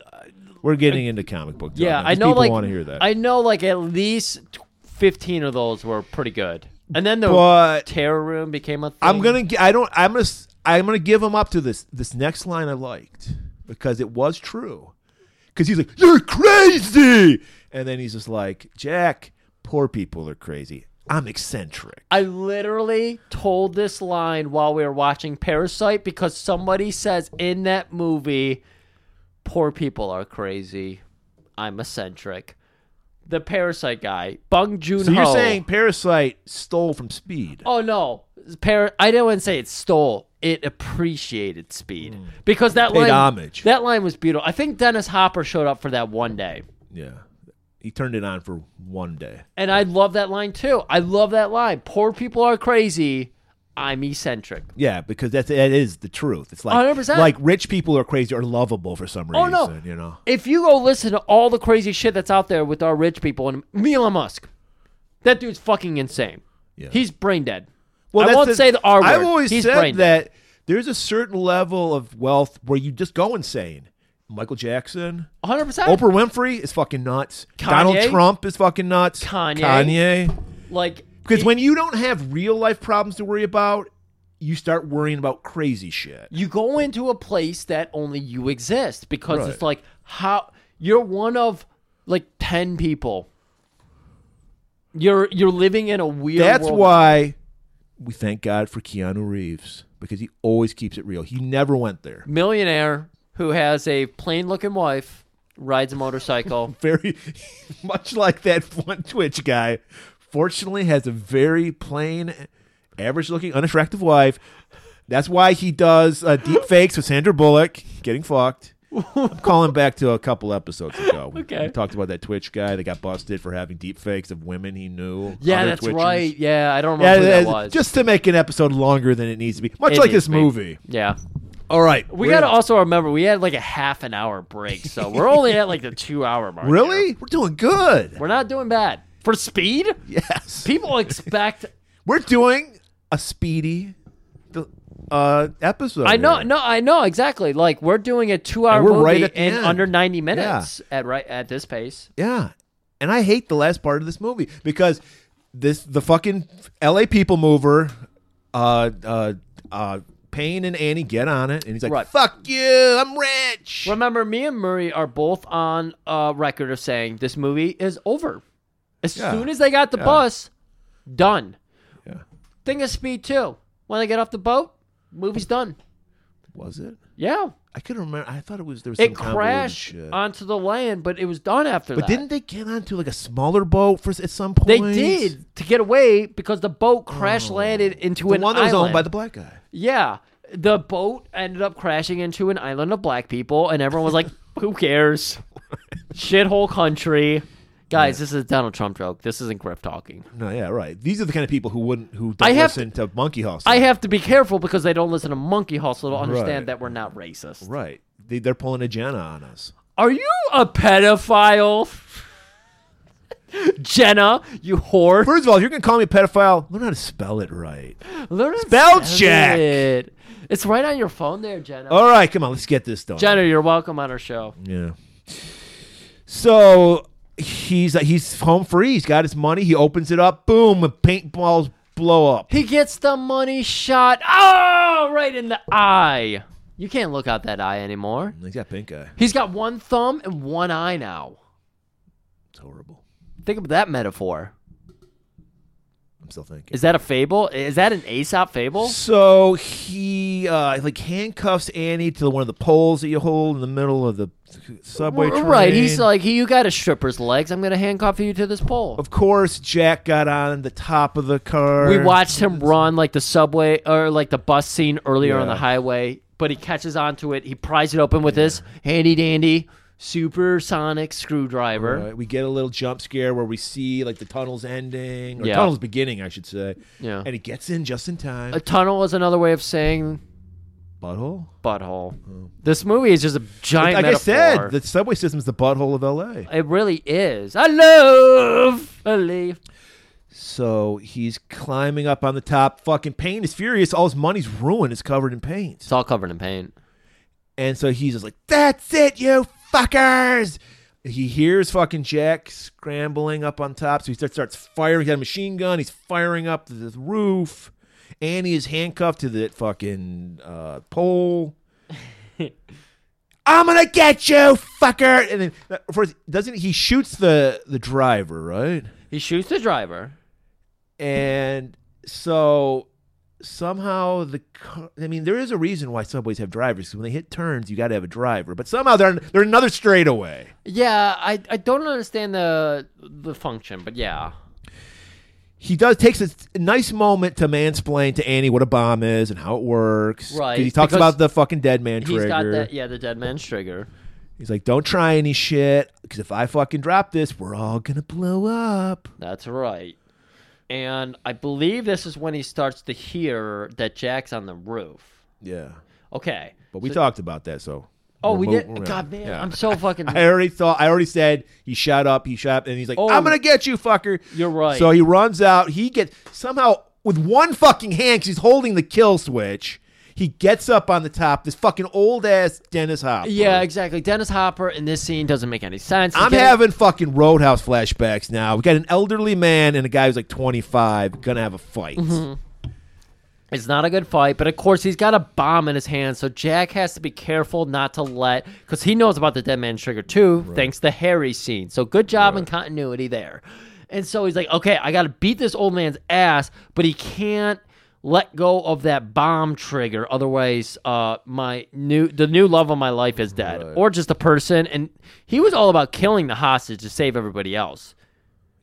Speaker 3: We're getting into comic book. talk
Speaker 2: Yeah,
Speaker 3: now,
Speaker 2: I
Speaker 3: 'cause
Speaker 2: know.
Speaker 3: People
Speaker 2: Like,
Speaker 3: want to hear that.
Speaker 2: I know. Like at least t- fifteen of those were pretty good, and then the
Speaker 3: But-
Speaker 2: terror room became a. Thing.
Speaker 3: I'm gonna. gi- I don't. I'm gonna. s- I'm gonna give him up to this. This next line I liked because it was true. Because he's like, "You're crazy," and then he's just like, "Jack, poor people are crazy. I'm eccentric."
Speaker 2: I literally told this line while we were watching Parasite because somebody says in that movie, "Poor people are crazy. I'm eccentric." The Parasite guy, Bung Joon.
Speaker 3: So you're saying Parasite stole from Speed?
Speaker 2: Oh no, Par- I didn't say it stole. It appreciated speed because that
Speaker 3: Mm. Paid
Speaker 2: line,
Speaker 3: homage.
Speaker 2: that line was beautiful. I think Dennis Hopper showed up for that one day,
Speaker 3: Yeah, he turned it on for one day.
Speaker 2: and I love that line too. I love that line. Poor people are crazy. I'm eccentric.
Speaker 3: Yeah, because that's that is the truth. It's like
Speaker 2: 100%.
Speaker 3: like rich people are crazy or lovable for some
Speaker 2: Oh
Speaker 3: reason.
Speaker 2: no!
Speaker 3: you know.
Speaker 2: if you go listen to all the crazy shit that's out there with our rich people and Elon Musk, that dude's fucking insane.
Speaker 3: Yeah.
Speaker 2: He's brain dead.
Speaker 3: Well,
Speaker 2: I
Speaker 3: that's
Speaker 2: won't say the R word.
Speaker 3: I've always
Speaker 2: He's
Speaker 3: said
Speaker 2: brain dead.
Speaker 3: that there's a certain level of wealth where you just go insane. Michael Jackson,
Speaker 2: 100. percent
Speaker 3: Oprah Winfrey is fucking nuts.
Speaker 2: Ah. Kanye?
Speaker 3: Donald Trump is fucking nuts.
Speaker 2: Kanye?
Speaker 3: Kanye.
Speaker 2: Like
Speaker 3: Because when you don't have real life problems to worry about, you start worrying about crazy shit.
Speaker 2: you go into a place that only you exist because it's
Speaker 3: Right.
Speaker 2: like how you're one of like 10 people you're you're living in a weird
Speaker 3: That's
Speaker 2: world.
Speaker 3: why we thank God for Keanu Reeves because he always keeps it real. He never went there.
Speaker 2: millionaire who has a plain looking wife rides a motorcycle
Speaker 3: very [laughs] much like that one Twitch guy. Fortunately, has a very plain, average-looking, unattractive wife. That's why he does
Speaker 2: [laughs]
Speaker 3: uh, deep fakes with Sandra Bullock getting fucked. I'm calling back to a couple episodes ago. We-
Speaker 2: Okay.
Speaker 3: we talked about that Twitch guy that got busted for having deep fakes of women he knew.
Speaker 2: [laughs] yeah
Speaker 3: other
Speaker 2: that's
Speaker 3: Twitchers.
Speaker 2: right yeah i don't
Speaker 3: Yeah,
Speaker 2: remember who that
Speaker 3: yeah,
Speaker 2: was
Speaker 3: just to make an episode longer than it needs to be, much
Speaker 2: It
Speaker 3: like
Speaker 2: needs
Speaker 3: this
Speaker 2: to be.
Speaker 3: movie.
Speaker 2: yeah
Speaker 3: All right.
Speaker 2: We
Speaker 3: we're-
Speaker 2: got to also remember we had like a half an hour break, so we're only at like the two hour [laughs] mark.
Speaker 3: Really?
Speaker 2: here.
Speaker 3: We're doing good.
Speaker 2: We're not doing bad for speed.
Speaker 3: Yes.
Speaker 2: [laughs] People expect.
Speaker 3: We're doing a speedy uh, episode.
Speaker 2: I know,
Speaker 3: here.
Speaker 2: no, I know exactly. Like we're doing a two-hour
Speaker 3: And we're
Speaker 2: movie
Speaker 3: right at the
Speaker 2: in
Speaker 3: end.
Speaker 2: under ninety minutes at right at this pace.
Speaker 3: Yeah. And I hate the last part of this movie because this the fucking LA people mover, uh uh uh Payne and Annie get on it and he's like,
Speaker 2: Right.
Speaker 3: Fuck you, I'm rich.
Speaker 2: Remember, me and Murray are both on uh, record of saying this movie is over. As
Speaker 3: Yeah.
Speaker 2: soon as they got the
Speaker 3: Yeah.
Speaker 2: bus, done.
Speaker 3: Yeah.
Speaker 2: Thing of Speed too. When they get off the boat, movie's done.
Speaker 3: Was it?
Speaker 2: Yeah,
Speaker 3: I couldn't remember I thought it was there was some
Speaker 2: it
Speaker 3: convoluted
Speaker 2: crashed
Speaker 3: shit.
Speaker 2: onto the land, but it was done after
Speaker 3: But
Speaker 2: that.
Speaker 3: didn't they get onto like a smaller boat for s- at some point? Oh.
Speaker 2: They did to get away because the boat crash landed into
Speaker 3: The
Speaker 2: an
Speaker 3: one that was
Speaker 2: island.
Speaker 3: owned by the black guy.
Speaker 2: yeah, the boat ended up crashing into an island of black people, and everyone was
Speaker 3: [laughs]
Speaker 2: like, "Who cares? Shithole country." Guys, this is a Donald Trump joke. This isn't Griff talking.
Speaker 3: No, yeah, right. These are the kind of people who wouldn't who don't
Speaker 2: I have
Speaker 3: listen to, Monkey Hall.
Speaker 2: I have to be careful because they don't listen to Monkey Hustle to understand
Speaker 3: Right.
Speaker 2: that we're not racist.
Speaker 3: right. They, they're pulling a Jenna on us.
Speaker 2: Are you a pedophile? [laughs] Jenna, you whore.
Speaker 3: First of all, if you're gonna call me a pedophile, learn how to spell it right.
Speaker 2: Learn to
Speaker 3: Spell check.
Speaker 2: it. It's right on your phone there, Jenna.
Speaker 3: All right, come on, let's get this done.
Speaker 2: Jenna, you're welcome on our show.
Speaker 3: Yeah. So he's uh, he's home free. He's got his money. He opens it up. Boom! Paintballs blow up.
Speaker 2: He gets the money shot. Oh, right in the eye. You can't look out that eye anymore.
Speaker 3: He's got pink eye.
Speaker 2: He's got one thumb and one eye now.
Speaker 3: It's horrible.
Speaker 2: Think about that metaphor.
Speaker 3: I'm still thinking.
Speaker 2: Is that a fable? Is that an Aesop fable?
Speaker 3: So he uh, like handcuffs Annie to one of the poles that you hold in the middle of the subway train.
Speaker 2: Right. He's like, you got a stripper's legs. I'm going to handcuff you to this pole.
Speaker 3: of course, Jack got on the top of the car.
Speaker 2: We watched him run like the subway or like the bus scene earlier on the
Speaker 3: Yeah.
Speaker 2: highway, but he catches onto it. He pries it open with this handy dandy supersonic screwdriver.
Speaker 3: Right, we get a little jump scare where we see like the tunnel's ending or
Speaker 2: Yeah.
Speaker 3: tunnel's beginning, I should say.
Speaker 2: Yeah.
Speaker 3: And he gets in just in time.
Speaker 2: A tunnel is another way of saying
Speaker 3: butthole.
Speaker 2: butthole. This movie is just a giant.
Speaker 3: Mm. like
Speaker 2: metaphor.
Speaker 3: I said, the subway system's the butthole of LA.
Speaker 2: it really is. I love LA.
Speaker 3: So he's climbing up on the top. Fucking paint is furious. All his money's ruined. It's covered in paint.
Speaker 2: It's all covered in paint.
Speaker 3: And so he's just like, "That's it, you fuckers." He hears fucking Jack scrambling up on top, so he starts, starts firing. He's got a machine gun. He's firing up the, the roof. Annie is handcuffed to the fucking uh, pole. I'm gonna get you, fucker! And then, of course, doesn't he shoots the the driver right?
Speaker 2: He shoots the driver.
Speaker 3: and so somehow the car, I mean there is a reason why subways have drivers 'cause when they hit turns you got to have a driver but somehow they're they're another straightaway
Speaker 2: Yeah, I, I don't understand the the function, but yeah.
Speaker 3: he does takes a nice moment to mansplain to Annie what a bomb is and how it works 'Cause
Speaker 2: Right,
Speaker 3: he talks
Speaker 2: because
Speaker 3: about the fucking dead man trigger
Speaker 2: He's got that yeah, the dead man's trigger.
Speaker 3: he's like don't try any shit because if I fucking drop this we're all gonna blow up
Speaker 2: That's right. And I believe this is when he starts to hear that Jack's on the roof.
Speaker 3: yeah
Speaker 2: Okay.
Speaker 3: but we talked about that so
Speaker 2: Oh,
Speaker 3: we're
Speaker 2: we
Speaker 3: mo-
Speaker 2: did.
Speaker 3: we're-
Speaker 2: God, man,
Speaker 3: yeah.
Speaker 2: I'm so fucking.
Speaker 3: [laughs] I already thought. I already said he shot up. He shot up, and he's like,
Speaker 2: Oh.
Speaker 3: "I'm gonna get you, fucker."
Speaker 2: You're right.
Speaker 3: So he runs out. He gets somehow with one fucking hand 'cause he's holding the kill switch. He gets up on the top. This fucking old ass Dennis Hopper.
Speaker 2: yeah, exactly. Dennis Hopper in this scene doesn't make any sense. He's
Speaker 3: I'm
Speaker 2: getting-
Speaker 3: having fucking roadhouse flashbacks now. We got an elderly man and a guy who's like 25 gonna have a fight.
Speaker 2: Mm-hmm. It's not a good fight, but of course he's got a bomb in his hand, so Jack has to be careful not to let because he knows about the dead man's trigger too, thanks to Harry scene. So good job in continuity there. And so he's like, okay, I got to beat this old man's ass, but he can't let go of that bomb trigger. Otherwise, uh, my new the new love of my life is dead, or just a person. And he was all about killing the hostage to save everybody else.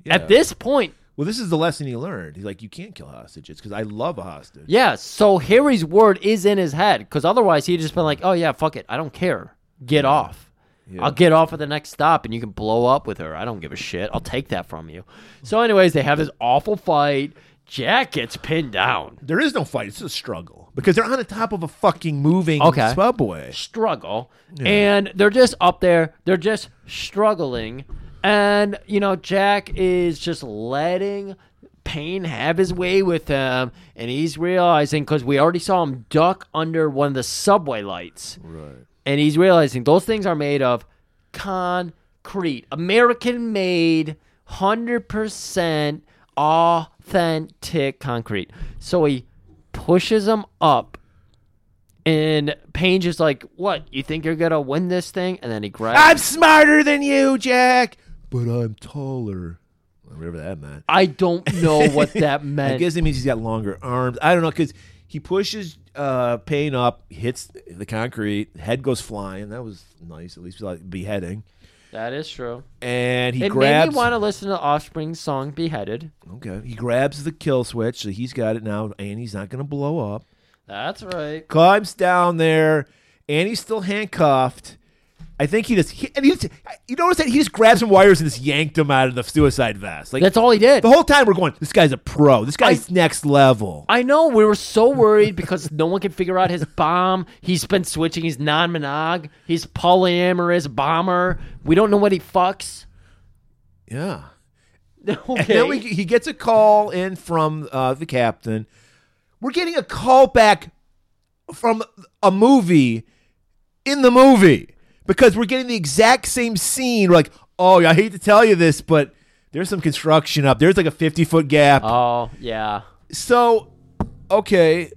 Speaker 2: At this point,
Speaker 3: Well, this is the lesson he learned. He's like, you can't kill hostages because I love a hostage.
Speaker 2: Yeah, so Harry's word is in his head because otherwise he'd just been like, oh, yeah, fuck it. I don't care. Get off. I'll get off at the next stop and you can blow up with her. I don't give a shit. I'll take that from you. So, anyways, they have this awful fight. Jack gets pinned down.
Speaker 3: There is no fight. It's a struggle. because they're on the top of a fucking moving
Speaker 2: Okay.
Speaker 3: subway.
Speaker 2: struggle and they're just up there they're just struggling and you know jack is just letting pain have his way with him and he's realizing because we already saw him duck under one of the subway lights right and he's realizing those things are made of concrete american made 100% authentic concrete so he pushes him up and Payne just like, what? You think you're gonna win this thing? And then he grabs.
Speaker 3: I'm smarter than you, Jack, but I'm taller. Whatever that meant.
Speaker 2: I don't know what that meant.
Speaker 3: [laughs] I guess it means he's got longer arms. I don't know because he pushes uh, Payne up, hits the concrete, head goes flying. That was nice. At least without beheading.
Speaker 2: that is true.
Speaker 3: And he
Speaker 2: It made
Speaker 3: grabs.
Speaker 2: me want to listen to Offspring's song "Beheaded."
Speaker 3: okay, he grabs the kill switch, so he's got it now, and he's not going to blow up.
Speaker 2: That's right.
Speaker 3: climbs down there, and he's still handcuffed. I think he just. He, and he just you notice that he just grabbed some wires and just yanked him out of the suicide vest. Like
Speaker 2: That's all he did.
Speaker 3: the whole time we're going. This guy's a pro. This guy's next level.
Speaker 2: I know we were so worried because no one could figure out his bomb. He's been switching. He's non-monog. He's polyamorous bomber. We don't know what he fucks.
Speaker 3: yeah. And
Speaker 2: [laughs] okay.
Speaker 3: then we, he gets a call in from uh, the captain. We're getting a call back from a movie in the movie because we're getting the exact same scene. We're like, oh, I hate to tell you this, but there's some construction up. There's like a 50 foot gap.
Speaker 2: oh yeah.
Speaker 3: So, okay.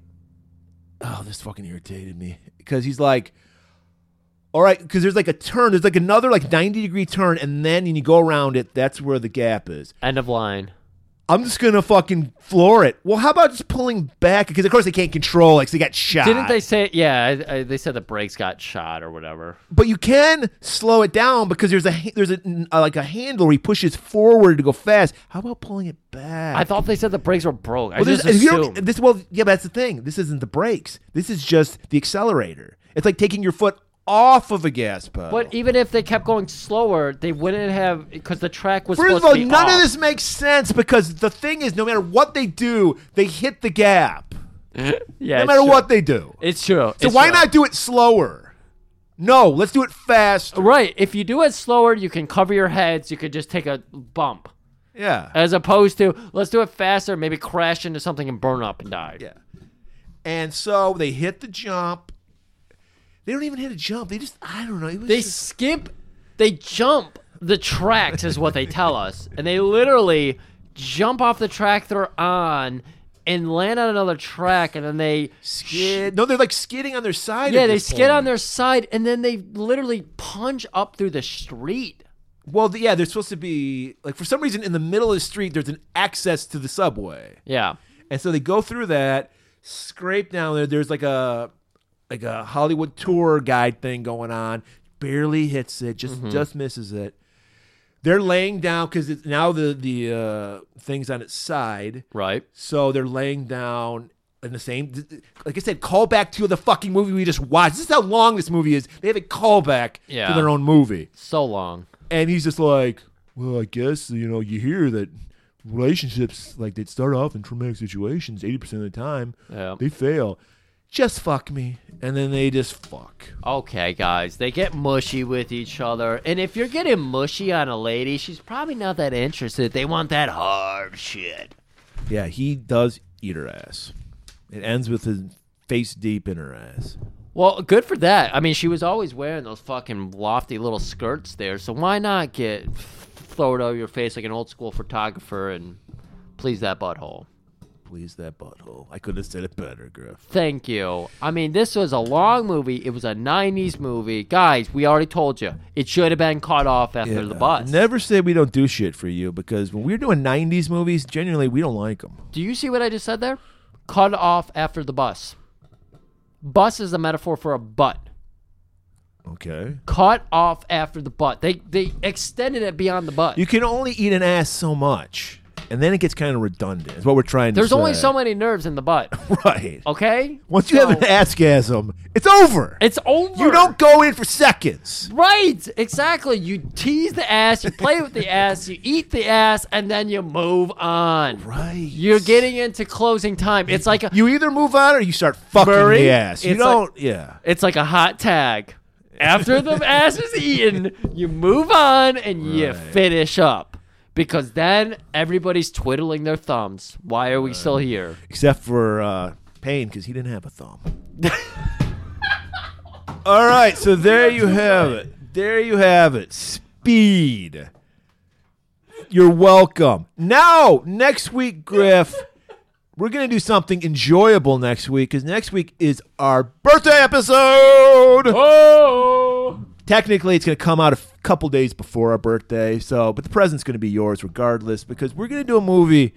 Speaker 3: Oh, this fucking irritated me because he's like, all right, because there's like a turn, there's like another like 90 degree turn, and then when you go around it, that's where the gap is.
Speaker 2: End of line.
Speaker 3: I'm just gonna fucking floor it. Well, how about just pulling back? Because of course they can't control, like 'cause they got shot.
Speaker 2: Didn't they say? Yeah, I, I, they said the brakes got shot or whatever.
Speaker 3: But you can slow it down because there's a ha- there's a, a like a handle where he pushes forward to go fast. How about pulling it back?
Speaker 2: I thought they said the brakes were broke. I
Speaker 3: Well,
Speaker 2: just
Speaker 3: this, if you don't-
Speaker 2: assumed.
Speaker 3: this well, yeah, but that's the thing. This isn't the brakes. This is just the accelerator. It's like taking your foot off of a gas pedal.
Speaker 2: But even if they kept going slower, they wouldn't have because the track was
Speaker 3: First
Speaker 2: supposed
Speaker 3: of all,
Speaker 2: to be
Speaker 3: none
Speaker 2: off.
Speaker 3: of this makes sense because the thing is, no matter what they do, they hit the gap.
Speaker 2: Yeah,
Speaker 3: No
Speaker 2: it's
Speaker 3: matter
Speaker 2: true.
Speaker 3: what they do.
Speaker 2: it's true.
Speaker 3: so
Speaker 2: It's
Speaker 3: why
Speaker 2: true.
Speaker 3: not do it slower? No, let's do it fast.
Speaker 2: Right, if you do it slower, you can cover your heads. You could just take a bump,
Speaker 3: Yeah.
Speaker 2: as opposed to let's do it faster, maybe crash into something and burn up and die.
Speaker 3: Yeah. And so they hit the jump. They don't even hit a jump. They just I don't know. It was
Speaker 2: They
Speaker 3: just-
Speaker 2: skip, they jump the tracks, is what they tell us, and they literally jump off the track they're on and land on another track, and then they
Speaker 3: skid. No, they're like skidding on their side.
Speaker 2: Yeah,
Speaker 3: at
Speaker 2: they
Speaker 3: this
Speaker 2: skid on
Speaker 3: point.
Speaker 2: their side and then they literally punch up through the street.
Speaker 3: Well, th- yeah, they're supposed to be like for some reason in the middle of the street. There's an access to the subway,
Speaker 2: Yeah.
Speaker 3: and so they go through that, scrape down there. There's like a like a Hollywood tour guide thing going on. Barely hits it, just just misses it. They're laying down because now the the uh, things on its side.
Speaker 2: Right.
Speaker 3: So they're laying down in the same, like I said, callback to the fucking movie we just watched. This is how long this movie is. They have a callback
Speaker 2: Yeah.
Speaker 3: to their own movie.
Speaker 2: So long.
Speaker 3: And he's just like, well, I guess, you know, you hear that relationships, like, they start off in traumatic situations 80% of the time.
Speaker 2: Yeah.
Speaker 3: They fail. Just fuck me. And then they just fuck.
Speaker 2: Okay, guys. They get mushy with each other. And if you're getting mushy on a lady, she's probably not that interested. They want that hard shit.
Speaker 3: Yeah, he does eat her ass. It ends with his face deep in her ass.
Speaker 2: Well, good for that. I mean, she was always wearing those fucking lofty little skirts there, so why not get throw it over your face like an old school photographer and please that butthole?
Speaker 3: Please, that butthole. I couldn't have said it better, Griff.
Speaker 2: Thank you. I mean, this was a long movie. It was a 90s movie. Guys, we already told you. It should have been cut off after the
Speaker 3: Yeah.
Speaker 2: bus.
Speaker 3: Never say we don't do shit for you because when we're doing 90s movies, genuinely, we don't like them.
Speaker 2: Do you see what I just said there? Cut off after the bus. Bus is a metaphor for a butt.
Speaker 3: Okay.
Speaker 2: Cut off after the butt. They they extended it beyond the butt.
Speaker 3: You can only eat an ass so much. and then it gets kind of redundant. Is what we're trying to.
Speaker 2: There's only
Speaker 3: say.
Speaker 2: so many nerves in the
Speaker 3: [laughs]
Speaker 2: butt.
Speaker 3: right.
Speaker 2: Okay.
Speaker 3: Once you
Speaker 2: So,
Speaker 3: have an askasm, it's over.
Speaker 2: it's over.
Speaker 3: you don't go in for seconds.
Speaker 2: Right, exactly. You tease the ass, you play with the
Speaker 3: [laughs]
Speaker 2: ass, you eat the ass, and then you move on.
Speaker 3: Right.
Speaker 2: You're getting into closing time. It's like a,
Speaker 3: You either move on or you start fucking
Speaker 2: Murray,
Speaker 3: the ass. You
Speaker 2: it's like-
Speaker 3: don't. yeah.
Speaker 2: it's like a hot tag. After the ass is eaten, you move on and you finish up because then everybody's twiddling their thumbs. Why are we still here?
Speaker 3: Except for uh, Payne because he didn't have a thumb. All right. So there you have it. There you have it. Speed. You're welcome. Now, next week, Griff, we're going to do something enjoyable next week because next week is our birthday episode.
Speaker 2: Oh,
Speaker 3: technically it's going to come out a f- couple days before our birthday so but the present's going to be yours regardless because we're going to do a movie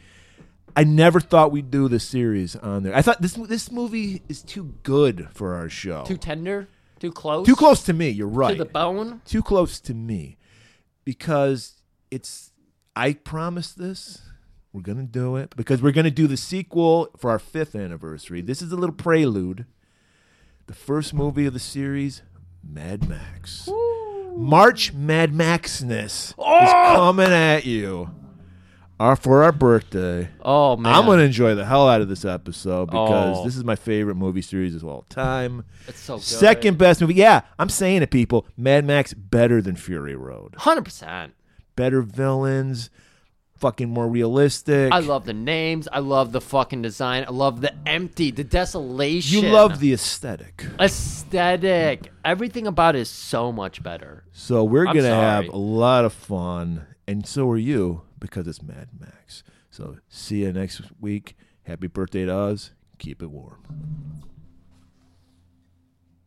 Speaker 3: i never thought we'd do this series on there i thought this this movie is too good for our show
Speaker 2: too tender, too close,
Speaker 3: Too close to me you're
Speaker 2: to
Speaker 3: right
Speaker 2: the bone.
Speaker 3: too close to me because it's i promise this we're going to do it because we're going to do the sequel for our fifth anniversary this is a little prelude the first movie of the series mad max march mad maxness is
Speaker 2: Oh!
Speaker 3: coming at you our, for our birthday
Speaker 2: Oh man,
Speaker 3: i'm going to enjoy the hell out of this episode because
Speaker 2: Oh.
Speaker 3: this is my favorite movie series of all time
Speaker 2: It's so good.
Speaker 3: Second best movie. Yeah, I'm saying it, people. Mad Max better than Fury Road.
Speaker 2: hundred percent.
Speaker 3: Better villains, fucking more realistic.
Speaker 2: I love the names. I love the fucking design. I love the empty, the desolation.
Speaker 3: you love the aesthetic.
Speaker 2: aesthetic. Everything about it is so much better.
Speaker 3: So we're
Speaker 2: I'm
Speaker 3: gonna have
Speaker 2: sorry.
Speaker 3: a lot of fun, and so are you because it's Mad Max. So see you next week. Happy birthday to us. Keep it warm.